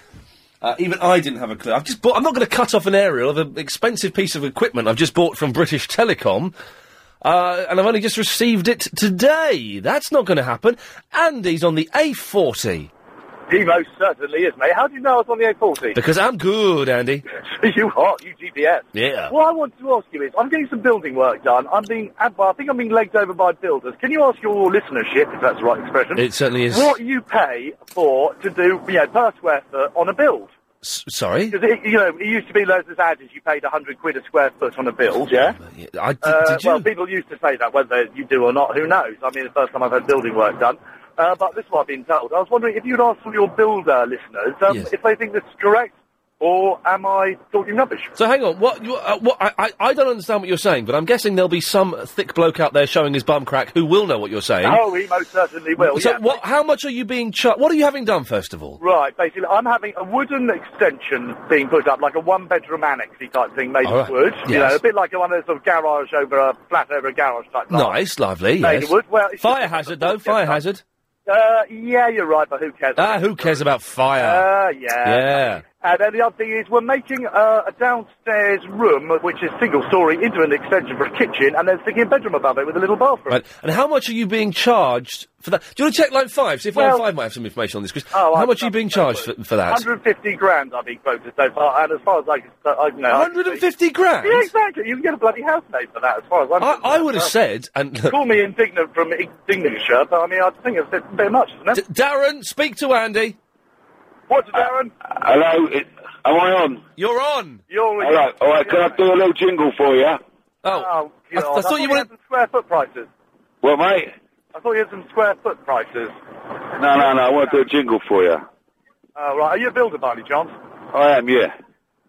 [SPEAKER 1] Uh, even I didn't have a clue. I've just bought. I'm not going to cut off an aerial of an expensive piece of equipment I've just bought from British Telecom, uh, and I've only just received it today. That's not going to happen. Andy's on the A40
[SPEAKER 5] He most certainly is, mate. How do you know I was on the A40?
[SPEAKER 1] because I'm good, Andy.
[SPEAKER 5] you are, you GPS.
[SPEAKER 1] Yeah.
[SPEAKER 5] What I want to ask you is, I'm getting some building work done. I'm being, ad- I think I'm being legged over by builders. Can you ask your listenership, if that's the right expression,
[SPEAKER 1] It certainly is.
[SPEAKER 5] what you pay for to do, you know, per square foot on a build?
[SPEAKER 1] S- sorry.
[SPEAKER 5] Because it, you know, it used to be loads of ads you paid 100 quid a square foot on a build, yeah?
[SPEAKER 1] Oh, I did,
[SPEAKER 5] Uh,
[SPEAKER 1] did you?
[SPEAKER 5] Well, people used to say that, whether you do or not, who knows? I mean, the first time I've had building work done. Uh, but this is what I've been told. I was wondering if you'd ask all your builder listeners um, if they think this is correct, or am I talking rubbish?
[SPEAKER 1] So hang on, what? You, uh, what? I, I, I don't understand what you're saying, but I'm guessing there'll be some thick bloke out there showing his bum crack who will know what you're saying.
[SPEAKER 5] Oh, we most certainly will.
[SPEAKER 1] so
[SPEAKER 5] yeah.
[SPEAKER 1] what? How much are you being charged? What are you having done first of all?
[SPEAKER 5] Right, basically, I'm having a wooden extension being put up, like a one-bedroom annex type thing made
[SPEAKER 1] All right.
[SPEAKER 5] of wood. You
[SPEAKER 1] Yes.
[SPEAKER 5] know, a bit like one of those sort of garage over a flat over a garage type. thing.
[SPEAKER 1] Nice, lovely.
[SPEAKER 5] Made of
[SPEAKER 1] yes.
[SPEAKER 5] wood. Well, it's
[SPEAKER 1] fire hazard though. Fire hazard.
[SPEAKER 5] Uh, yeah, you're right, but who cares?
[SPEAKER 1] Ah, who cares about fire?
[SPEAKER 5] Uh, yeah.
[SPEAKER 1] yeah.
[SPEAKER 5] And then the other thing is, we're making uh, a downstairs room, which is single story, into an extension for a kitchen, and then sticking a bedroom above it with a little bathroom.
[SPEAKER 1] Right. And how much are you being charged for that? Do you want to check line five? See if
[SPEAKER 5] Well-
[SPEAKER 1] line five might have some information on this. Chris,
[SPEAKER 5] Oh,
[SPEAKER 1] how
[SPEAKER 5] I-
[SPEAKER 1] much are you being charged for, for that?
[SPEAKER 5] 150 grand I've been quoted so far, and as far as I can, uh, I know.
[SPEAKER 1] 150 grand?
[SPEAKER 5] Yeah, exactly. You can get a bloody housemate for that, as far as I'm
[SPEAKER 1] I, I would have said, and look,
[SPEAKER 5] Call me indignant from Inglaterre, but I mean, I think it's a bit- bit much, isn't it?
[SPEAKER 1] Darren, speak to Andy.
[SPEAKER 5] What's Darren?
[SPEAKER 26] Uh, Hello, it, am I on?
[SPEAKER 1] You're on.
[SPEAKER 5] You're
[SPEAKER 26] All right, all right. Can I do a little jingle for you?
[SPEAKER 1] Oh,
[SPEAKER 5] I,
[SPEAKER 26] thought you
[SPEAKER 5] wanted some square foot prices.
[SPEAKER 26] Well, mate.
[SPEAKER 5] I thought you had some square foot prices.
[SPEAKER 26] No, no, no. I want to do a jingle for you.
[SPEAKER 5] Uh, right, are you a builder by any chance?
[SPEAKER 26] I am, yeah.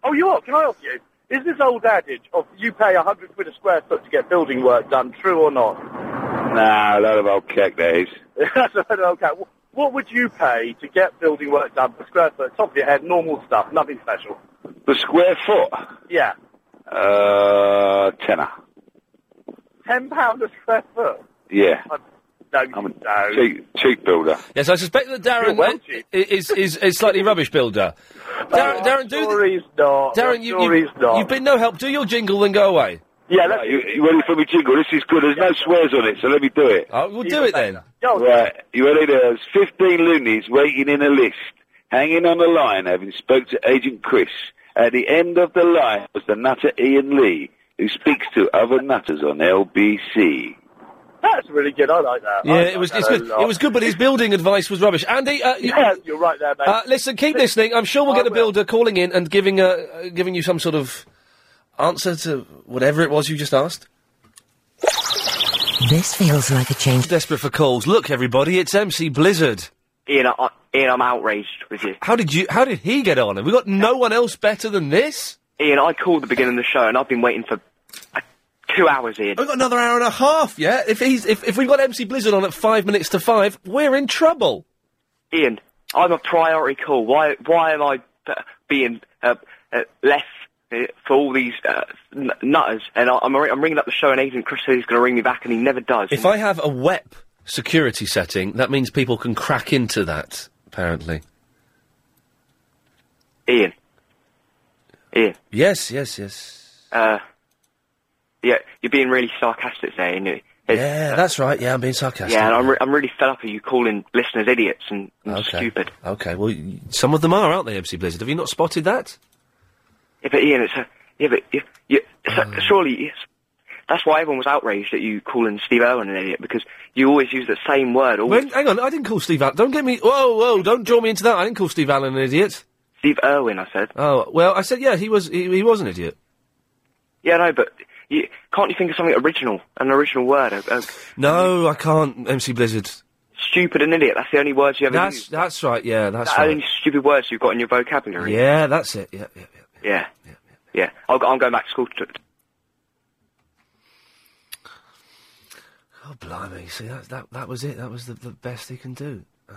[SPEAKER 5] Oh, you are. Can I ask you? Is this old adage of you pay a hundred quid a square foot to get building work done true or not?
[SPEAKER 26] Nah, a lot of old cake days.
[SPEAKER 5] That's right, okay. Wh- What would you pay to get building work done per square foot? Top of your head, normal stuff, nothing special.
[SPEAKER 26] The square foot.
[SPEAKER 5] Yeah,
[SPEAKER 26] Uh, tenner.
[SPEAKER 5] ten pound a square foot.
[SPEAKER 26] Yeah.
[SPEAKER 5] No,
[SPEAKER 26] I'm a cheap, cheap builder.
[SPEAKER 1] Yes, I suspect that Darren i- i- is, is, is slightly rubbish builder. Darren, Darren do sure
[SPEAKER 5] he's not.
[SPEAKER 1] Darren, you, you, have been no help. Do your jingle, then go away.
[SPEAKER 5] Yeah,
[SPEAKER 26] that's... You, you ready for me jingle? This is good. There's no swears on it, so let me do it.
[SPEAKER 1] Oh, we'll do it then.
[SPEAKER 26] Right, you ready? There's 15 loonies waiting in a list, hanging on the line, having spoke to Agent Chris. At the end of the line was the nutter Ian Lee, who speaks to other nutters on LBC.
[SPEAKER 5] That's really good. I like that. I
[SPEAKER 1] Yeah,
[SPEAKER 5] like
[SPEAKER 1] it was
[SPEAKER 5] that
[SPEAKER 1] it's
[SPEAKER 5] a
[SPEAKER 1] good.
[SPEAKER 5] lot.
[SPEAKER 1] It was good, but his building advice was rubbish. Andy, uh, you-
[SPEAKER 5] Yeah, you're right there, mate.
[SPEAKER 1] uh, listen, keep listening. I'm sure we'll get a builder calling in and giving a, uh, giving you some sort of answer to whatever it was you just asked.
[SPEAKER 25] This feels like a change.
[SPEAKER 1] Desperate for calls. Look, everybody, it's MC Blizzard.
[SPEAKER 4] Ian, I, Ian, I'm outraged with you.
[SPEAKER 1] How did you? How did he get on? Have we got no one else better than this?
[SPEAKER 4] Ian, I called the beginning of the show and I've been waiting for uh, two hours, Ian.
[SPEAKER 1] We've got another hour and a half. Yeah, if he's if, if we've got MC Blizzard on at five minutes to five, we're in trouble.
[SPEAKER 4] Ian, I'm a priority call. Why? Why am I uh, being uh, uh, left uh, for all these uh, n- nutters? And I, I'm, ri- I'm ringing up the show, and Agent Chris says he's going to ring me back, and he never does.
[SPEAKER 1] If I have a WEP security setting, that means people can crack into that. Apparently.
[SPEAKER 4] Ian, Ian,
[SPEAKER 1] Yes, yes, yes.
[SPEAKER 4] uh, yeah, you're being really sarcastic there, Ian.
[SPEAKER 1] Yeah, that's right. Yeah, I'm being sarcastic.
[SPEAKER 7] Yeah, and I'm, re- I'm really fed up of you calling listeners idiots and, and stupid.
[SPEAKER 1] Okay, well, y- some of them are, aren't they, MC Blizzard? Have you not spotted that?
[SPEAKER 7] Yeah, but Ian, it's a, yeah, but you, you, it's a-
[SPEAKER 1] Uh.
[SPEAKER 7] surely it's- that's why everyone was outraged at you calling Steve Owen an idiot because you always use the same word. Always.
[SPEAKER 1] When, hang on, I didn't call Steve Allen. Don't get me. Whoa, whoa! Don't draw me into that. I didn't call Steve Allen an idiot.
[SPEAKER 7] Steve Irwin, I said.
[SPEAKER 1] Oh well, I said yeah. He was he, he was an idiot.
[SPEAKER 7] Yeah, no, but you, can't you think of something original, an original word? A, a
[SPEAKER 1] No, I can't. MC Blizzard.
[SPEAKER 7] stupid and idiot. That's the only words you ever
[SPEAKER 1] That's
[SPEAKER 7] use.
[SPEAKER 1] that's right. Yeah, that's
[SPEAKER 7] the
[SPEAKER 1] right.
[SPEAKER 7] only stupid words you've got in your vocabulary.
[SPEAKER 1] Yeah, that's it. Yeah, yeah.
[SPEAKER 7] Yeah. Yeah. I'll, go- I'm going back to school. To,
[SPEAKER 1] Oh blimey! See that that that was it. That was the, the best he can do. Uh,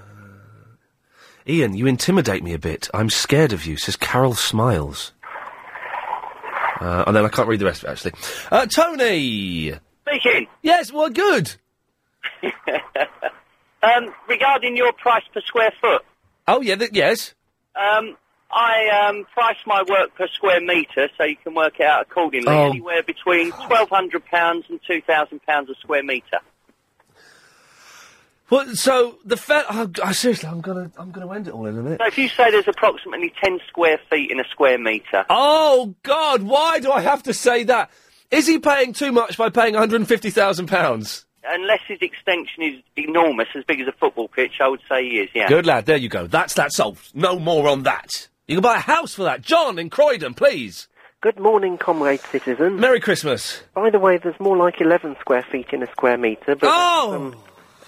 [SPEAKER 1] Ian, you intimidate me a bit. I'm scared of you. Says Carol Smiles. Uh, and then I can't read the rest of it actually. Uh, Tony.
[SPEAKER 18] Speaking.
[SPEAKER 1] Hmm. Yes. Well, good.
[SPEAKER 18] um, regarding your price per square foot,
[SPEAKER 1] Oh yeah. Th- yes.
[SPEAKER 18] um, I um, price my work per square metre, so you can work it out accordingly.
[SPEAKER 1] Oh.
[SPEAKER 18] Anywhere between twelve hundred pounds and two thousand pounds a square metre.
[SPEAKER 1] Well, so the fe- oh, g- oh, seriously, I'm gonna I'm gonna end it all in a minute.
[SPEAKER 18] So if you say there's approximately ten square feet in a square metre,
[SPEAKER 1] Oh God! Why do I have to say that? Is he paying too much by paying 150,000 pounds?
[SPEAKER 18] unless his extension is enormous, as big as a football pitch, I would say he is. Yeah.
[SPEAKER 1] Good lad. There you go. That's that solved. No more on that. You can buy a house for that. John in Croydon, please.
[SPEAKER 27] Good morning, comrade citizen.
[SPEAKER 1] Merry Christmas.
[SPEAKER 27] By the way, there's more like 11 square feet in a square metre, but
[SPEAKER 1] Oh!
[SPEAKER 27] um,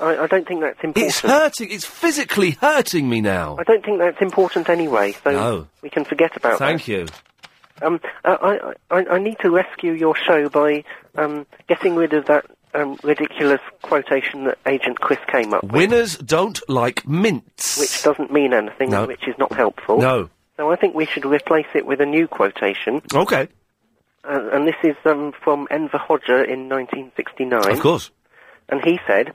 [SPEAKER 27] I, I don't think that's important.
[SPEAKER 1] It's hurting. It's physically hurting me now.
[SPEAKER 27] I don't think that's important anyway, so
[SPEAKER 1] No.
[SPEAKER 27] we can forget about
[SPEAKER 1] Thank you.
[SPEAKER 27] that. Um, I, I, I- I need to rescue your show by um, getting rid of that um, ridiculous quotation that Agent Chris came up with,
[SPEAKER 1] Winners don't like mints.
[SPEAKER 27] which doesn't mean anything,
[SPEAKER 1] No.
[SPEAKER 27] and which is not helpful.
[SPEAKER 1] No.
[SPEAKER 27] So I think we should replace it with a new quotation.
[SPEAKER 1] Okay.
[SPEAKER 27] Uh, and this is um, from Enver Hodger in 1969.
[SPEAKER 1] Of course.
[SPEAKER 27] And he said,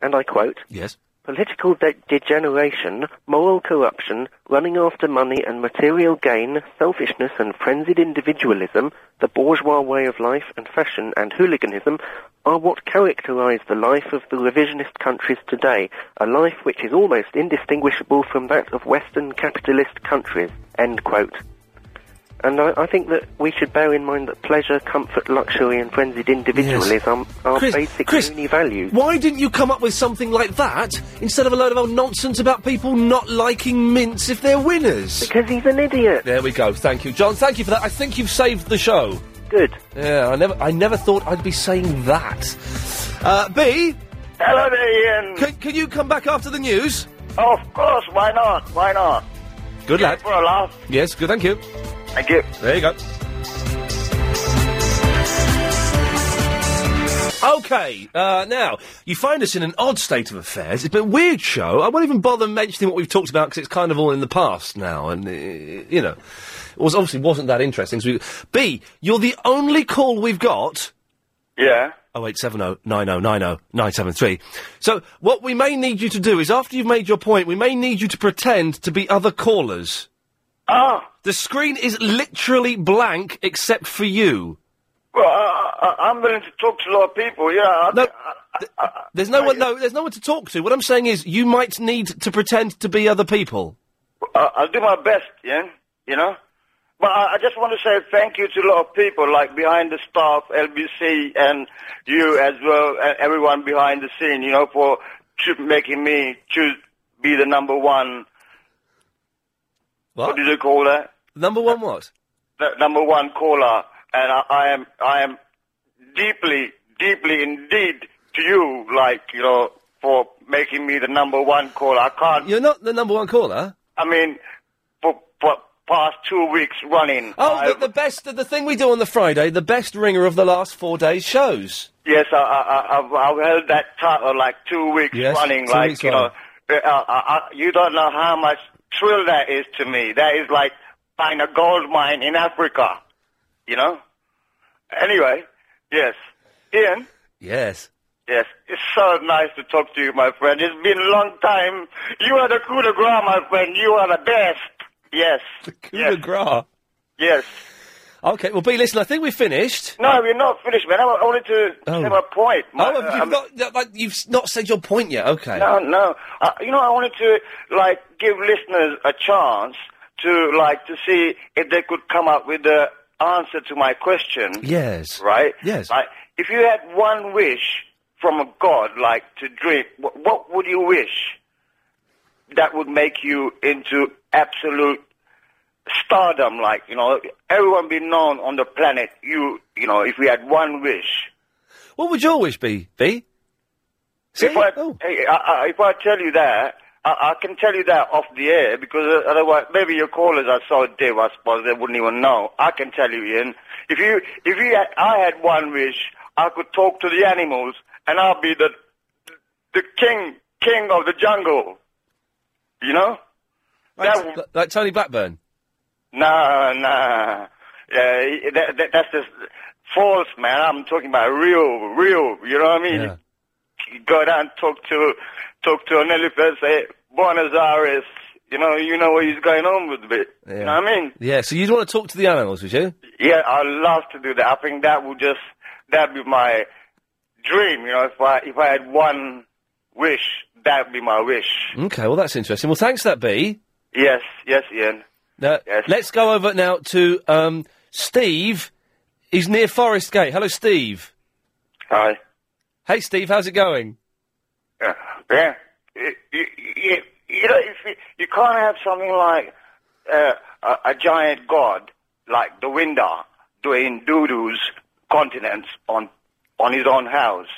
[SPEAKER 27] and I quote,
[SPEAKER 1] Yes.
[SPEAKER 27] Political de- degeneration, moral corruption, running after money and material gain, selfishness and frenzied individualism, the bourgeois way of life and fashion and hooliganism are what characterize the life of the revisionist countries today, a life which is almost indistinguishable from that of Western capitalist countries. End quote. And I, I think that we should bear in mind that pleasure, comfort, luxury, and frenzied individualism are
[SPEAKER 1] Chris-
[SPEAKER 27] basic
[SPEAKER 1] Chris-
[SPEAKER 27] uni values.
[SPEAKER 1] Why didn't you come up with something like that instead of a load of old nonsense about people not liking mints if they're winners?
[SPEAKER 27] Because he's an idiot.
[SPEAKER 1] There we go. Thank you, John. Thank you for that. I think you've saved the show.
[SPEAKER 27] Good.
[SPEAKER 1] Yeah, I never, I never thought I'd be saying that. Uh, B.
[SPEAKER 8] Hello there, Ian.
[SPEAKER 1] Can, can you come back after the news?
[SPEAKER 8] Of course, why not? Why not?
[SPEAKER 1] Good lad.
[SPEAKER 8] For a laugh.
[SPEAKER 1] Yes, good. Thank you.
[SPEAKER 8] Thank you.
[SPEAKER 1] There you go. Okay, uh, now, you find us in an odd state of affairs. It's been a weird show. I won't even bother mentioning what we've talked about because it's kind of all in the past now, and, uh, you know, it was, obviously wasn't that interesting. So we, B, you're the only call we've got. Oh,
[SPEAKER 8] Yeah.
[SPEAKER 1] 0870 9090 973. So, what we may need you to do is, after you've made your point, we may need you to pretend to be other callers.
[SPEAKER 8] Ah!
[SPEAKER 1] The screen is literally blank except for you.
[SPEAKER 8] Well, I, I, I'm willing to talk to a lot of people. Yeah. I,
[SPEAKER 1] No, There's no one. No, there's no one to talk to. What I'm saying is, you might need to pretend to be other people.
[SPEAKER 8] I, I'll do my best, Ian. You know. But I, I just want to say thank you to a lot of people, like behind the staff, LBC, and you as well, and everyone behind the scene. You know, for cho- making me choose be the number one.
[SPEAKER 1] What,
[SPEAKER 8] do you call that?
[SPEAKER 1] Number one, what?
[SPEAKER 8] the number one caller, and I, I am I am deeply, deeply indeed to you, like you know, for making me the number one caller. I can't.
[SPEAKER 1] You're not the number one caller.
[SPEAKER 8] I mean, for, for past two weeks running.
[SPEAKER 1] Oh,
[SPEAKER 8] I,
[SPEAKER 1] the, the best. The, the thing we do on the Friday, the best ringer of the last four days shows.
[SPEAKER 8] yes, I, I, I, I've, I've held that title like two weeks
[SPEAKER 1] Yes,
[SPEAKER 8] running.
[SPEAKER 1] two
[SPEAKER 8] like
[SPEAKER 1] weeks
[SPEAKER 8] you know, uh, uh, uh, you don't know how much thrill that is to me. That is like find a gold mine in Africa. You know. Anyway, yes, Ian.
[SPEAKER 1] Yes.
[SPEAKER 8] Yes, it's so nice to talk to you, my friend. It's been a long time. You are the coup de grace, my friend. You are the best. Yes.
[SPEAKER 1] coup de grace.
[SPEAKER 8] Yes.
[SPEAKER 1] Okay, well, B, listen, I think we're finished.
[SPEAKER 8] No, we're not finished, man. I I wanted to
[SPEAKER 1] Oh.
[SPEAKER 8] say my point. My-
[SPEAKER 1] oh, have you
[SPEAKER 8] um,
[SPEAKER 1] got, th- like, you've s- not said your point yet. Okay.
[SPEAKER 8] No, no. Uh, you know, I wanted to like give listeners a chance to like to see if they could come up with the answer to my question.
[SPEAKER 1] Yes.
[SPEAKER 8] Right.
[SPEAKER 1] Yes.
[SPEAKER 8] Like, if you had one wish from a god, like to drink, what, what would you wish that would make you into absolute stardom? Like, you know, everyone be known on the planet. You, you know, if we had one wish.
[SPEAKER 1] What would your wish be, B?
[SPEAKER 8] If I, hey, I, I, if I tell you that, I, I can tell you that off the air because uh, otherwise, maybe your callers are so deaf. I suppose they wouldn't even know. I can tell you, Ian. If you, if you, had, I had one wish, I could talk to the animals, and I'll be the, the king, king of the jungle. You know?
[SPEAKER 1] Like, like Tony Blackburn.
[SPEAKER 8] Nah, nah. Yeah, he- that, that, that's just false, man. I'm talking about real, real. You know what I mean? You go down and talk to talk to an elephant, say Buenos Aires. You know, you know what he's going on with it. You know what I mean?
[SPEAKER 1] Yeah, so you'd want to talk to the animals, would you?
[SPEAKER 8] Yeah, I love to do that. I think that would just that'd be my dream. You know, if I if I had one wish, that'd be my wish.
[SPEAKER 1] Okay, well, that's interesting. Well, thanks for that, B.
[SPEAKER 8] Yes, yes, Ian.
[SPEAKER 1] Now, Let's go over now to um, Steve. He's near Forest Gate. Hello, Steve.
[SPEAKER 8] Hi.
[SPEAKER 1] Hey, Steve, how's it going?
[SPEAKER 8] Yeah. Yeah. You, you, you, you know, if you, you can't have something like uh, a, a giant god like the Windar doing doo-doos continents on on his own house.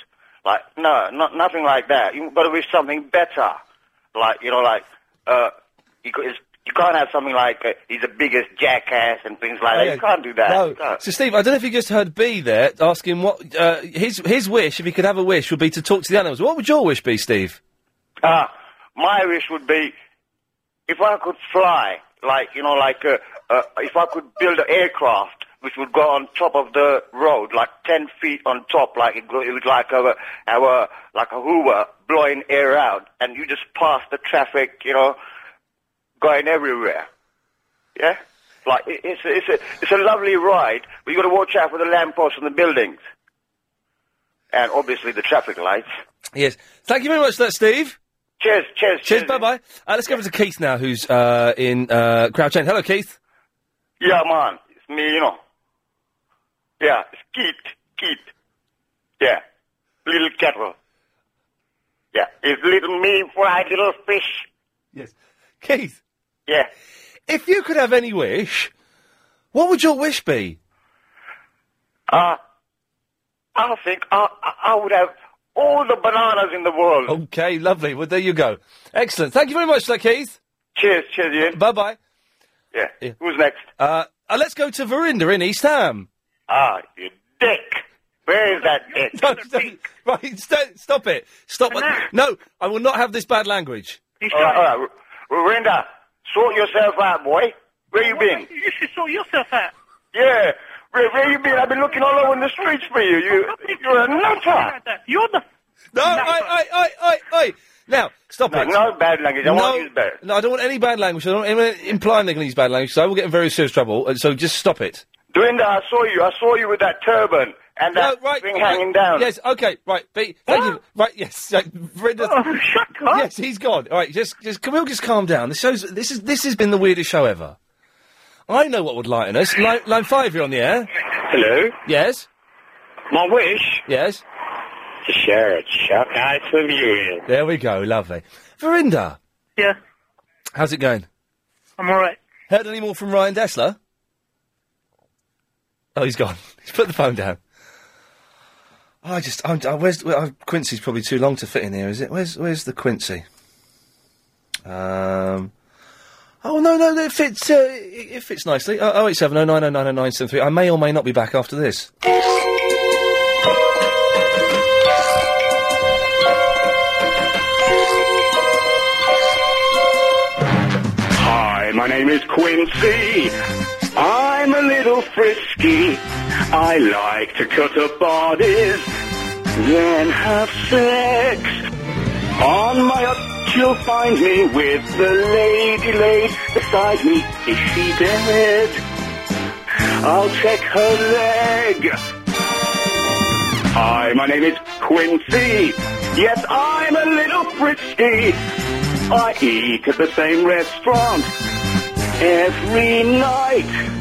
[SPEAKER 8] Like, no, not, nothing like that. You got to wish something better. Like, you know, like, uh, you, c- it's- you can't have something like uh, he's the biggest jackass and things like
[SPEAKER 1] Oh,
[SPEAKER 8] that.
[SPEAKER 1] yeah.
[SPEAKER 8] You can't do that.
[SPEAKER 1] No.
[SPEAKER 8] You can't.
[SPEAKER 1] So, Steve, I don't know if you just heard B there asking what uh, his his wish, if he could have a wish, would be to talk to the animals. What would your wish be, Steve?
[SPEAKER 8] Uh, my wish would be if I could fly, like, you know, like uh, uh, if I could build an aircraft which would go on top of the road, like 10 feet on top, like it, go, it would like a, have a, like a hoover blowing air out, and you just pass the traffic, you know, going everywhere. Yeah? Like, it, it's, a, it's, a, it's a lovely ride, but you got to watch out for the lampposts and the buildings. And obviously the traffic lights.
[SPEAKER 1] Yes. Thank you very much for that, Steve.
[SPEAKER 8] Cheers, cheers,
[SPEAKER 1] cheers. Bye bye. Uh, let's go over to Keith now, who's uh, in uh, Crouch End. Hello, Keith.
[SPEAKER 8] Yeah, man. It's me, you know. Yeah, it's Keith. Keith. Yeah. Little kettle. Yeah. It's little me, fried little fish.
[SPEAKER 1] Yes. Keith.
[SPEAKER 8] Yeah.
[SPEAKER 1] If you could have any wish, what would your wish be?
[SPEAKER 8] Uh, I think I, I I would have all the bananas in the world.
[SPEAKER 1] Okay, lovely. Well, there you go. Excellent. Thank you very much for that, Keith.
[SPEAKER 8] Cheers, cheers, Ian.
[SPEAKER 1] Bye bye.
[SPEAKER 8] Yeah. Who's next?
[SPEAKER 1] Uh, uh, let's go to Verinda in East Ham.
[SPEAKER 8] Ah, you dick. Where is that dick?
[SPEAKER 1] no, stop, right, st- stop it. Stop. No, I will not have this bad language.
[SPEAKER 8] All right, all right. Rinda, sort yourself out, boy. Where you been?
[SPEAKER 22] You should sort yourself out.
[SPEAKER 8] Yeah. Where, where you been? I've been looking all over the streets for you. You, you're a nutter.
[SPEAKER 22] You're the.
[SPEAKER 1] No, I, I, I, I, I. Now, stop
[SPEAKER 8] No,
[SPEAKER 1] it.
[SPEAKER 8] no bad language.
[SPEAKER 1] no,
[SPEAKER 8] I won't use bad.
[SPEAKER 1] No, I don't want any bad language. I don't want anyone implying they're going to use bad language, so I will get in very serious trouble. uh, So just stop it.
[SPEAKER 8] Dorinda, I saw you. I saw you with that turban and that thing hanging down.
[SPEAKER 1] Yes, okay, right. B, thank you. Right, yes. Like, Verinda,
[SPEAKER 22] Oh,
[SPEAKER 1] Yes, he's gone. All right, just, just, can we all just calm down? This shows, this is, this has been the weirdest show ever. I know what would lighten us. Line, line five, you're on the air.
[SPEAKER 18] Hello.
[SPEAKER 1] Yes.
[SPEAKER 18] My wish.
[SPEAKER 1] Yes.
[SPEAKER 18] To share a chuck ice with you. Ian.
[SPEAKER 1] There we go. Lovely. Verinda,
[SPEAKER 22] Yeah,
[SPEAKER 1] how's it going?
[SPEAKER 22] I'm all right.
[SPEAKER 1] Heard any more from Ryan Dessler? Oh, he's gone. He's put the phone down. Oh, I just, I'm, I, where's where, oh, Quincy's probably too long to fit in here, is it? Where's where's the Quincy? Um. Oh no no, it fits. Uh, it it fits nicely. Oh eight seven oh nine oh nine oh nine seven three. I may or may not be back after this.
[SPEAKER 10] Hi, my name is Quincy. I'm a little frisky. I like to cut up bodies, then have sex. On my up, you'll find me with the lady laid beside me. Is she dead? I'll check her leg. Hi, my name is Quincy. Yes, I'm a little frisky. I eat at the same restaurant every night.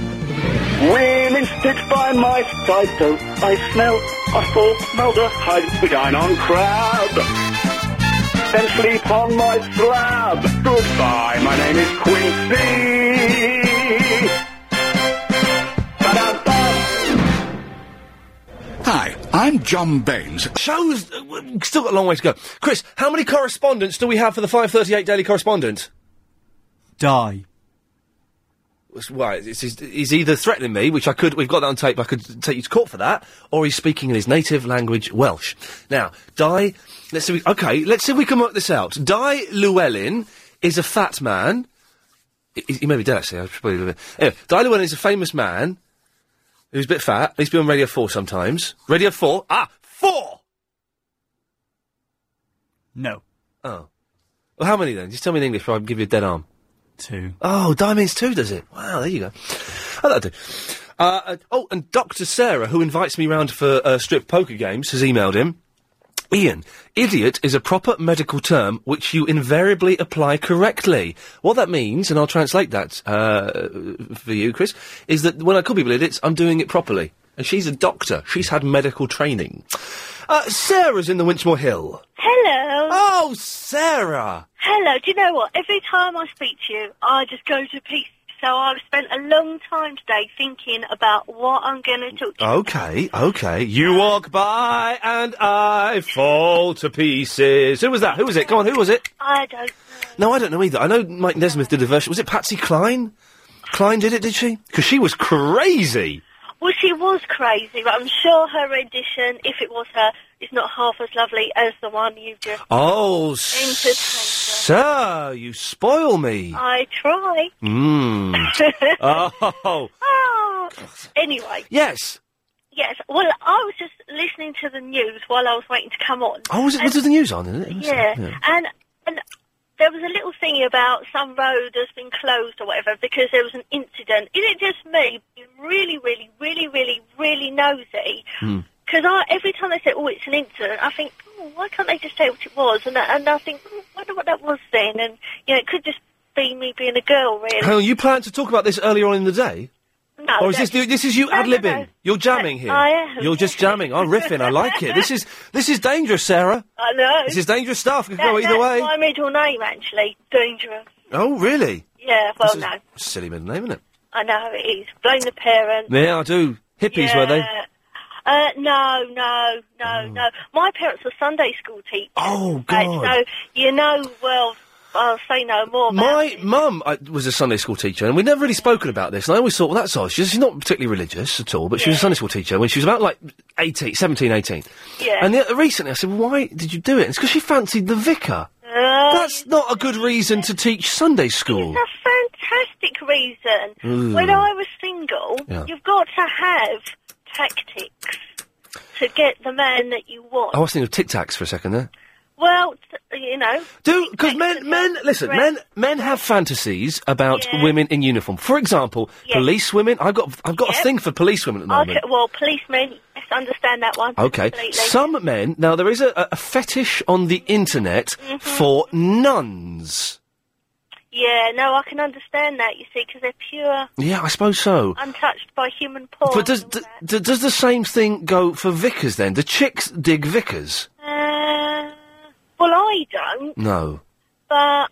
[SPEAKER 10] Women sit by my side, though I smell of formaldehyde. We dine on crab, then sleep on my slab. Goodbye, my name is Quincy.
[SPEAKER 1] Hi, I'm John Baines. Shows uh, w- still got a long way to go. Chris, how many correspondents do we have for the five thirty eight Daily Correspondent? Die. Why? It's, it's, he's either threatening me, which I could. We've got that on tape. I could take you to court for that, or he's speaking in his native language, Welsh. Now, Di. Let's see. if we- Okay, let's see if we can work this out. Di Llewellyn is a fat man. He, he may be dead actually. I should probably anyway, Di Llewellyn is a famous man who's a bit fat. He's been on Radio 4 sometimes. Radio 4? Ah, 4! No. Oh. Well, how many then? Just tell me in English or I'll give you a dead arm. Two. Oh, diamonds two, does it? Wow, there you go. Oh, that'll do. Uh, uh, oh, and Dr. Sarah, who invites me round for uh, strip poker games, has emailed him. Ian, idiot is a proper medical term which you invariably apply correctly. What that means, and I'll translate that uh, for you, Chris, is that when I call people idiots, I'm doing it properly. And she's a doctor. She's had medical training. Uh, Sarah's in the Winchmore Hill.
[SPEAKER 3] Hello.
[SPEAKER 1] Oh, Sarah.
[SPEAKER 3] Hello. Do you know what? Every time I speak to you, I just go to peace. So I've spent a long time today thinking about what I'm going to talk to you
[SPEAKER 1] Okay, okay. You walk by and I fall to pieces. Who was that? Who was it? Come on, who was it?
[SPEAKER 3] I don't.
[SPEAKER 1] No, I don't know either. I know Mike Nesmith did a version. Was it Patsy Cline? Cline did it, did she? Because she was crazy.
[SPEAKER 3] Well, she was crazy, but I'm sure her rendition, if it was her, is not half as lovely as the one you've just.
[SPEAKER 1] Oh,
[SPEAKER 3] entertained.
[SPEAKER 1] sir, you spoil me.
[SPEAKER 3] I try.
[SPEAKER 1] Mmm. oh.
[SPEAKER 3] Oh. Anyway.
[SPEAKER 1] Yes.
[SPEAKER 3] Yes. Well, I was just listening to the news while I was waiting to come on.
[SPEAKER 1] Oh, was it, was it the news on, isn't it? Was it?
[SPEAKER 3] Yeah, and and there was a little thingy about some road has been closed or whatever because there was an incident. Is it just me being really, really, really, really, really nosy?
[SPEAKER 1] Hmm.
[SPEAKER 3] Because I every time they say, "Oh, it's an incident," I think, oh, "Why can't they just say what it was?" And I- and I think, oh, I "Wonder what that was then?" And you know, it could just be me being a girl, really.
[SPEAKER 1] Hang on, you planned to talk about this earlier on in the day?
[SPEAKER 3] No,
[SPEAKER 1] or Oh, is this
[SPEAKER 3] that's-
[SPEAKER 1] this is you
[SPEAKER 3] No, no,
[SPEAKER 1] ad libbing?
[SPEAKER 3] no.
[SPEAKER 1] You're jamming here.
[SPEAKER 3] I am.
[SPEAKER 1] You're just jamming. I'm riffing. I like it. This is this is dangerous, Sarah.
[SPEAKER 3] I know.
[SPEAKER 1] This is dangerous stuff. It could
[SPEAKER 3] That-
[SPEAKER 1] go either
[SPEAKER 3] that's
[SPEAKER 1] way.
[SPEAKER 3] My middle name, actually, dangerous.
[SPEAKER 1] Oh, really?
[SPEAKER 3] Yeah. Well,
[SPEAKER 1] This is-
[SPEAKER 3] no,
[SPEAKER 1] Silly middle name, isn't it?
[SPEAKER 3] I know it is. Blame the parents.
[SPEAKER 1] Yeah, I do. Hippies were they?
[SPEAKER 3] Yeah. Uh, no, no, no, no. My parents were Sunday school teachers.
[SPEAKER 1] Oh
[SPEAKER 3] right,
[SPEAKER 1] God.
[SPEAKER 3] so you know, well, I'll say no more. about it.
[SPEAKER 1] My mum I, was a Sunday school teacher, and we'd never really spoken about this. And I always thought, well, that's odd. She's, she's not particularly religious at all, but she was a Sunday school teacher when she was about like 18, 17, 18.
[SPEAKER 3] Yeah.
[SPEAKER 1] And the, recently I said, why did you do it? It's because she fancied the vicar. that's not a good reason to teach Sunday school.
[SPEAKER 3] It's a fantastic reason.
[SPEAKER 1] Ooh.
[SPEAKER 3] When I was single,
[SPEAKER 1] Yeah.
[SPEAKER 3] you've got to have tactics to get the man that you want.
[SPEAKER 1] I was thinking of Tic Tacs for a second there.
[SPEAKER 3] Well, t- you know,
[SPEAKER 1] Do because men, men, listen,
[SPEAKER 3] Right.
[SPEAKER 1] men, men have fantasies about women in uniform. For example,
[SPEAKER 3] Yes.
[SPEAKER 1] police women. I've got, I've got a
[SPEAKER 3] Yep.
[SPEAKER 1] thing for police women at the moment.
[SPEAKER 3] okay, well, policemen, let's understand that one.
[SPEAKER 1] Okay.
[SPEAKER 3] completely.
[SPEAKER 1] Some men now there is a, a fetish on the internet
[SPEAKER 3] Mm-hmm.
[SPEAKER 1] for nuns.
[SPEAKER 3] Yeah, no, I can understand that, you see, because they're pure,
[SPEAKER 1] Yeah, I suppose so.
[SPEAKER 3] untouched by human porn.
[SPEAKER 1] Oh. But does d- d- does the same thing go for vicars then? Do chicks dig vicars?
[SPEAKER 3] Uh, well, I don't,
[SPEAKER 1] No.
[SPEAKER 3] but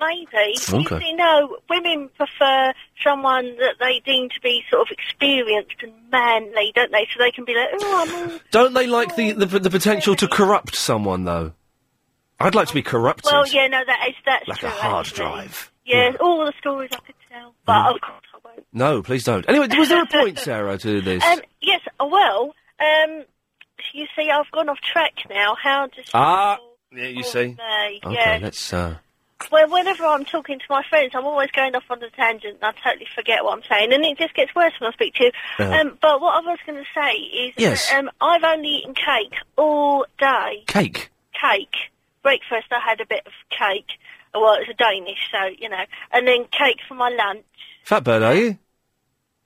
[SPEAKER 3] maybe.
[SPEAKER 1] Okay.
[SPEAKER 3] You see, no, women prefer someone that they deem to be sort of experienced and manly, don't they? So they can be like, oh, I'm all...
[SPEAKER 1] Don't they like the the, the potential to corrupt someone though? I'd like to be corrupted.
[SPEAKER 3] Well, yeah, no, that is, that's
[SPEAKER 1] like
[SPEAKER 3] true.
[SPEAKER 1] a hard
[SPEAKER 3] actually.
[SPEAKER 1] drive. Mm-hmm.
[SPEAKER 3] Yeah, all the stories I could tell, but of course
[SPEAKER 1] No, please don't. Anyway, was there a point, Sarah, to this?
[SPEAKER 3] Um, yes, uh, well, um, you see, I've gone off track now. How does
[SPEAKER 1] ah, yeah, you see.
[SPEAKER 3] me?
[SPEAKER 1] Okay,
[SPEAKER 3] yeah.
[SPEAKER 1] let's. Uh,
[SPEAKER 3] Well, whenever I'm talking to my friends, I'm always going off on a tangent, and I totally forget what I'm saying, and it just gets worse when I speak to you.
[SPEAKER 1] Yeah.
[SPEAKER 3] Um, but what I was going to say is,
[SPEAKER 1] Yes.
[SPEAKER 3] that, um, I've only eaten cake all day.
[SPEAKER 1] cake.
[SPEAKER 3] Cake. Breakfast, I had a bit of cake. Well, it was a Danish, so you know, and then cake for my lunch.
[SPEAKER 1] Fat bird, are you?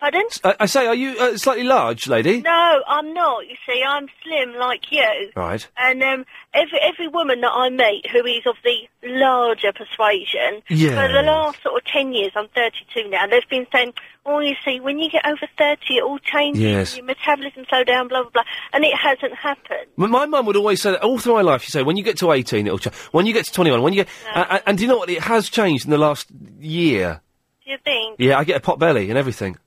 [SPEAKER 3] Pardon?
[SPEAKER 1] I, I say, are you uh, slightly large, lady?
[SPEAKER 3] No, I'm not. You see, I'm slim like you.
[SPEAKER 1] Right.
[SPEAKER 3] And um, every every woman that I meet who is of the larger persuasion,
[SPEAKER 1] Yes.
[SPEAKER 3] for the last sort of ten years, I'm 32 now. They've been saying, "Oh, you see, when you get over 30, it all changes.
[SPEAKER 1] Yes.
[SPEAKER 3] Your metabolism slow down, blah blah blah," and it hasn't happened.
[SPEAKER 1] M- My mum would always say that all through my life. She say, "When you get to eighteen, it'll change. When you get to twenty-one, when you get." A- a- and do you know what? It has changed in the last year.
[SPEAKER 3] Do you think?
[SPEAKER 1] Yeah, I get a pot belly and everything.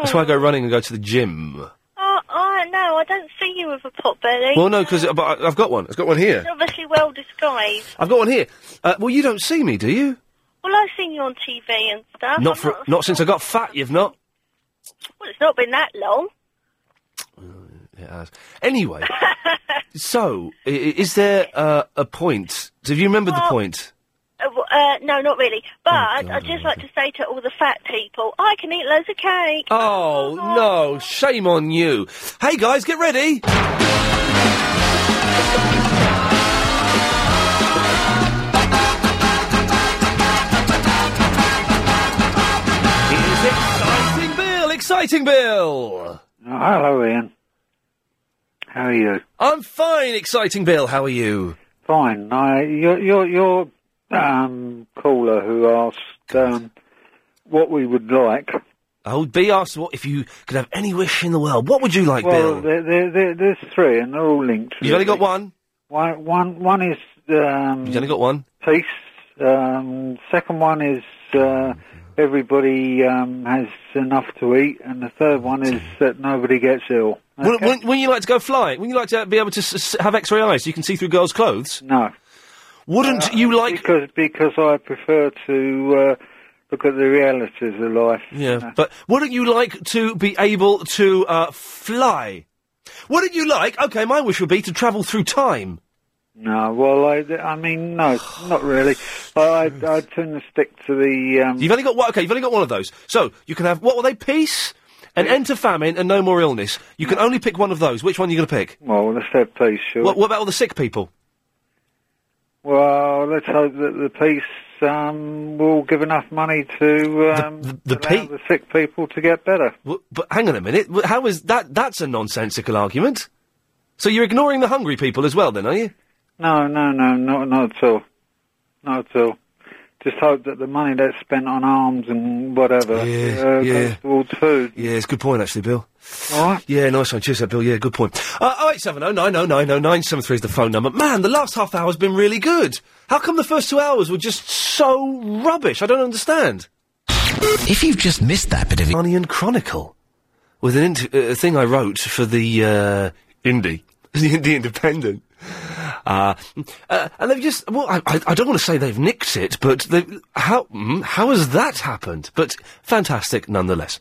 [SPEAKER 1] That's why I go running and go to the gym.
[SPEAKER 3] Oh, I no, I don't see you with a pot belly.
[SPEAKER 1] Well, no, because but I- I've got one. I've got one here.
[SPEAKER 3] It's obviously well disguised.
[SPEAKER 1] I've got one here. Uh, well, you don't see me, do you?
[SPEAKER 3] Well, I've seen you on TV and stuff.
[SPEAKER 1] Not
[SPEAKER 3] I'm
[SPEAKER 1] for not since I got fat. You've not.
[SPEAKER 3] Well, it's not been that long.
[SPEAKER 1] It has. Anyway, so i- i- is there uh, a point? Do you remember the
[SPEAKER 3] Well-
[SPEAKER 1] point?
[SPEAKER 3] Uh, w- uh, no, not really. But I'd just like to say to all the fat people, I can eat loads of cake.
[SPEAKER 1] Oh no! Shame on you. Hey guys, get ready. It's exciting, Bill. Exciting, Bill.
[SPEAKER 28] hello, Ian. How are you?
[SPEAKER 1] I'm fine. Exciting, Bill. How are you?
[SPEAKER 28] Fine. I, your your your um, caller who asked um, what we would like.
[SPEAKER 1] Oh, B asked what if you could have any wish in the world. What would you like,
[SPEAKER 28] well,
[SPEAKER 1] Bill?
[SPEAKER 28] there, there, there, there's three, and they're all linked.
[SPEAKER 1] You've only got one.
[SPEAKER 28] One one one is um,
[SPEAKER 1] You've only got one.
[SPEAKER 28] peace. Um, second one is uh, everybody um, has enough to eat, and the third one is that nobody gets ill.
[SPEAKER 1] Wouldn't, wouldn't, wouldn't you like to go flying? Wouldn't you like to be able to s- s- have X-ray eyes so you can see through girls' clothes?
[SPEAKER 28] No.
[SPEAKER 1] Wouldn't you
[SPEAKER 28] Uh,
[SPEAKER 1] like?
[SPEAKER 28] Because because I prefer to uh, look at the realities of life.
[SPEAKER 1] Yeah, but wouldn't you like to be able to uh, fly? Wouldn't you like? Okay, my wish would be to travel through time.
[SPEAKER 28] No, well, I, I mean, no, not really. I, I, I tend to stick to the. Um,
[SPEAKER 1] You've only got one. Okay, you've only got one of those. So you can have what were they? Peace, an end to famine, and no more illness. You can only pick one of those. Which one are you going to pick?
[SPEAKER 28] well, let's have peace, sure.
[SPEAKER 1] What, what about all the sick people?
[SPEAKER 28] Well, let's hope that the peace um, will give enough money to um,
[SPEAKER 1] The
[SPEAKER 28] allow the sick people to get better.
[SPEAKER 1] W- But hang on a minute. W- How is that? That's a nonsensical argument. So you're ignoring the hungry people as well, then, are you?
[SPEAKER 28] No, no, no, not not at all, not at all. Just hope that the money that's spent on arms and whatever uh,
[SPEAKER 1] yeah.
[SPEAKER 28] goes towards food.
[SPEAKER 1] Yeah, it's a good point actually, Bill.
[SPEAKER 28] All right.
[SPEAKER 1] Yeah, nice one. Cheers, for that, Bill. Yeah, good point. Uh, 08709090973 is the phone number. Man, the last half hour's been really good. How come the first two hours were just so rubbish? I don't understand.
[SPEAKER 25] If you've just missed that bit of
[SPEAKER 1] Onion Chronicle with an int- uh, thing I wrote for the uh, Indie, the Indie Independent. Uh, uh, and they've just well, I, I, I don't want to say they've nicked it, but they, how mm, how has that happened? But fantastic nonetheless.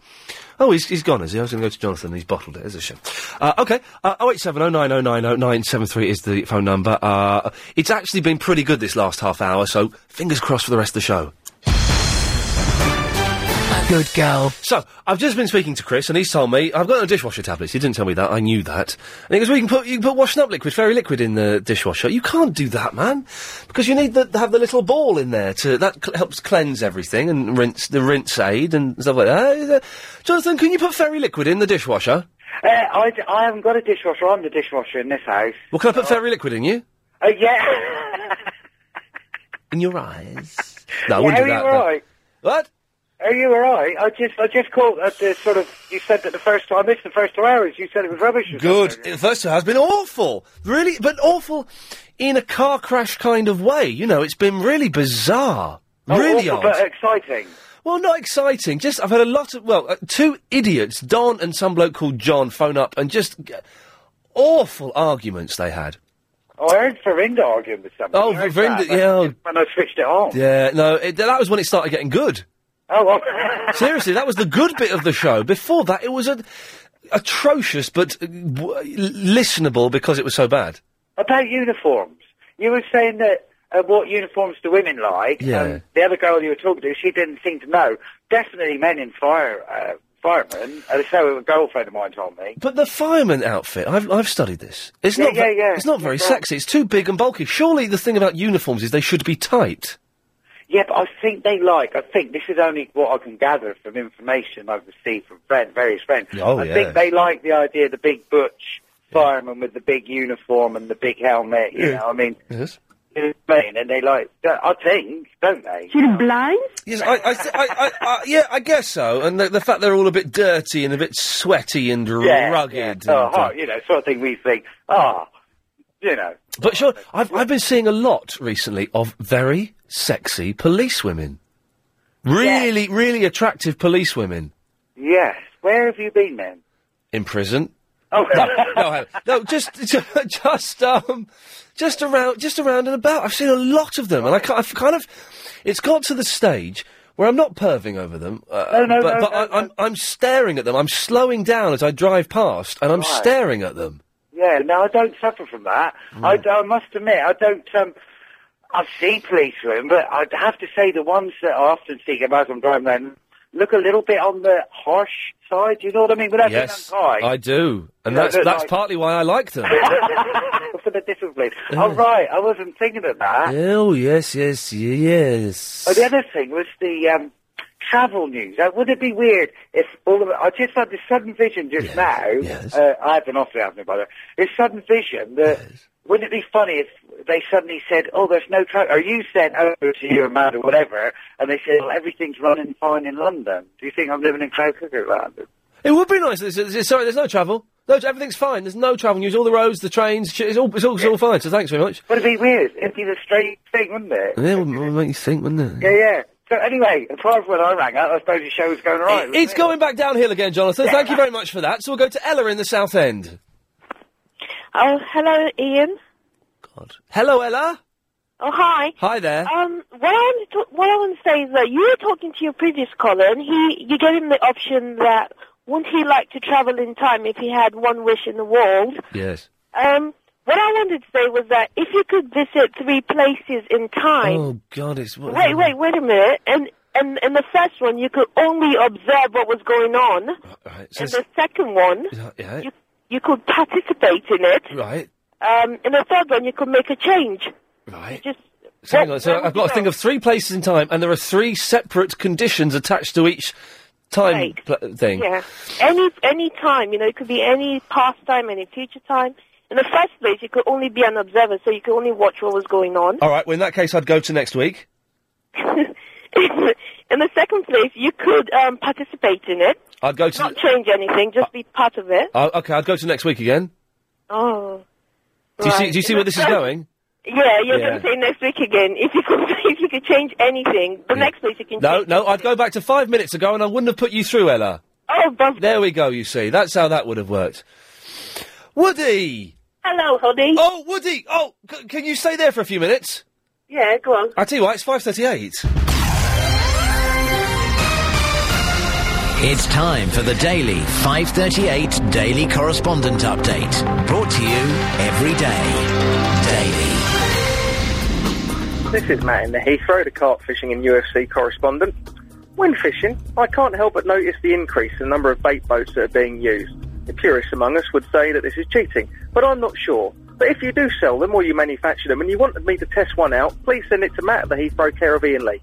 [SPEAKER 1] Oh, he's, he's gone, is he? I was going to go to Jonathan. He's bottled it. It's a shame. Uh, okay, oh eight seven oh nine oh nine oh nine seven three is the phone number. Uh, it's actually been pretty good this last half hour, so fingers crossed for the rest of the show. Good girl. So, I've just been speaking to Chris, and he's told me I've got no dishwasher tablets. He didn't tell me that. I knew that. And he goes, "Well, you can put you can put washing up liquid, fairy liquid, in the dishwasher. You can't do that, man, because you need the, to have the little ball in there to that cl- helps cleanse everything and rinse the rinse aid and stuff like that." Uh, Jonathan, can you put fairy liquid in the dishwasher?
[SPEAKER 19] Uh, I, d- I haven't got a dishwasher. I'm the dishwasher in this house.
[SPEAKER 1] Well, can I put fairy liquid in you?
[SPEAKER 19] Uh, yeah.
[SPEAKER 1] In your eyes? No, I wouldn't
[SPEAKER 19] Are
[SPEAKER 1] do
[SPEAKER 19] you
[SPEAKER 1] that. no.
[SPEAKER 19] alright?
[SPEAKER 1] What?
[SPEAKER 19] Are you alright? I just, I just caught at the sort of. You said that the first. I missed the first two hours. You said it was rubbish. or
[SPEAKER 1] Good. The first two hours been awful. Really, but awful in a car crash kind of way. You know, it's been really bizarre.
[SPEAKER 19] something.
[SPEAKER 1] really
[SPEAKER 19] Oh, awful,
[SPEAKER 1] odd.
[SPEAKER 19] but exciting.
[SPEAKER 1] Well, not exciting. Just I've had a lot of well, uh, two idiots, Don and some bloke called John, phone up and just g- awful arguments they had.
[SPEAKER 19] Oh, I heard Verinda arguing with somebody.
[SPEAKER 1] Oh,
[SPEAKER 19] I heard
[SPEAKER 1] Verinda,
[SPEAKER 19] that,
[SPEAKER 1] yeah.
[SPEAKER 19] when- When I switched it on.
[SPEAKER 1] Yeah, no, it, that was when it started getting good.
[SPEAKER 19] Oh, well.
[SPEAKER 1] Seriously, that was the good bit of the show. Before that, it was a, atrocious but uh, w- listenable because it was so bad.
[SPEAKER 19] About uniforms. You were saying that uh, what uniforms do women like.
[SPEAKER 1] Yeah.
[SPEAKER 19] and the other girl you were talking to, she didn't seem to know. Definitely men in fire, uh, firemen. Uh, so a girlfriend of mine told me.
[SPEAKER 1] But the fireman outfit, I've, I've studied this. It's
[SPEAKER 19] Yeah,
[SPEAKER 1] not
[SPEAKER 19] yeah,
[SPEAKER 1] ve-
[SPEAKER 19] yeah.
[SPEAKER 1] It's not very
[SPEAKER 19] Yeah.
[SPEAKER 1] sexy. It's too big and bulky. Surely the thing about uniforms is they should be tight.
[SPEAKER 19] Yeah, but I think they like. I think this is only what I can gather from information I've received from friend, various friends.
[SPEAKER 1] Oh,
[SPEAKER 19] I
[SPEAKER 1] yeah.
[SPEAKER 19] think they like the idea of the big butch fireman with the big uniform and the big helmet. You
[SPEAKER 1] Yeah.
[SPEAKER 19] know, I mean,
[SPEAKER 1] Yes.
[SPEAKER 19] you know what I mean, and they like. I think, don't they?
[SPEAKER 1] You
[SPEAKER 29] blind?
[SPEAKER 1] Yes, I, I, th- I, I, I, yeah, I guess so. And the, the fact they're all a bit dirty and a bit sweaty and
[SPEAKER 19] Yeah,
[SPEAKER 1] rugged.
[SPEAKER 19] yeah.
[SPEAKER 1] and,
[SPEAKER 19] Oh,
[SPEAKER 1] uh,
[SPEAKER 19] hi- you know, sort of thing we think. Ah, you know.
[SPEAKER 1] But sure, I've, I've been seeing a lot recently of very sexy police women. Really, really attractive police women
[SPEAKER 19] Yes. Where have you been, then?
[SPEAKER 1] in prison.
[SPEAKER 19] Oh,
[SPEAKER 1] no, no, hang on. no, just, ju- just, um, just around, just around and about. I've seen a lot of them, and I, ki- I've kind of, it's got to the stage where I'm not perving over them, uh,
[SPEAKER 19] No, no, no,
[SPEAKER 1] but, but
[SPEAKER 19] no,
[SPEAKER 1] I, I'm, I'm staring at them. I'm slowing down as I drive past, and I'm
[SPEAKER 19] Right.
[SPEAKER 1] staring at them.
[SPEAKER 19] Yeah, no, I don't suffer from that. I
[SPEAKER 1] Mm.
[SPEAKER 19] d I I, must admit, I don't. Um, I see police women, but I have to say the ones that I often see as I'm driving down look a little bit on the harsh side. You know what I mean? Without
[SPEAKER 1] yes,
[SPEAKER 19] being unkind.
[SPEAKER 1] I do, and
[SPEAKER 19] Yeah,
[SPEAKER 1] that's
[SPEAKER 19] they're
[SPEAKER 1] that's
[SPEAKER 19] like-
[SPEAKER 1] partly why I like them.
[SPEAKER 19] For the discipline. Oh, right, I wasn't thinking of that.
[SPEAKER 1] oh yes, yes, yes.
[SPEAKER 19] Oh, the other thing was the um, travel news. Uh, would it be weird if all of I just had this sudden vision just now. Uh, I have been often having it, by the way. This sudden vision that wouldn't it be funny if they suddenly said, "Oh, there's no travel," or you said, "Oh, to you, mad or whatever," and they said, well, "Everything's running fine in London." Do you think I'm living in Crowcooker, London?
[SPEAKER 1] It would be nice. It's- it's- sorry, there's no travel. No, everything's fine. There's no travel news. All the roads, the trains, shit, it's all it's all, it's all fine. So thanks very much.
[SPEAKER 19] Would it be weird? It'd be the straight thing, wouldn't it?
[SPEAKER 1] Yeah, it would, would make you think, wouldn't it?
[SPEAKER 19] Yeah, yeah. So anyway, apart from when I rang up, I suppose your show's going all right. wasn't
[SPEAKER 1] It's
[SPEAKER 19] it?
[SPEAKER 1] going back downhill again, Jonathan. Thank you very much for that. So we'll go to Ella in the South End.
[SPEAKER 30] Oh, hello, Ian.
[SPEAKER 1] Hello, Ella.
[SPEAKER 30] Oh, hi.
[SPEAKER 1] Hi there.
[SPEAKER 30] Um, what I want to talk, what I want to say is that you were talking to your previous caller, and he you gave him the option that wouldn't he like to travel in time if he had one wish in the world.
[SPEAKER 1] Yes.
[SPEAKER 30] Um, what I wanted to say was that if you could visit three places in time,
[SPEAKER 1] Oh God, it's what,
[SPEAKER 30] wait, wait, wait a minute, and. And, and the first one, you could only observe what was going on.
[SPEAKER 1] Right, so
[SPEAKER 30] And the second one,
[SPEAKER 1] it's- yeah,
[SPEAKER 30] you could participate in it.
[SPEAKER 1] right,
[SPEAKER 30] Um, and the third one, you could make a change.
[SPEAKER 1] right.
[SPEAKER 30] Just
[SPEAKER 1] So hang on. So I've got to think of three places in time, and there are three separate conditions attached to each time
[SPEAKER 30] Right.
[SPEAKER 1] pl- thing.
[SPEAKER 30] Yeah. Any any time, you know, it could be any past time, any future time. In the first place, you could only be an observer, so you could only watch what was going on.
[SPEAKER 1] All right. Well, in that case, I'd go to next week.
[SPEAKER 30] in the second place, you could um, participate in it,
[SPEAKER 1] I'd go to.
[SPEAKER 30] not change anything, just be part of it.
[SPEAKER 1] Uh, okay, I'd go to next week again.
[SPEAKER 30] Oh.
[SPEAKER 1] Do you see?
[SPEAKER 30] Right.
[SPEAKER 1] Do you see
[SPEAKER 30] In
[SPEAKER 1] where
[SPEAKER 30] the
[SPEAKER 1] this is
[SPEAKER 30] first-
[SPEAKER 1] going?
[SPEAKER 30] Yeah, you're
[SPEAKER 1] Yeah.
[SPEAKER 30] going to say next week again. If you could, if you could change anything, the next week you can.
[SPEAKER 1] No, no, I'd go back to five minutes ago and I wouldn't have put you through, Ella.
[SPEAKER 30] Oh, bum.
[SPEAKER 1] There we go, you see. That's how that would have worked. Woody!
[SPEAKER 30] Hello, Woody.
[SPEAKER 1] Oh, Woody! Oh, c- can you stay there for a few minutes?
[SPEAKER 30] Yeah, go on.
[SPEAKER 1] I tell you what, it's 5.38.
[SPEAKER 18] It's time for the daily 538 Daily Correspondent Update. Brought to you every day.
[SPEAKER 7] This is Matt in the Heath Road, a carp fishing and UFC correspondent. When fishing, I can't help but notice the increase in the number of bait boats that are being used. The curious among us would say that this is cheating, but I'm not sure. But if you do sell them or you manufacture them and you wanted me to test one out, please send it to Matt at the Heathrow care of Ian Lee.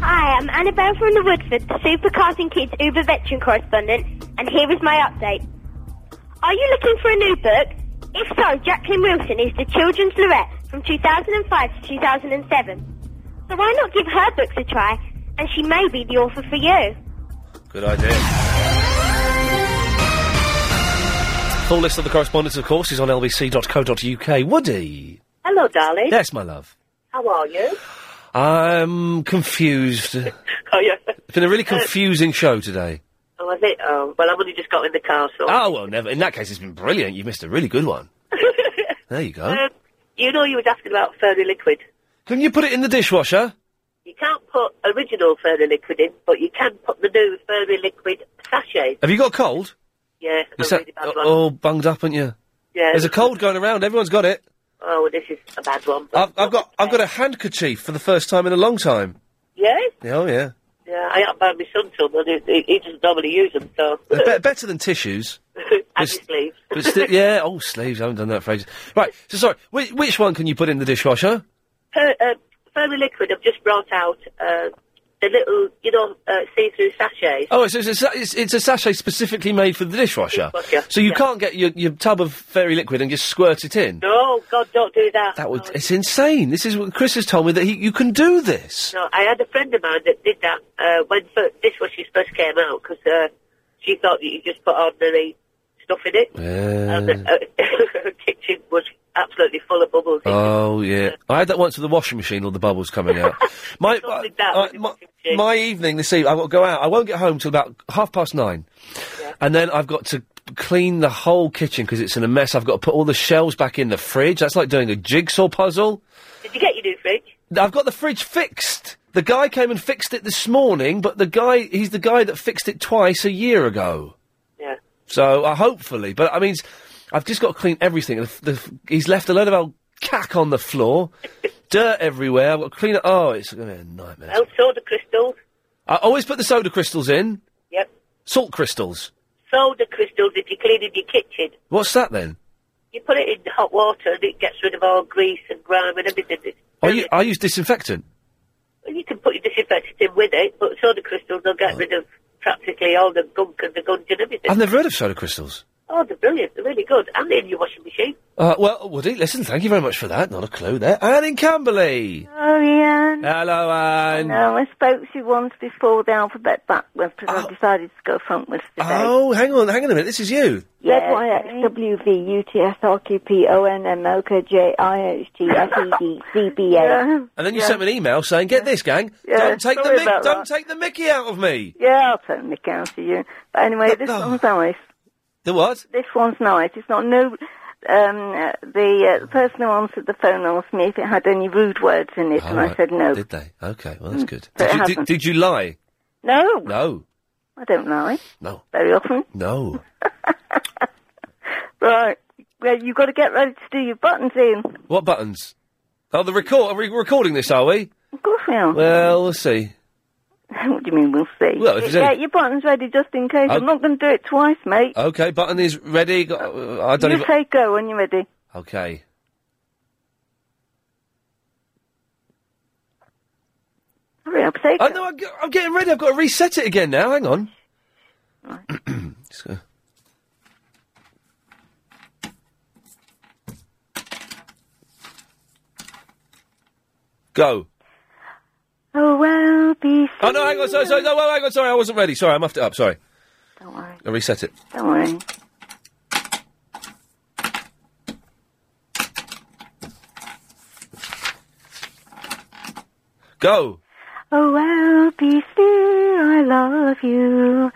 [SPEAKER 3] Hi, I'm Annabelle from the Woodford, the Supercars and Kids Uber veteran correspondent, and here is my update. Are you looking for a new book? If so, Jacqueline Wilson is the children's laureate from 2005 to 2007. So why not give her books a try, and she may be the author for you.
[SPEAKER 1] Good idea. Full list of the correspondence, of course, is on lbc.co.uk. Woody!
[SPEAKER 25] Hello, darling.
[SPEAKER 1] Yes, my love.
[SPEAKER 25] How are you?
[SPEAKER 1] I'm confused.
[SPEAKER 25] Oh, yeah.
[SPEAKER 1] It's been a really
[SPEAKER 30] Uh,
[SPEAKER 1] confusing show today.
[SPEAKER 25] Oh, was it? Oh, well, I've only just got in the car, so.
[SPEAKER 1] Oh, well, never. In that case, it's been brilliant. You missed a really good one. there you go.
[SPEAKER 30] Uh,
[SPEAKER 25] Um, you know, you was asking about fairy liquid.
[SPEAKER 1] Can you put it in the dishwasher?
[SPEAKER 25] You can't put original fairy liquid in, but you can put the new fairy liquid sachet.
[SPEAKER 1] Have you got a cold?
[SPEAKER 25] Yeah,
[SPEAKER 1] You
[SPEAKER 25] a
[SPEAKER 1] sa-
[SPEAKER 25] really bad
[SPEAKER 1] all-
[SPEAKER 25] one.
[SPEAKER 1] all bunged up, aren't you?
[SPEAKER 25] Yeah.
[SPEAKER 1] uh, oh, There's a cold going around. Everyone's got it.
[SPEAKER 25] Oh, this is a bad one.
[SPEAKER 1] I've, I've got I've got a handkerchief for the first time in a long time.
[SPEAKER 25] Yeah,
[SPEAKER 1] Oh yeah,
[SPEAKER 25] yeah. I haven't found my son till, but he, he, he doesn't normally use them, so
[SPEAKER 1] They're be- better than tissues.
[SPEAKER 25] and
[SPEAKER 1] Just-
[SPEAKER 25] his sleeves.
[SPEAKER 1] But still, yeah, old sleeves. I haven't done that for ages. Right. So sorry. Which, which one can you put in the dishwasher?
[SPEAKER 25] Per, uh, Fairy Liquid have just brought out uh, the little, you know, uh, see-through sachets.
[SPEAKER 1] Oh, it's, it's, a, sa- it's, it's a sachet specifically made for the dishwasher.
[SPEAKER 25] Dishwasher,
[SPEAKER 1] So you
[SPEAKER 25] yeah.
[SPEAKER 1] can't get your, your tub of fairy liquid and just squirt it in.
[SPEAKER 25] No, God, don't do that.
[SPEAKER 1] That would, it's insane. This is what Chris has told me that he, you can do this.
[SPEAKER 25] No, I had a friend of mine that did that uh, when fir- dishwashers first came out because uh, she thought that you just put ordinary stuff in it. And uh, her kitchen was absolutely full of bubbles.
[SPEAKER 1] Oh yeah, I had that once with the washing machine. All the bubbles coming out. my, uh, my, my evening this evening, I've got to go out. I won't get home till about half past nine, and then I've got to clean the whole kitchen because it's in a mess. I've got to put all the shelves back in the fridge. That's like doing a jigsaw puzzle.
[SPEAKER 25] Did you get your new fridge?
[SPEAKER 1] I've got the fridge fixed. The guy came and fixed it this morning, but the guy, he's the guy that fixed it twice a year ago.
[SPEAKER 25] Yeah.
[SPEAKER 1] So uh, hopefully, but I mean, it's- I've just got to clean everything. The, f- the, f- he's left a load of old cack on the floor, dirt everywhere. I've got to clean it. Oh, it's going to be a nightmare.
[SPEAKER 25] Well, soda Oh, crystals.
[SPEAKER 1] I always put the soda crystals in.
[SPEAKER 25] Yep.
[SPEAKER 1] Salt crystals.
[SPEAKER 25] Soda crystals if you're cleaning your kitchen.
[SPEAKER 1] What's that then?
[SPEAKER 25] You put it in hot water and it gets rid of all grease and grime and everything. It's-
[SPEAKER 1] I, u- I use disinfectant.
[SPEAKER 25] Well, you can put your disinfectant in with it, but soda crystals will get rid of practically all the gunk and the gunge and everything.
[SPEAKER 1] I've never heard of soda crystals.
[SPEAKER 25] Oh, they're brilliant. They're really good. And in your washing machine.
[SPEAKER 1] Uh, well, Woody, listen, thank you very much for that. Not a clue there. Anne in Camberley.
[SPEAKER 31] Oh, Ian.
[SPEAKER 1] Hello, Anne.
[SPEAKER 31] No, I spoke to you once before the alphabet backwards because I decided to go frontwards today.
[SPEAKER 1] Oh, hang on, hang on a minute. This is you.
[SPEAKER 31] E Z-Y-X-W-V-U-T-S-R-Q-P-O-N-M-O-K-J-I-H-T-F-E-D-C-B-A.
[SPEAKER 1] And then you
[SPEAKER 31] Yeah.
[SPEAKER 1] sent me an email saying, "Get this, gang.
[SPEAKER 31] Yeah,
[SPEAKER 1] don't take the
[SPEAKER 31] sorry
[SPEAKER 1] mic-
[SPEAKER 31] about
[SPEAKER 1] don't
[SPEAKER 31] that.
[SPEAKER 1] take the Mickey out of me."
[SPEAKER 31] Yeah, I'll take the mick out of you. But anyway, this one's nice.
[SPEAKER 1] Oh. The what?
[SPEAKER 31] This one's nice. It's not no. Um, uh, the uh, person who answered the phone asked me if it had any rude words in it,
[SPEAKER 1] Oh,
[SPEAKER 31] and I
[SPEAKER 1] right.
[SPEAKER 31] said no. Mm.
[SPEAKER 1] Did they? Okay, well that's good. Did
[SPEAKER 31] But it
[SPEAKER 1] you, did,
[SPEAKER 31] hasn't.
[SPEAKER 1] did you lie?
[SPEAKER 31] No,
[SPEAKER 1] No,
[SPEAKER 31] I don't lie
[SPEAKER 1] no,
[SPEAKER 31] very often.
[SPEAKER 1] no.
[SPEAKER 31] Right. Well, you've got to get ready to do your buttons in.
[SPEAKER 1] What buttons? Oh, the record. Are we recording this? Are we?
[SPEAKER 31] Of course we are.
[SPEAKER 1] Well, we'll see.
[SPEAKER 31] what do you mean we'll see?
[SPEAKER 1] Well, if there's
[SPEAKER 31] yeah,
[SPEAKER 1] any-
[SPEAKER 31] your buttons ready just in case.
[SPEAKER 1] Oh.
[SPEAKER 31] I'm not going to do it twice, mate.
[SPEAKER 1] Okay, button is ready. Got- uh, I don't
[SPEAKER 31] you
[SPEAKER 1] even.
[SPEAKER 31] say go when you're ready.
[SPEAKER 1] Okay.
[SPEAKER 31] Hurry up, say
[SPEAKER 1] I know. Oh, I'm, ge- I'm getting ready. I've got to reset it again now. Hang on. Just gonna- Go.
[SPEAKER 31] Oh, well, be
[SPEAKER 1] Oh no! Hang on. Sorry. Sorry. No. Well, hang on. Sorry. I wasn't ready. Sorry. I muffed it up. Sorry.
[SPEAKER 31] Don't worry.
[SPEAKER 1] I reset it.
[SPEAKER 31] Don't worry.
[SPEAKER 1] Go.
[SPEAKER 31] Oh, well, be still, I love you.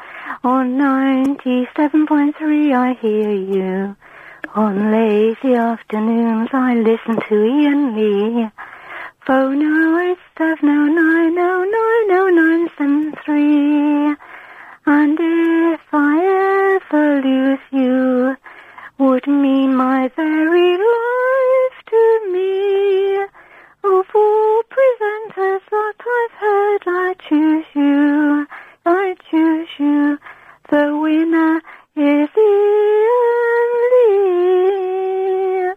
[SPEAKER 31] On 97.3, I hear you. On lazy afternoons, I listen to Ian Lee. Phone 08709090973. And if I ever lose you, would mean my very life to me. Oh, Of all presenters that I've heard, I choose you. I choose you. The winner is Ian Lee.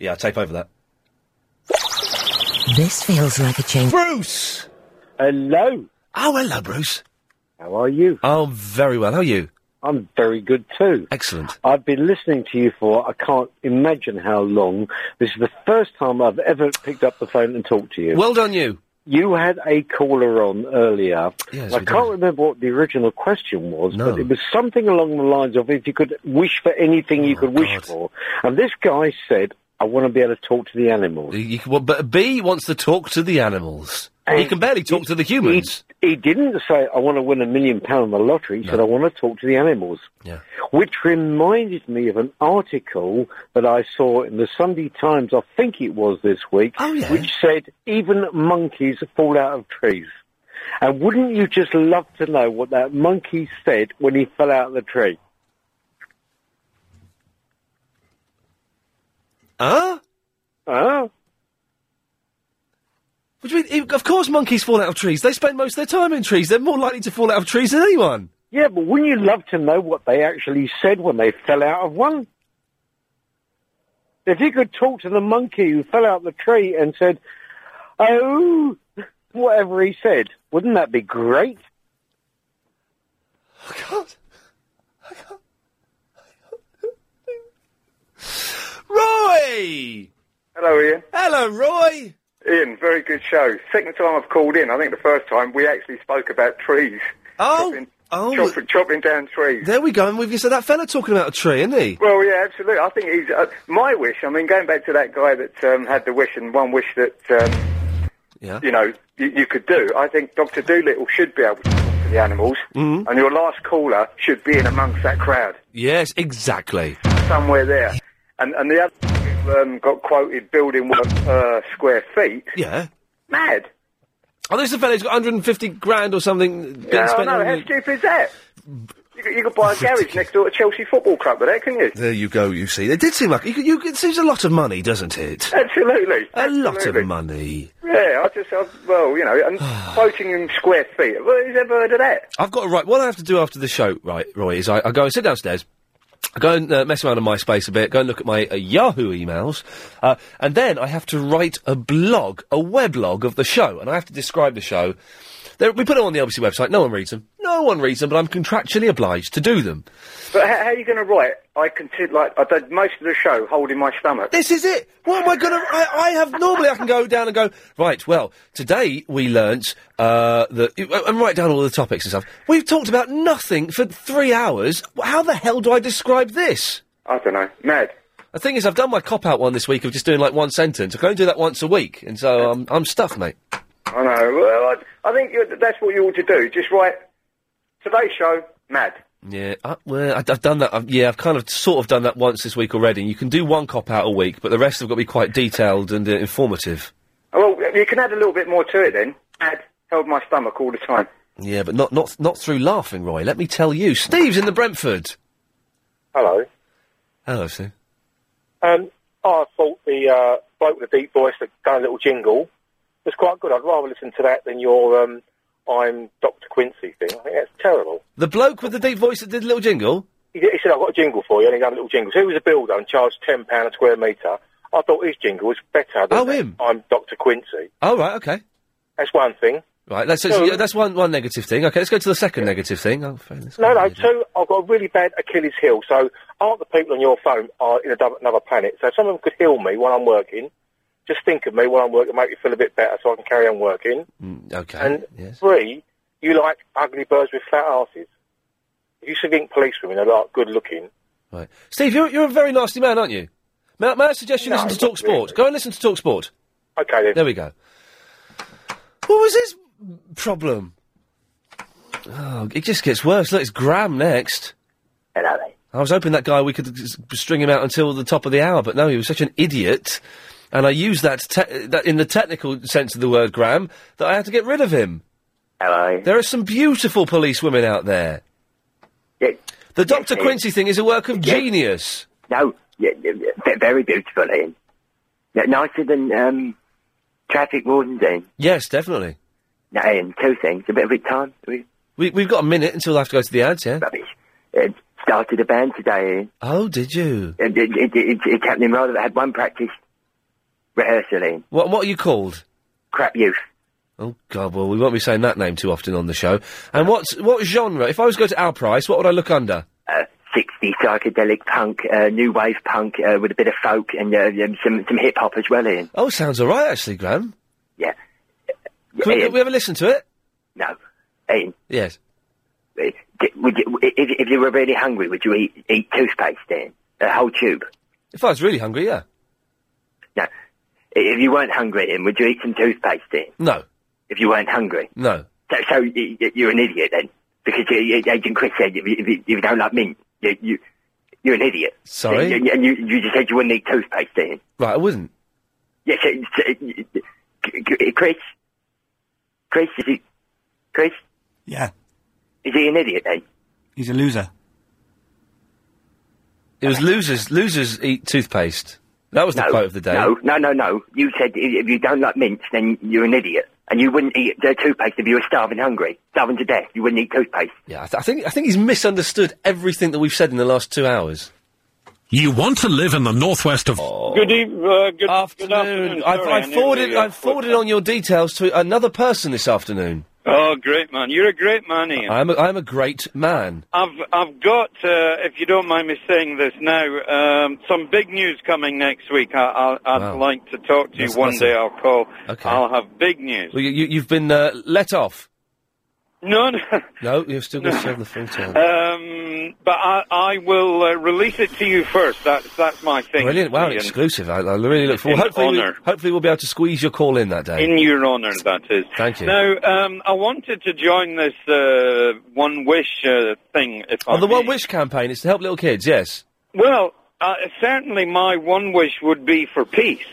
[SPEAKER 1] Yeah. I'll tape over that.
[SPEAKER 7] This feels like a change.
[SPEAKER 1] Bruce!
[SPEAKER 7] Hello.
[SPEAKER 1] Oh, hello, Bruce.
[SPEAKER 7] How are you?
[SPEAKER 1] Oh, very well. How are you?
[SPEAKER 7] I'm very good too.
[SPEAKER 1] Excellent.
[SPEAKER 7] I've been listening to you for, I can't imagine how long. This is the first time I've ever picked up the phone and talked to you.
[SPEAKER 1] Well done, you.
[SPEAKER 7] You had a caller on earlier.
[SPEAKER 1] Yes,
[SPEAKER 7] I
[SPEAKER 1] we
[SPEAKER 7] can't remember what the original question was, but it was something along the lines of if you could wish for anything
[SPEAKER 1] Oh,
[SPEAKER 7] you could wish for. And this guy said, I want to be able to talk to the animals.
[SPEAKER 1] You, can- well, but B wants to talk to the animals. he can barely talk to the humans.
[SPEAKER 7] He didn't say, I want to win a million pound in the lottery. He said, I want to talk to the animals.
[SPEAKER 1] Yeah.
[SPEAKER 7] Which reminded me of an article that I saw in the Sunday Times, I think it was this week,
[SPEAKER 1] Oh,
[SPEAKER 7] which said, even monkeys fall out of trees. And wouldn't you just love to know what that monkey said when he fell out of the tree?
[SPEAKER 1] Huh?
[SPEAKER 7] Huh?
[SPEAKER 1] What do you mean? Of course, monkeys fall out of trees. They spend most of their time in trees. They're more likely to fall out of trees than anyone.
[SPEAKER 7] Yeah, but wouldn't you love to know what they actually said when they fell out of one?
[SPEAKER 9] If you could talk to the monkey who fell out the tree and said, "Oh," whatever he said, wouldn't that be great?
[SPEAKER 1] Roy!
[SPEAKER 7] Hello, Ian.
[SPEAKER 1] Hello, Roy.
[SPEAKER 7] Ian, very good show. Second time I've called in. I think the first time we actually spoke about trees.
[SPEAKER 1] Oh,
[SPEAKER 7] chopping,
[SPEAKER 1] oh.
[SPEAKER 7] chopping, chopping down trees.
[SPEAKER 1] There we go. And we've just had that fella talking about a tree, isn't he?
[SPEAKER 7] Well, yeah, absolutely. I think he's uh, my wish. I mean, going back to that guy that um, had the wish and one wish that um,
[SPEAKER 1] Yeah.
[SPEAKER 7] you know you, you could do. I think Doctor Doolittle should be able to talk to the animals,
[SPEAKER 1] Mhm.
[SPEAKER 7] and your last caller should be in amongst that crowd.
[SPEAKER 1] Yes, exactly.
[SPEAKER 7] somewhere there. And and the other who, um, got quoted building work per square feet.
[SPEAKER 1] Yeah.
[SPEAKER 7] Mad.
[SPEAKER 1] Oh, this is a fella who's got 150 grand or something uh, being
[SPEAKER 7] Yeah, I
[SPEAKER 1] spent
[SPEAKER 7] know.
[SPEAKER 1] on...
[SPEAKER 7] How stupid is that? You could, you could buy a garage next door to Chelsea Football Club with that, couldn't you?
[SPEAKER 1] There you go, you see. It did seem like... You, could- you, it seems a lot of money, doesn't it?
[SPEAKER 7] Absolutely.
[SPEAKER 1] A lot
[SPEAKER 7] Absolutely.
[SPEAKER 1] of money.
[SPEAKER 7] Yeah, I just, I, well, you know, and quoting in square feet. Well, who's ever heard of that?
[SPEAKER 1] I've got to write. What I have to do after the show, right, Roy, is I, I go and sit downstairs. I go and uh, mess around on MySpace a bit. Go and look at my uh, Yahoo emails, uh, and then I have to write a blog, a weblog of the show, and I have to describe the show. There, we put them on the LBC website. No one reads them. No one reads them, but I'm contractually obliged to do them.
[SPEAKER 7] But how, how are you going to write? I consider, like, I did most of the show holding my stomach.
[SPEAKER 1] This is it. What am I going to? I I have normally I can go down and go right. Well, today we learnt uh, that and write down all the topics and stuff. We've talked about nothing for three hours. How the hell do I describe this?
[SPEAKER 7] I don't know. Mad.
[SPEAKER 1] The thing is, I've done my cop out one this week of just doing like one sentence. I can only do that once a week, and so um, I'm I'm stuffed, mate.
[SPEAKER 7] I know. Well, I, I think you that's what you ought to do. Just write today's show, mad.
[SPEAKER 1] Yeah, I, Uh, well, I, have done that. I've, yeah, I've kind of sort of done that once this week already. You can do one cop out a week, but the rest have got to be quite detailed and uh, informative.
[SPEAKER 7] Oh, Well, you can add a little bit more to it then. Mad held my stomach all the time.
[SPEAKER 1] Yeah, but not not not through laughing, Roy. Let me tell you, Steve's in the Brentford.
[SPEAKER 12] Hello.
[SPEAKER 1] Hello, Steve.
[SPEAKER 12] Um, I thought the uh, bloke with the deep voice that done a little jingle was quite good. I'd rather listen to that than your um, I'm Dr. Quincy thing. I think that's terrible.
[SPEAKER 1] The bloke with the deep voice that did a little jingle.
[SPEAKER 12] He, did- he said, I've got a jingle for you, and he done a little jingle. So he was a builder and charged £10 a square metre. I thought his jingle was better than
[SPEAKER 1] Oh,
[SPEAKER 12] that
[SPEAKER 1] him.
[SPEAKER 12] I'm Dr. Quincy.
[SPEAKER 1] Oh right, okay.
[SPEAKER 12] That's one thing.
[SPEAKER 1] Right, that's
[SPEAKER 12] No.
[SPEAKER 1] yeah, that's one one negative thing. Okay, let's go to the second negative thing. Oh, fair enough.
[SPEAKER 12] No, no, two, I've got a really bad Achilles heel, so aren't the people on your phone are in another another planet? So if someone could heal me while I'm working, just think of me while I'm working, make me feel a bit better so I can carry on working.
[SPEAKER 1] Mm, okay.
[SPEAKER 12] And three, you like ugly birds with flat asses. You should think police women are like good looking.
[SPEAKER 1] Right, Steve, you're you're a very nasty man, aren't you? May, I- may I suggest you
[SPEAKER 12] No,
[SPEAKER 1] listen to
[SPEAKER 12] not
[SPEAKER 1] Talk Sport? Go and listen to Talk Sport.
[SPEAKER 12] Okay, then.
[SPEAKER 1] There we go. What was his problem? Oh, it just gets worse. Look, it's Graham next.
[SPEAKER 12] Hello.
[SPEAKER 1] I was hoping that guy we could s- string him out until the top of the hour, but no, he was such an idiot. And I used that, te- that in the technical sense of the word, Graham, that I had to get rid of him.
[SPEAKER 12] Hello.
[SPEAKER 1] There are some beautiful police women out there. The Dr.
[SPEAKER 15] yes.
[SPEAKER 1] Quincy thing is a work of genius.
[SPEAKER 15] No, yeah, yeah, yeah, ve- very beautiful, Ian. Yeah, nicer than um, traffic wardens, Ian.
[SPEAKER 1] Yes, definitely.
[SPEAKER 15] No, Ian, two things. A bit of a time. We
[SPEAKER 1] We, we've got a minute until I have to go to the ads, yeah?
[SPEAKER 15] uh, started a band today, Ian.
[SPEAKER 1] Oh, did you?
[SPEAKER 15] It, it, it, it, it's happening rather. I had one practice rehearsal, Ian.
[SPEAKER 1] What, what are you called?
[SPEAKER 15] Crap youth.
[SPEAKER 1] Oh, God, well, we won't be saying that name too often on the show. And what's, what genre? If I was to go to Al Price, what would I look under?
[SPEAKER 15] Uh, 60 psychedelic punk, uh, new wave punk uh, with a bit of folk and uh, um, some, some hip hop as well, Ian.
[SPEAKER 1] Oh, sounds all right, actually, Graham.
[SPEAKER 15] Yeah.
[SPEAKER 1] Could,
[SPEAKER 15] Ian.
[SPEAKER 1] could we ever listen to it?
[SPEAKER 15] No. Ian.
[SPEAKER 1] Yes.
[SPEAKER 15] Uh, d- Would you, if, if you were really hungry, would you eat, eat toothpaste, Ian? A whole tube?
[SPEAKER 1] If I was really hungry, yeah.
[SPEAKER 15] No. I- If you weren't hungry, Ian, would you eat some toothpaste, Ian?
[SPEAKER 1] No.
[SPEAKER 15] If you weren't hungry?
[SPEAKER 1] No.
[SPEAKER 15] So, so y- y- you're an idiot, then? Because you, you, Agent Chris said if you, if you, if you don't like mint, you, you, you're an idiot.
[SPEAKER 1] Sorry?
[SPEAKER 15] And you, and you, you just said you wouldn't eat toothpaste, Ian.
[SPEAKER 1] Right, I wouldn't.
[SPEAKER 15] Yes, so, so, y- y- Chris? Chris, is he... Chris?
[SPEAKER 26] Yeah.
[SPEAKER 15] Is he an idiot, then?
[SPEAKER 26] He's a loser.
[SPEAKER 1] It was losers. Losers eat toothpaste. That was the quote of the day.
[SPEAKER 15] No, no, no, no. You said i- if you don't like mints, then you're an idiot. And you wouldn't eat the toothpaste if you were starving hungry. Starving to death, you wouldn't eat toothpaste.
[SPEAKER 1] Yeah, I, th- I think I think he's misunderstood everything that we've said in the last two hours.
[SPEAKER 32] You want to live in the northwest of.
[SPEAKER 1] Good evening. Uh, good afternoon. I,
[SPEAKER 32] Sorry,
[SPEAKER 1] I
[SPEAKER 32] I nearly,
[SPEAKER 1] forwarded,
[SPEAKER 32] uh,
[SPEAKER 1] I forwarded on your details to another person this afternoon.
[SPEAKER 33] Oh, great man! You're a great man, Ian.
[SPEAKER 1] I'm a, I'm a great man.
[SPEAKER 33] I've I've got, uh, if you don't mind me saying this now, um, some big news coming next week. I, I, I'd
[SPEAKER 1] Wow.
[SPEAKER 33] like to talk to you
[SPEAKER 1] That's-
[SPEAKER 33] one
[SPEAKER 1] that's
[SPEAKER 33] day.
[SPEAKER 1] a-
[SPEAKER 33] i I'll call.
[SPEAKER 1] Okay.
[SPEAKER 33] I'll have big news.
[SPEAKER 1] Well, you, you, you've been uh, let off.
[SPEAKER 33] No, no.
[SPEAKER 1] No, you're still going to serve the full term.
[SPEAKER 33] Um, but I, I will uh, release it to you first. That's that's my thing.
[SPEAKER 1] Brilliant! Wow,
[SPEAKER 33] Ian.
[SPEAKER 1] exclusive. I, I really look
[SPEAKER 33] In
[SPEAKER 1] forward. Hopefully, we,
[SPEAKER 33] honour.
[SPEAKER 1] hopefully, we'll be able to squeeze your call in that day.
[SPEAKER 33] In your honour, that is.
[SPEAKER 1] eh? Thank you.
[SPEAKER 33] Now, um, I wanted to join this uh, one wish uh, thing. If I
[SPEAKER 1] On Oh, the
[SPEAKER 33] may.
[SPEAKER 1] One Wish campaign, it's to help little kids. Yes.
[SPEAKER 33] Well, uh, certainly my one wish would be for peace.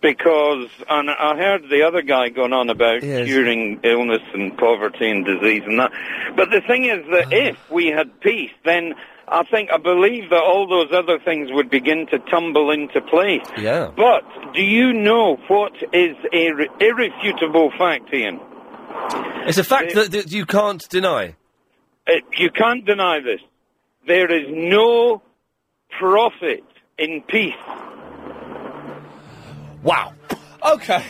[SPEAKER 33] Because, and I heard the other guy going on about curing illness and poverty and disease and that. But the thing is that if we had peace, then I think, I believe that all those other things would begin to tumble into place.
[SPEAKER 1] Yeah.
[SPEAKER 33] But do you know what is a re- irrefutable fact, Ian?
[SPEAKER 1] It's a fact that, that you can't deny.
[SPEAKER 33] It, Uh, you can't deny this. There is no profit in peace.
[SPEAKER 1] Wow. Okay.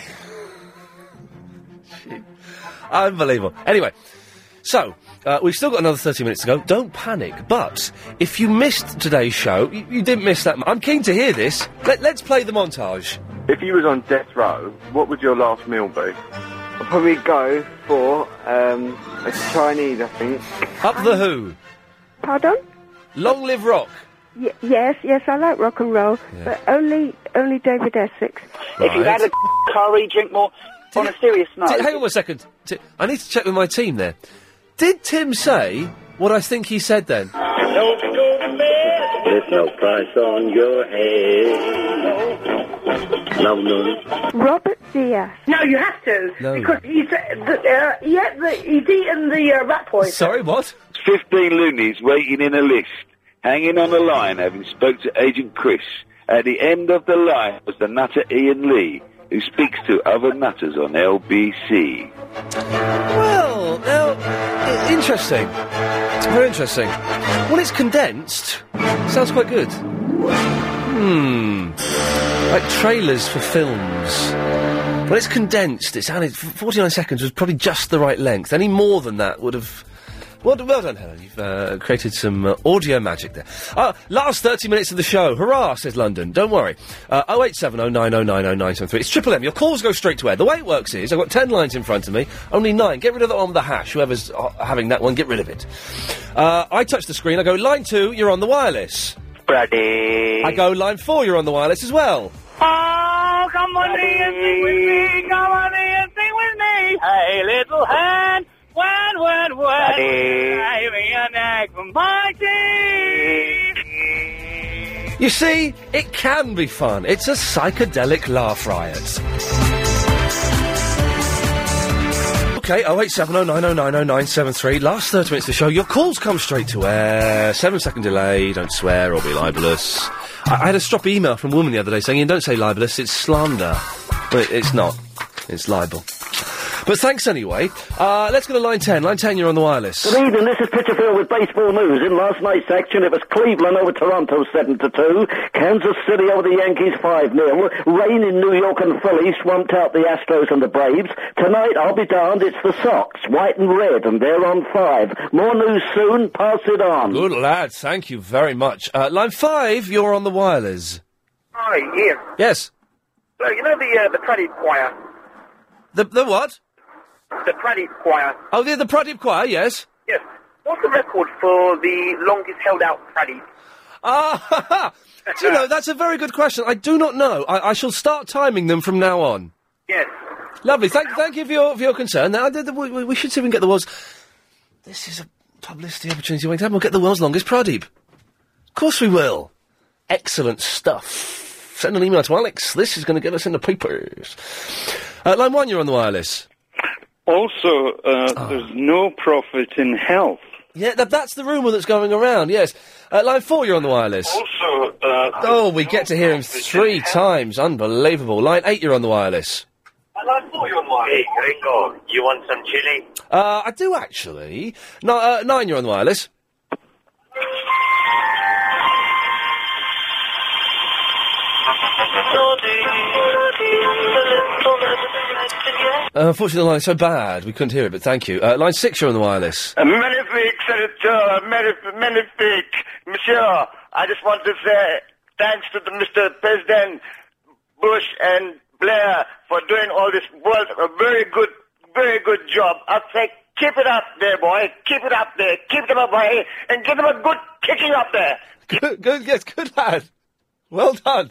[SPEAKER 1] Unbelievable. Anyway, so uh, we've still got another 30 minutes to go. Don't panic. But if you missed today's show, you, you didn't miss that. Mu- I'm keen to hear this. Let, let's play the montage.
[SPEAKER 4] If you was on death row, what would your last meal be?
[SPEAKER 26] I'll probably go for um, a Chinese, I think.
[SPEAKER 1] Up the Who.
[SPEAKER 26] Pardon?
[SPEAKER 1] Long live rock.
[SPEAKER 2] Y- yes, yes, I like rock and roll, but only only David Essex.
[SPEAKER 1] If you Right. had
[SPEAKER 2] a curry, drink more.
[SPEAKER 1] on a serious note. hang on a second. Ti- I need to check with my team there. Did Tim say what I think he said then?
[SPEAKER 17] Don't go to bed. There's no price on your head. No, no.
[SPEAKER 2] Robert Diaz.
[SPEAKER 34] No, you have to.
[SPEAKER 17] No.
[SPEAKER 34] Because he's, uh, the, uh, he had the, he's eaten the uh, rat poison.
[SPEAKER 1] Sorry, what?
[SPEAKER 26] 15 loonies waiting in a list, hanging on a line, having spoke to Agent Chris. At the end of the line was the nutter Ian Lee, who speaks to other nutters on LBC.
[SPEAKER 1] Well, now, i- interesting. Very interesting. Well, it's condensed. Sounds quite good. Hmm. Like trailers for films. Well, it's condensed. It sounded f- 49 seconds was probably just the right length. Any more than that would have. Well, d- well done, Helen. You've uh, created some uh, audio magic there. Uh, last 30 minutes of the show. Hurrah, says London. Don't worry. Uh, 0870 9090973. It's Triple M. Your calls go straight to air. The way it works is I've got 10 lines in front of me, only 9. Get rid of that one with the hash. Whoever's uh, having that one, get rid of it. Uh, I touch the screen. I go, line 2, you're on the wireless.
[SPEAKER 4] Brady.
[SPEAKER 1] I go, line 4, you're on the wireless as well.
[SPEAKER 34] Oh, come on in and sing with me. Come on in and sing with me. Hey, little hand. When, when, when. Save me an egg from my teeth.
[SPEAKER 1] You see, it can be fun. It's a psychedelic laugh riot. Okay, 08709090973. Last 30 minutes of the show. Your calls come straight to air. Seven second delay. Don't swear or be libelous. I, I had a strop email from a woman the other day saying, "Ian, don't say libelous, it's slander. But it's not. It's libel. But thanks anyway. Uh, let's go to line 10. Line 10, you're on the wireless.
[SPEAKER 18] Good evening, this is Pitcherfield with baseball news. In last night's action, it was Cleveland over Toronto 7 to 2, Kansas City over the Yankees 5 0. Rain in New York and Philly swamped out the Astros and the Braves. Tonight, I'll be darned, it's the Sox, white and red, and they're on 5. More news soon, pass it on.
[SPEAKER 1] Good lad, thank you very much. Uh, line 5, you're on the wireless.
[SPEAKER 18] Hi, Ian.
[SPEAKER 1] Yes.
[SPEAKER 18] So, you know the, uh, the Pradip Choir?
[SPEAKER 1] The, the what?
[SPEAKER 18] The Pradip Choir.
[SPEAKER 1] Oh, the, the Pradip Choir, yes.
[SPEAKER 18] Yes. What's the record for the longest held out Pradip?
[SPEAKER 1] Ah, ha, ha. Do you know, that's a very good question. I do not know. I, I shall start timing them from now on.
[SPEAKER 18] Yes.
[SPEAKER 1] Lovely. Thank, thank you for your, for your concern. Now, the, the, we, we should see if we can get the world's... This is a publicity opportunity waiting to happen. We'll get the world's longest Pradeep. Of course we will. Excellent stuff. Send an email to Alex. This is going to get us in the papers. Uh, line one, you're on the wireless.
[SPEAKER 33] Also, uh,
[SPEAKER 1] Ah.
[SPEAKER 33] there's no profit in health.
[SPEAKER 1] Yeah, that, that's the rumour that's going around, yes. Uh, line four, you're on the wireless.
[SPEAKER 33] Also, uh,
[SPEAKER 1] Oh, we get to hear him three times. Unbelievable. Line eight, you're on the wireless.
[SPEAKER 7] Hey, Gringo, you want some chili?
[SPEAKER 1] Uh, I do actually. No, uh, nine, you're on the wireless. Uh, unfortunately, the line's so bad we couldn't hear it, but thank you. Uh, line six, you're on the wireless.
[SPEAKER 8] Uh,
[SPEAKER 33] Um,
[SPEAKER 8] Magnifique, Senator, magnifique, magnifique. Monsieur, I just want to say thanks to the Mr. President Bush and Blair for doing all this work. A very good, very good job. I say keep it up there, boy. Keep it up there. Keep them up, boy, and give them a good kicking up there.
[SPEAKER 1] Good, good, yes, good lad. Well done.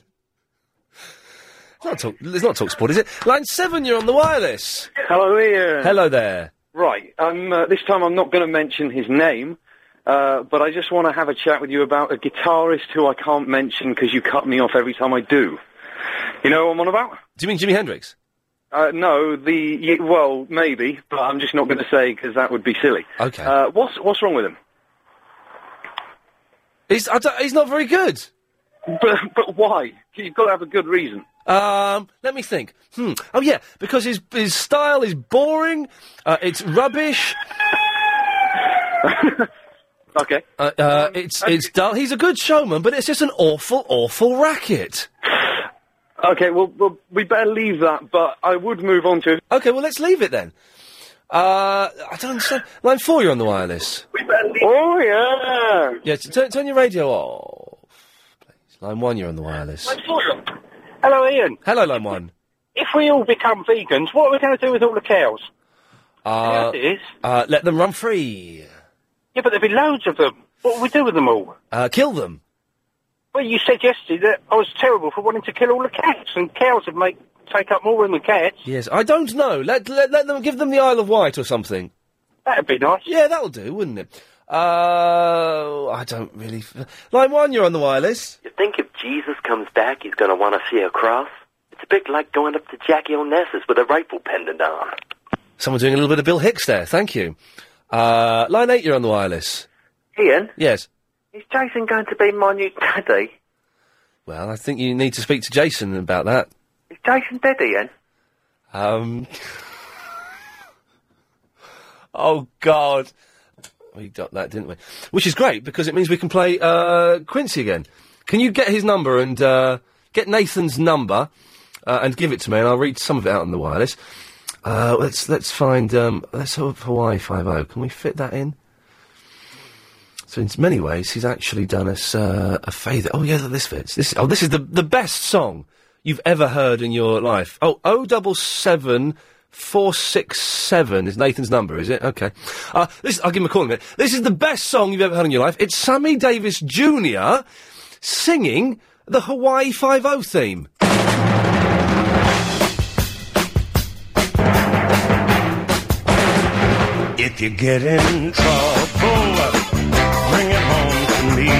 [SPEAKER 1] It's not talk, it's not talk sport, is it? Line seven, you're on the wireless.
[SPEAKER 7] Hello, Ian.
[SPEAKER 1] Hello there.
[SPEAKER 7] Right. Um, uh, this time I'm not going to mention his name, uh, but I just want to have a chat with you about a guitarist who I can't mention because you cut me off every time I do. You know what I'm on about?
[SPEAKER 1] Do you mean Jimi Hendrix?
[SPEAKER 7] Uh, no, the y well, maybe, but I'm just not going to say because that would be silly.
[SPEAKER 1] Okay.
[SPEAKER 7] Uh, what's what's wrong with him?
[SPEAKER 1] He's I don't- he's not very good.
[SPEAKER 7] But but why? You've got to have a good reason.
[SPEAKER 1] Um, let me think. Hmm. Oh yeah, because his his style is boring. Uh, it's rubbish.
[SPEAKER 7] okay.
[SPEAKER 1] Uh, uh, it's it's dull. He's a good showman, but it's just an awful, awful racket.
[SPEAKER 7] Okay, well, well we better leave that, but I would move on to.
[SPEAKER 1] Okay, well, let's leave it then. Uh, I don't understand. Line four, you're on the wireless.
[SPEAKER 7] Oh yeah.
[SPEAKER 1] Yeah, t- turn, turn your radio off. please. Line one, you're on the wireless.
[SPEAKER 18] Hello, Ian.
[SPEAKER 1] Hello, line one.
[SPEAKER 18] If we all become vegans, what are we going to do with all the cows?
[SPEAKER 1] Uh,
[SPEAKER 18] Yes, it is.
[SPEAKER 1] uh, let them run free.
[SPEAKER 18] Yeah, but there'll be loads of them. What will we do with them all?
[SPEAKER 1] Uh, kill them.
[SPEAKER 18] Well, you said yesterday that I was terrible for wanting to kill all the cats, and cows would make take up more room than cats.
[SPEAKER 1] Yes, I don't know. Let, let let them give them the Isle of Wight or something.
[SPEAKER 18] That'd be nice.
[SPEAKER 1] Yeah, that'll do, wouldn't it? Uh, I don't really. F- line one, you're on the wireless.
[SPEAKER 15] You think if Jesus comes back, he's going to want to see a cross? It's a bit like going up to Jackie Onassis with a rifle pendant on.
[SPEAKER 1] Someone doing a little bit of Bill Hicks there. Thank you. Uh, line eight, you're on the wireless.
[SPEAKER 15] Ian,
[SPEAKER 1] Yes.
[SPEAKER 15] is Jason going to be my new daddy?
[SPEAKER 1] Well, I think you need to speak to Jason about that.
[SPEAKER 15] Is Jason dead, Ian?
[SPEAKER 1] Um. oh God, we got that, didn't we? Which is great because it means we can play uh, Quincy again. Can you get his number and uh, get Nathan's number uh, and give it to me, and I'll read some of it out on the wireless. Uh, let's let's find um, let's have Hawaii Five O. Can we fit that in? So in many ways, he's actually done us uh, a favour. Oh yeah, this fits. This oh, this is the the best song you've ever heard in your life. Oh, O double seven four six seven is Nathan's number, is it? Okay. Uh, this I'll give him a call in a minute. This is the best song you've ever heard in your life. It's Sammy Davis Jr. singing the Hawaii Five O theme.
[SPEAKER 17] If you get in trouble, bring it home to me.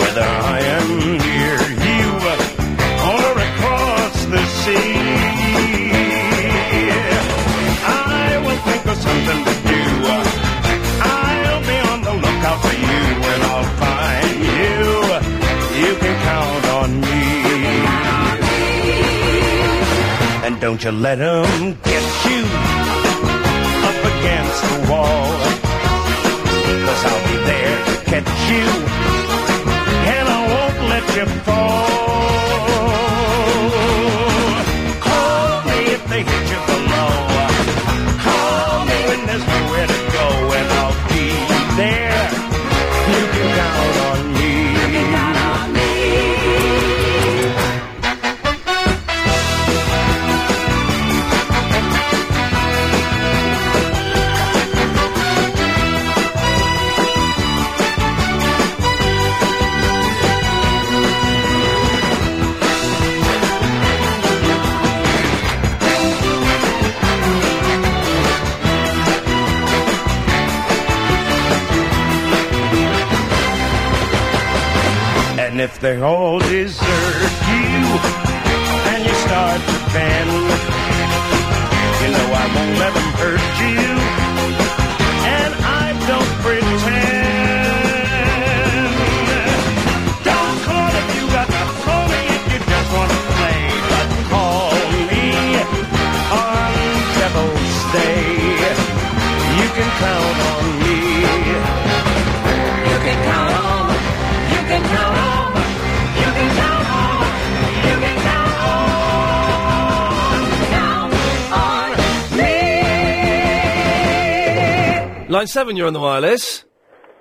[SPEAKER 17] Whether I am near you or across the sea, I will think of something to do. I'll be on the lookout for you when I'll find you. You can count on me. And don't you let 'em get you up against the wall. Cause I'll be there to catch you, and I won't let you fall. Call me if they hit you below. Call me when there's nowhere to go, and I'll be there. You can count on me. You can count on me. And if they all desert you and you start to bend, you know I won't let them hurt you. And I don't pretend. Don't call if you got the phone if you just want to play. But call me on Devil's Day. You can count on me. You can count on me. You can count on me. You can count on
[SPEAKER 1] Line seven, you're on the wireless.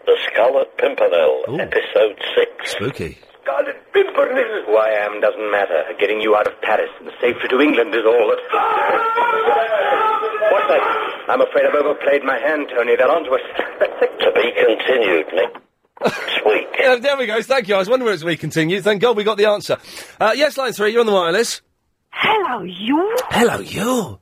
[SPEAKER 15] The Scarlet Pimpernel, episode six.
[SPEAKER 1] Spooky.
[SPEAKER 15] Scarlet Pimpernel. Who I am doesn't matter. Getting you out of Paris and safely to England is all that. What's that? I'm afraid I've overplayed my hand, Tony. They're onto us. to be continued next week.
[SPEAKER 1] Yeah, there we go. Thank you. I was wondering as we continue. Thank God we got the answer. Uh, yes, line three, you're on the wireless.
[SPEAKER 18] Hello, you.
[SPEAKER 1] Hello, you.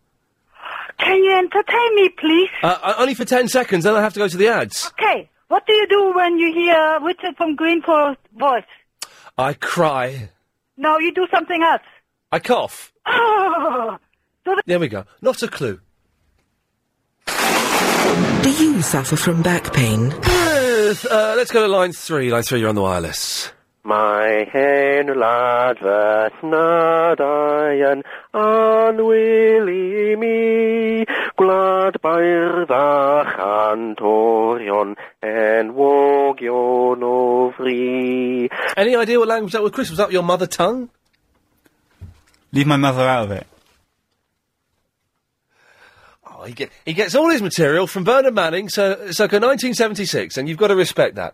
[SPEAKER 18] Can you entertain me, please?
[SPEAKER 1] Uh, uh, only for ten seconds, then I have to go to the ads.
[SPEAKER 18] Okay. What do you do when you hear Richard from Greenforest voice?
[SPEAKER 1] I cry.
[SPEAKER 18] No, you do something else.
[SPEAKER 1] I cough.
[SPEAKER 18] Oh,
[SPEAKER 1] There we go. Not a clue.
[SPEAKER 2] Do you suffer from back pain?
[SPEAKER 1] Yes, uh, let's go to line three. Line three, you're on the wireless.
[SPEAKER 27] My hen lad was not iron, an willy me, glad byr the chantorion, en wogion o free.
[SPEAKER 1] Any idea what language that was, Chris? Was that your mother tongue?
[SPEAKER 17] Leave my mother out of it.
[SPEAKER 1] Oh, he, get, he gets all his material from Bernard Manning, so circa 1976, and you've got to respect that.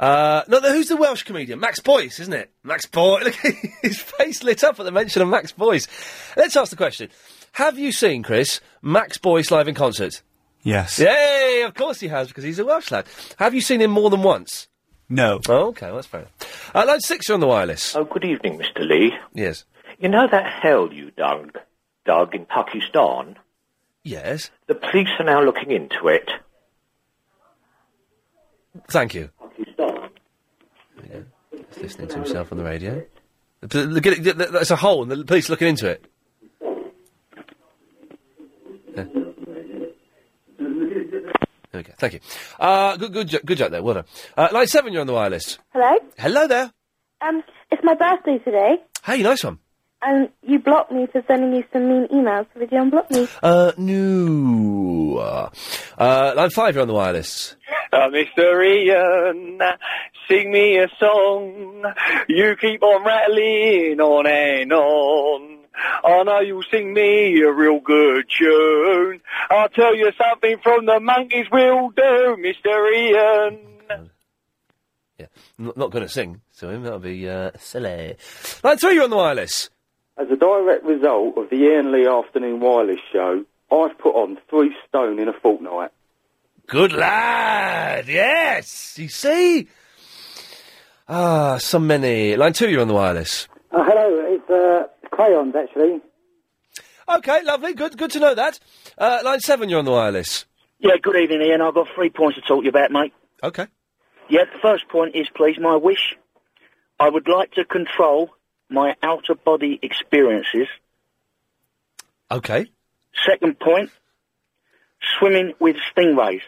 [SPEAKER 1] Uh, no, no, who's the Welsh comedian? Max Boyce, isn't it? Max Boyce. Look, his face lit up at the mention of Max Boyce. Let's ask the question: Have you seen Chris Max Boyce live in concert?
[SPEAKER 17] Yes.
[SPEAKER 1] Yay! Of course he has, because he's a Welsh lad. Have you seen him more than once?
[SPEAKER 17] No.
[SPEAKER 1] Oh, okay, well, that's fair enough. Uh, line six, you're on the wireless.
[SPEAKER 5] Oh, good evening, Mr. Lee.
[SPEAKER 1] Yes.
[SPEAKER 5] You know that hell you dug, dug in Pakistan?
[SPEAKER 1] Yes.
[SPEAKER 5] The police are now looking into it.
[SPEAKER 1] Thank you. He's listening to himself on the radio. The pl- look at it, th- That's a hole, and the police are looking into it. Yeah. There we go. Thank you. Uh, good, good, jo- good job there. Well done. Uh, line seven, you're on the wireless.
[SPEAKER 3] Hello?
[SPEAKER 1] Hello there.
[SPEAKER 3] Um, it's my birthday today,
[SPEAKER 1] Hey, nice one.
[SPEAKER 3] and you blocked me for sending you some mean emails. Would you unblock me?
[SPEAKER 1] Uh, no. Uh, line five, you're on the wireless.
[SPEAKER 5] Uh, Mr. Ian, sing me a song. You keep on rattling on and on. I know you'll sing me a real good tune. I'll tell you something from the monkeys will do, Mr. Ian.
[SPEAKER 1] N- not going to sing to him. That'll be uh, silly. Line three, you're on the wireless.
[SPEAKER 20] As a direct result of the Ian Lee Afternoon Wireless Show, I've put on three stone in a fortnight.
[SPEAKER 1] Good lad. Yes. You see. Ah, so many. Line two, you're on the wireless.
[SPEAKER 26] Uh, hello, it's uh, crayons actually.
[SPEAKER 1] Okay, lovely. Good. Good to know that. Uh, line seven, you're on the wireless.
[SPEAKER 7] Yeah, good evening, Ian. I've got three points to talk to you about, mate.
[SPEAKER 1] Okay.
[SPEAKER 7] Yeah, the first point is, please, my wish. I would like to control my outer body experiences.
[SPEAKER 1] Okay.
[SPEAKER 7] Second point, swimming with stingrays.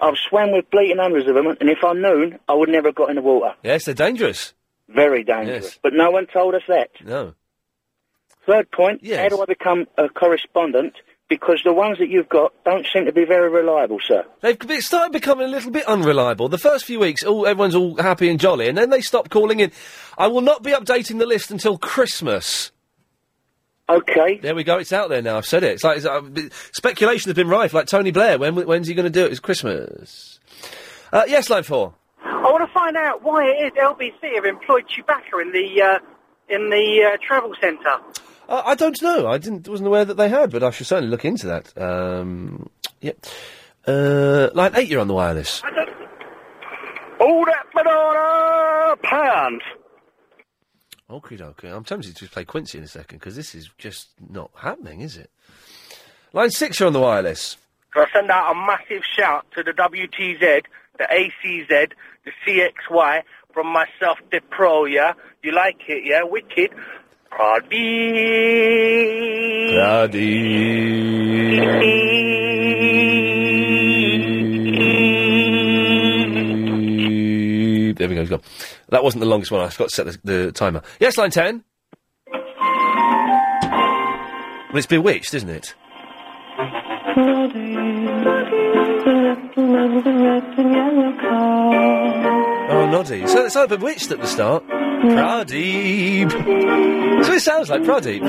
[SPEAKER 7] I've swam with bleating hundreds of them, and if I'd known, I would never have got in the water.
[SPEAKER 1] Yes, they're dangerous.
[SPEAKER 7] Very dangerous.
[SPEAKER 1] Yes.
[SPEAKER 7] But no one told us that.
[SPEAKER 1] No.
[SPEAKER 7] Third point, how
[SPEAKER 1] Yes.
[SPEAKER 7] do I become a correspondent? Because the ones that you've got don't seem to be very reliable, sir.
[SPEAKER 1] They've be- started becoming a little bit unreliable. The first few weeks, all, everyone's all happy and jolly, and then they stop calling in. I will not be updating the list until Christmas.
[SPEAKER 7] Okay.
[SPEAKER 1] There we go. It's out there now. I've said it. It's like it's, uh, b- speculation has been rife. Like Tony Blair. When when's he going to do it? It's Christmas. Uh, yes, line four.
[SPEAKER 35] I want to find out why it is LBC have employed Chewbacca in the uh, in the uh, travel centre.
[SPEAKER 1] Uh, I don't know. I didn't wasn't aware that they had, but I should certainly look into that. Um, yeah. Uh, line eight. You're on the wireless.
[SPEAKER 5] All that banana pants.
[SPEAKER 1] Okie dokie. I'm tempted to just play Quincy in a second because this is just not happening, is it? Line six. You're on the wireless.
[SPEAKER 26] Can I send out a massive shout to the WTZ, the ACZ, the CXY from myself, Depro, yeah? You like it, yeah? Wicked. Proddy.
[SPEAKER 1] There we go. It's gone. That wasn't the longest one. I forgot to set the, the timer. Yes, line ten. Well, it's bewitched, isn't it? Oh, noddy. So it's like bewitched at the start. Pradeep. That's what it sounds like, Pradeep.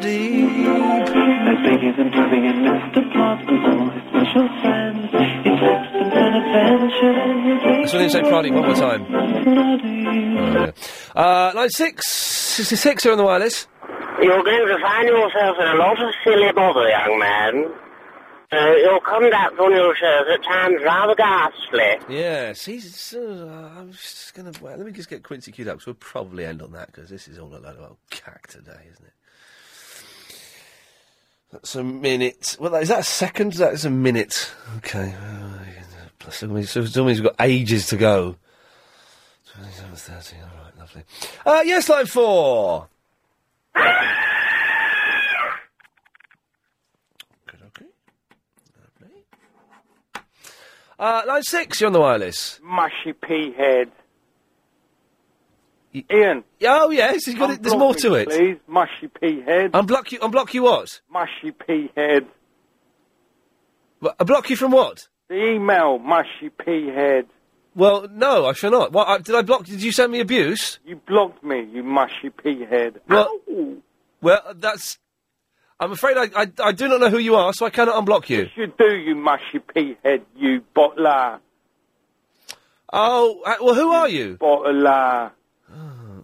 [SPEAKER 7] deep. As big as I'm having enough to pop with all his special friends. He trips and an adventure and you think.
[SPEAKER 1] Let's run into Friday one more time. Oh, yeah. Uh, line six, sixty-six are on the wireless.
[SPEAKER 27] You're going to find yourself in a lot of silly bother, young man. Uh, your conduct on your shows at times rather ghastly.
[SPEAKER 1] Yes, he's. Uh, I'm just gonna. Well, let me just get Quincy queued up 'cause we'll probably end on that because this is all a load of old cack today, isn't it? That's a minute. Well, that- is that a second? That is a minute. Okay. Uh, Plus, still means, still means we've got ages to go. 27, 30, all right, lovely. Uh, yes, line four. Uh, line six, you're on the wireless.
[SPEAKER 36] Mushy pea head.
[SPEAKER 1] Ian. Oh yes, he's got it. There's more to it.
[SPEAKER 36] Please, mushy pea head.
[SPEAKER 1] Unblock you. Unblock you. What?
[SPEAKER 36] Mushy pea head.
[SPEAKER 1] Wha- I block you from what?
[SPEAKER 36] The email, mushy pea head.
[SPEAKER 1] Well, no, I shall not. What I, did I block? Did you send me abuse?
[SPEAKER 36] You blocked me, you mushy pea head.
[SPEAKER 1] Well, well, that's. I'm afraid I, I I do not know who you are, so I cannot unblock you.
[SPEAKER 36] You do, you mushy pea head, you bottler.
[SPEAKER 1] Oh, uh, well, who are you?
[SPEAKER 36] Bottler.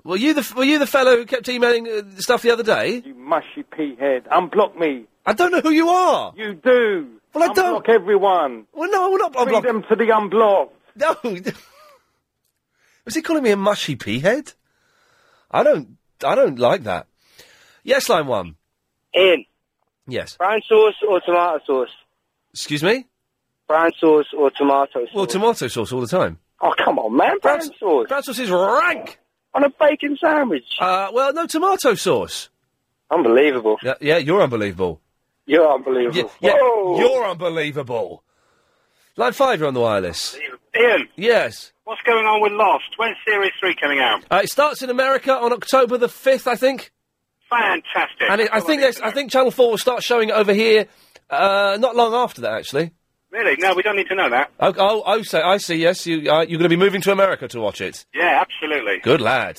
[SPEAKER 1] Were you the f- Were you the fellow who kept emailing uh, stuff the other day?
[SPEAKER 36] You mushy pea head. Unblock me.
[SPEAKER 1] I don't know who you are.
[SPEAKER 36] You do.
[SPEAKER 1] Well, I
[SPEAKER 36] don't. Unblock everyone.
[SPEAKER 1] Well, no, I will not
[SPEAKER 36] unblock. them to the unblocked.
[SPEAKER 1] No. Was he calling me a mushy pea head? I don't. I don't like that. Yes, line one.
[SPEAKER 27] Ian,
[SPEAKER 1] Yes.
[SPEAKER 27] brown sauce or tomato sauce?
[SPEAKER 1] Excuse me.
[SPEAKER 27] Brown sauce or tomato sauce?
[SPEAKER 1] Well, tomato sauce all the time.
[SPEAKER 27] oh, come on, man. Brown sauce.
[SPEAKER 1] Brown sauce is rank.
[SPEAKER 27] On a bacon sandwich.
[SPEAKER 1] Uh, well, no tomato sauce.
[SPEAKER 27] Unbelievable.
[SPEAKER 1] Yeah, yeah you're unbelievable.
[SPEAKER 27] You're unbelievable.
[SPEAKER 1] Yeah, you're unbelievable. Line five, you're on the wireless.
[SPEAKER 18] Ian,
[SPEAKER 1] Yes.
[SPEAKER 18] what's going on with Lost? When's Series 3 coming out?
[SPEAKER 1] Uh, it starts in America on October the fifth, I think.
[SPEAKER 18] Fantastic.
[SPEAKER 1] And it, I think there's, I think Channel Four will start showing it over here uh, not long after that, actually.
[SPEAKER 18] Really? No, we don't need to know that.
[SPEAKER 1] Oh, oh, oh so I see. Yes, you uh, you're going to be moving to America to watch it.
[SPEAKER 18] Yeah, absolutely.
[SPEAKER 1] Good lad.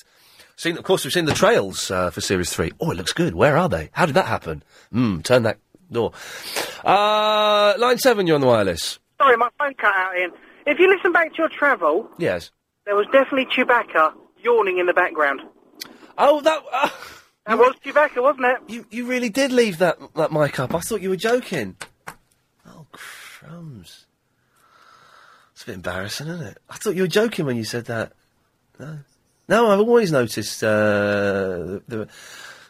[SPEAKER 1] Seen, of course, we've seen the trails uh, for Series 3. Oh, it looks good. Where are they? How did that happen? Hmm, turn that door. Uh, line 7, you're on the wireless.
[SPEAKER 37] Sorry, my phone cut out, Ian. If you listen back to your travel,
[SPEAKER 1] Yes.
[SPEAKER 37] there was definitely Chewbacca yawning in the background.
[SPEAKER 1] Oh, that.
[SPEAKER 37] that was Chewbacca, wasn't it?
[SPEAKER 1] You, you really did leave that, that mic up. I thought you were joking. Oh, crumbs. It's a bit embarrassing, isn't it? I thought you were joking when you said that. No. No, I've always noticed. Uh, the, the,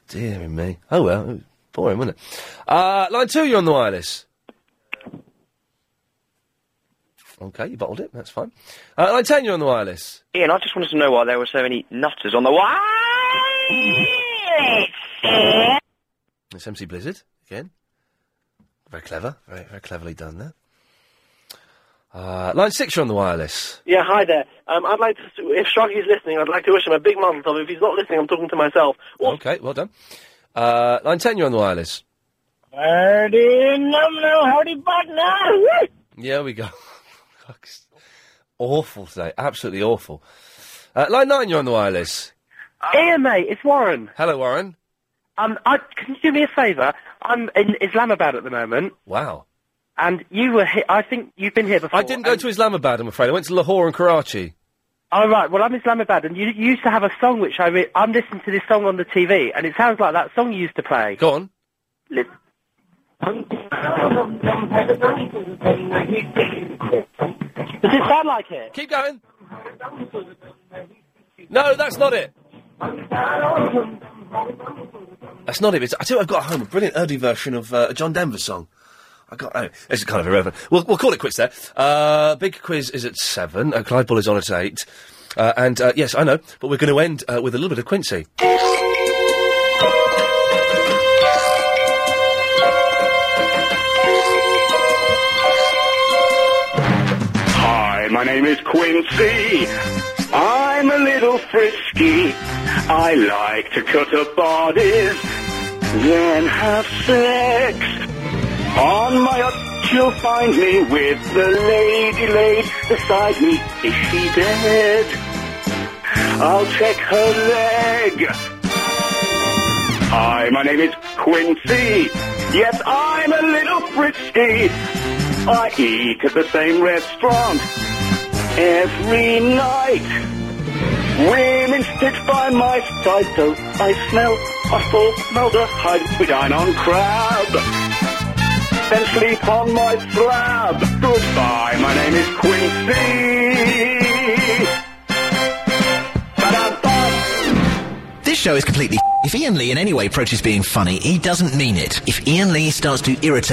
[SPEAKER 1] dear me. Oh, well. It was boring, wasn't it? Uh, line 2, you're on the wireless. Okay, you bottled it. That's fine. Uh, line 10, you're on the wireless.
[SPEAKER 18] Ian, I just wanted to know why there were so many nutters on the wire.
[SPEAKER 1] It's MC Blizzard again. Very clever, very, very cleverly done there. Uh, line six, you're on the wireless.
[SPEAKER 27] Yeah, hi there. Um, I'd like to, if Sharky's listening, I'd like to wish him a big mazel tov. If he's not listening, I'm talking to myself.
[SPEAKER 1] Okay, well done. Uh, line ten, you're on the wireless.
[SPEAKER 18] Howdy, num no, howdy, butler.
[SPEAKER 1] Yeah, we go. awful today, absolutely awful. Uh, line nine, you're on the wireless.
[SPEAKER 18] Ian, mate, it's Warren.
[SPEAKER 1] Hello, Warren.
[SPEAKER 18] Um, I, can you do me a favour? I'm in Islamabad at the moment.
[SPEAKER 1] Wow.
[SPEAKER 18] And you were here. I think you've been here before.
[SPEAKER 1] I didn't go to Islamabad, I'm afraid. I went to Lahore and Karachi.
[SPEAKER 18] Oh, right. Well, I'm Islamabad, and you, you used to have a song which I re- I'm listening to this song on the TV, and it sounds like that song you used to play.
[SPEAKER 1] Go on.
[SPEAKER 18] Does it sound like it?
[SPEAKER 1] Keep going. No, that's not it. That's not it. It's, I tell you, what I've got at home a brilliant early version of uh, a John Denver song. I got. Oh, this is kind of irrelevant. We'll, we'll call it quits there. Uh, big quiz is at seven. Uh, Clyde Bull is on at eight. Uh, and uh, yes, I know, but we're going to end uh, with a little bit of Quincy.
[SPEAKER 7] Hi, my name is Quincy. I'm a little frisky. I like to cut up bodies, then have sex. On my up, you'll find me with the lady laid beside me. Is she dead? I'll check her leg.
[SPEAKER 17] Hi, my name is Quincy. Yes, I'm a little frisky. I eat at the same restaurant every night. Women sit by my side, though I smell of formaldehyde. We dine on crab, then sleep on my slab. Goodbye, my name is Quincy.
[SPEAKER 15] This show is completely. If Ian Lee in any way approaches being funny, he doesn't mean it. If Ian Lee starts to irritate.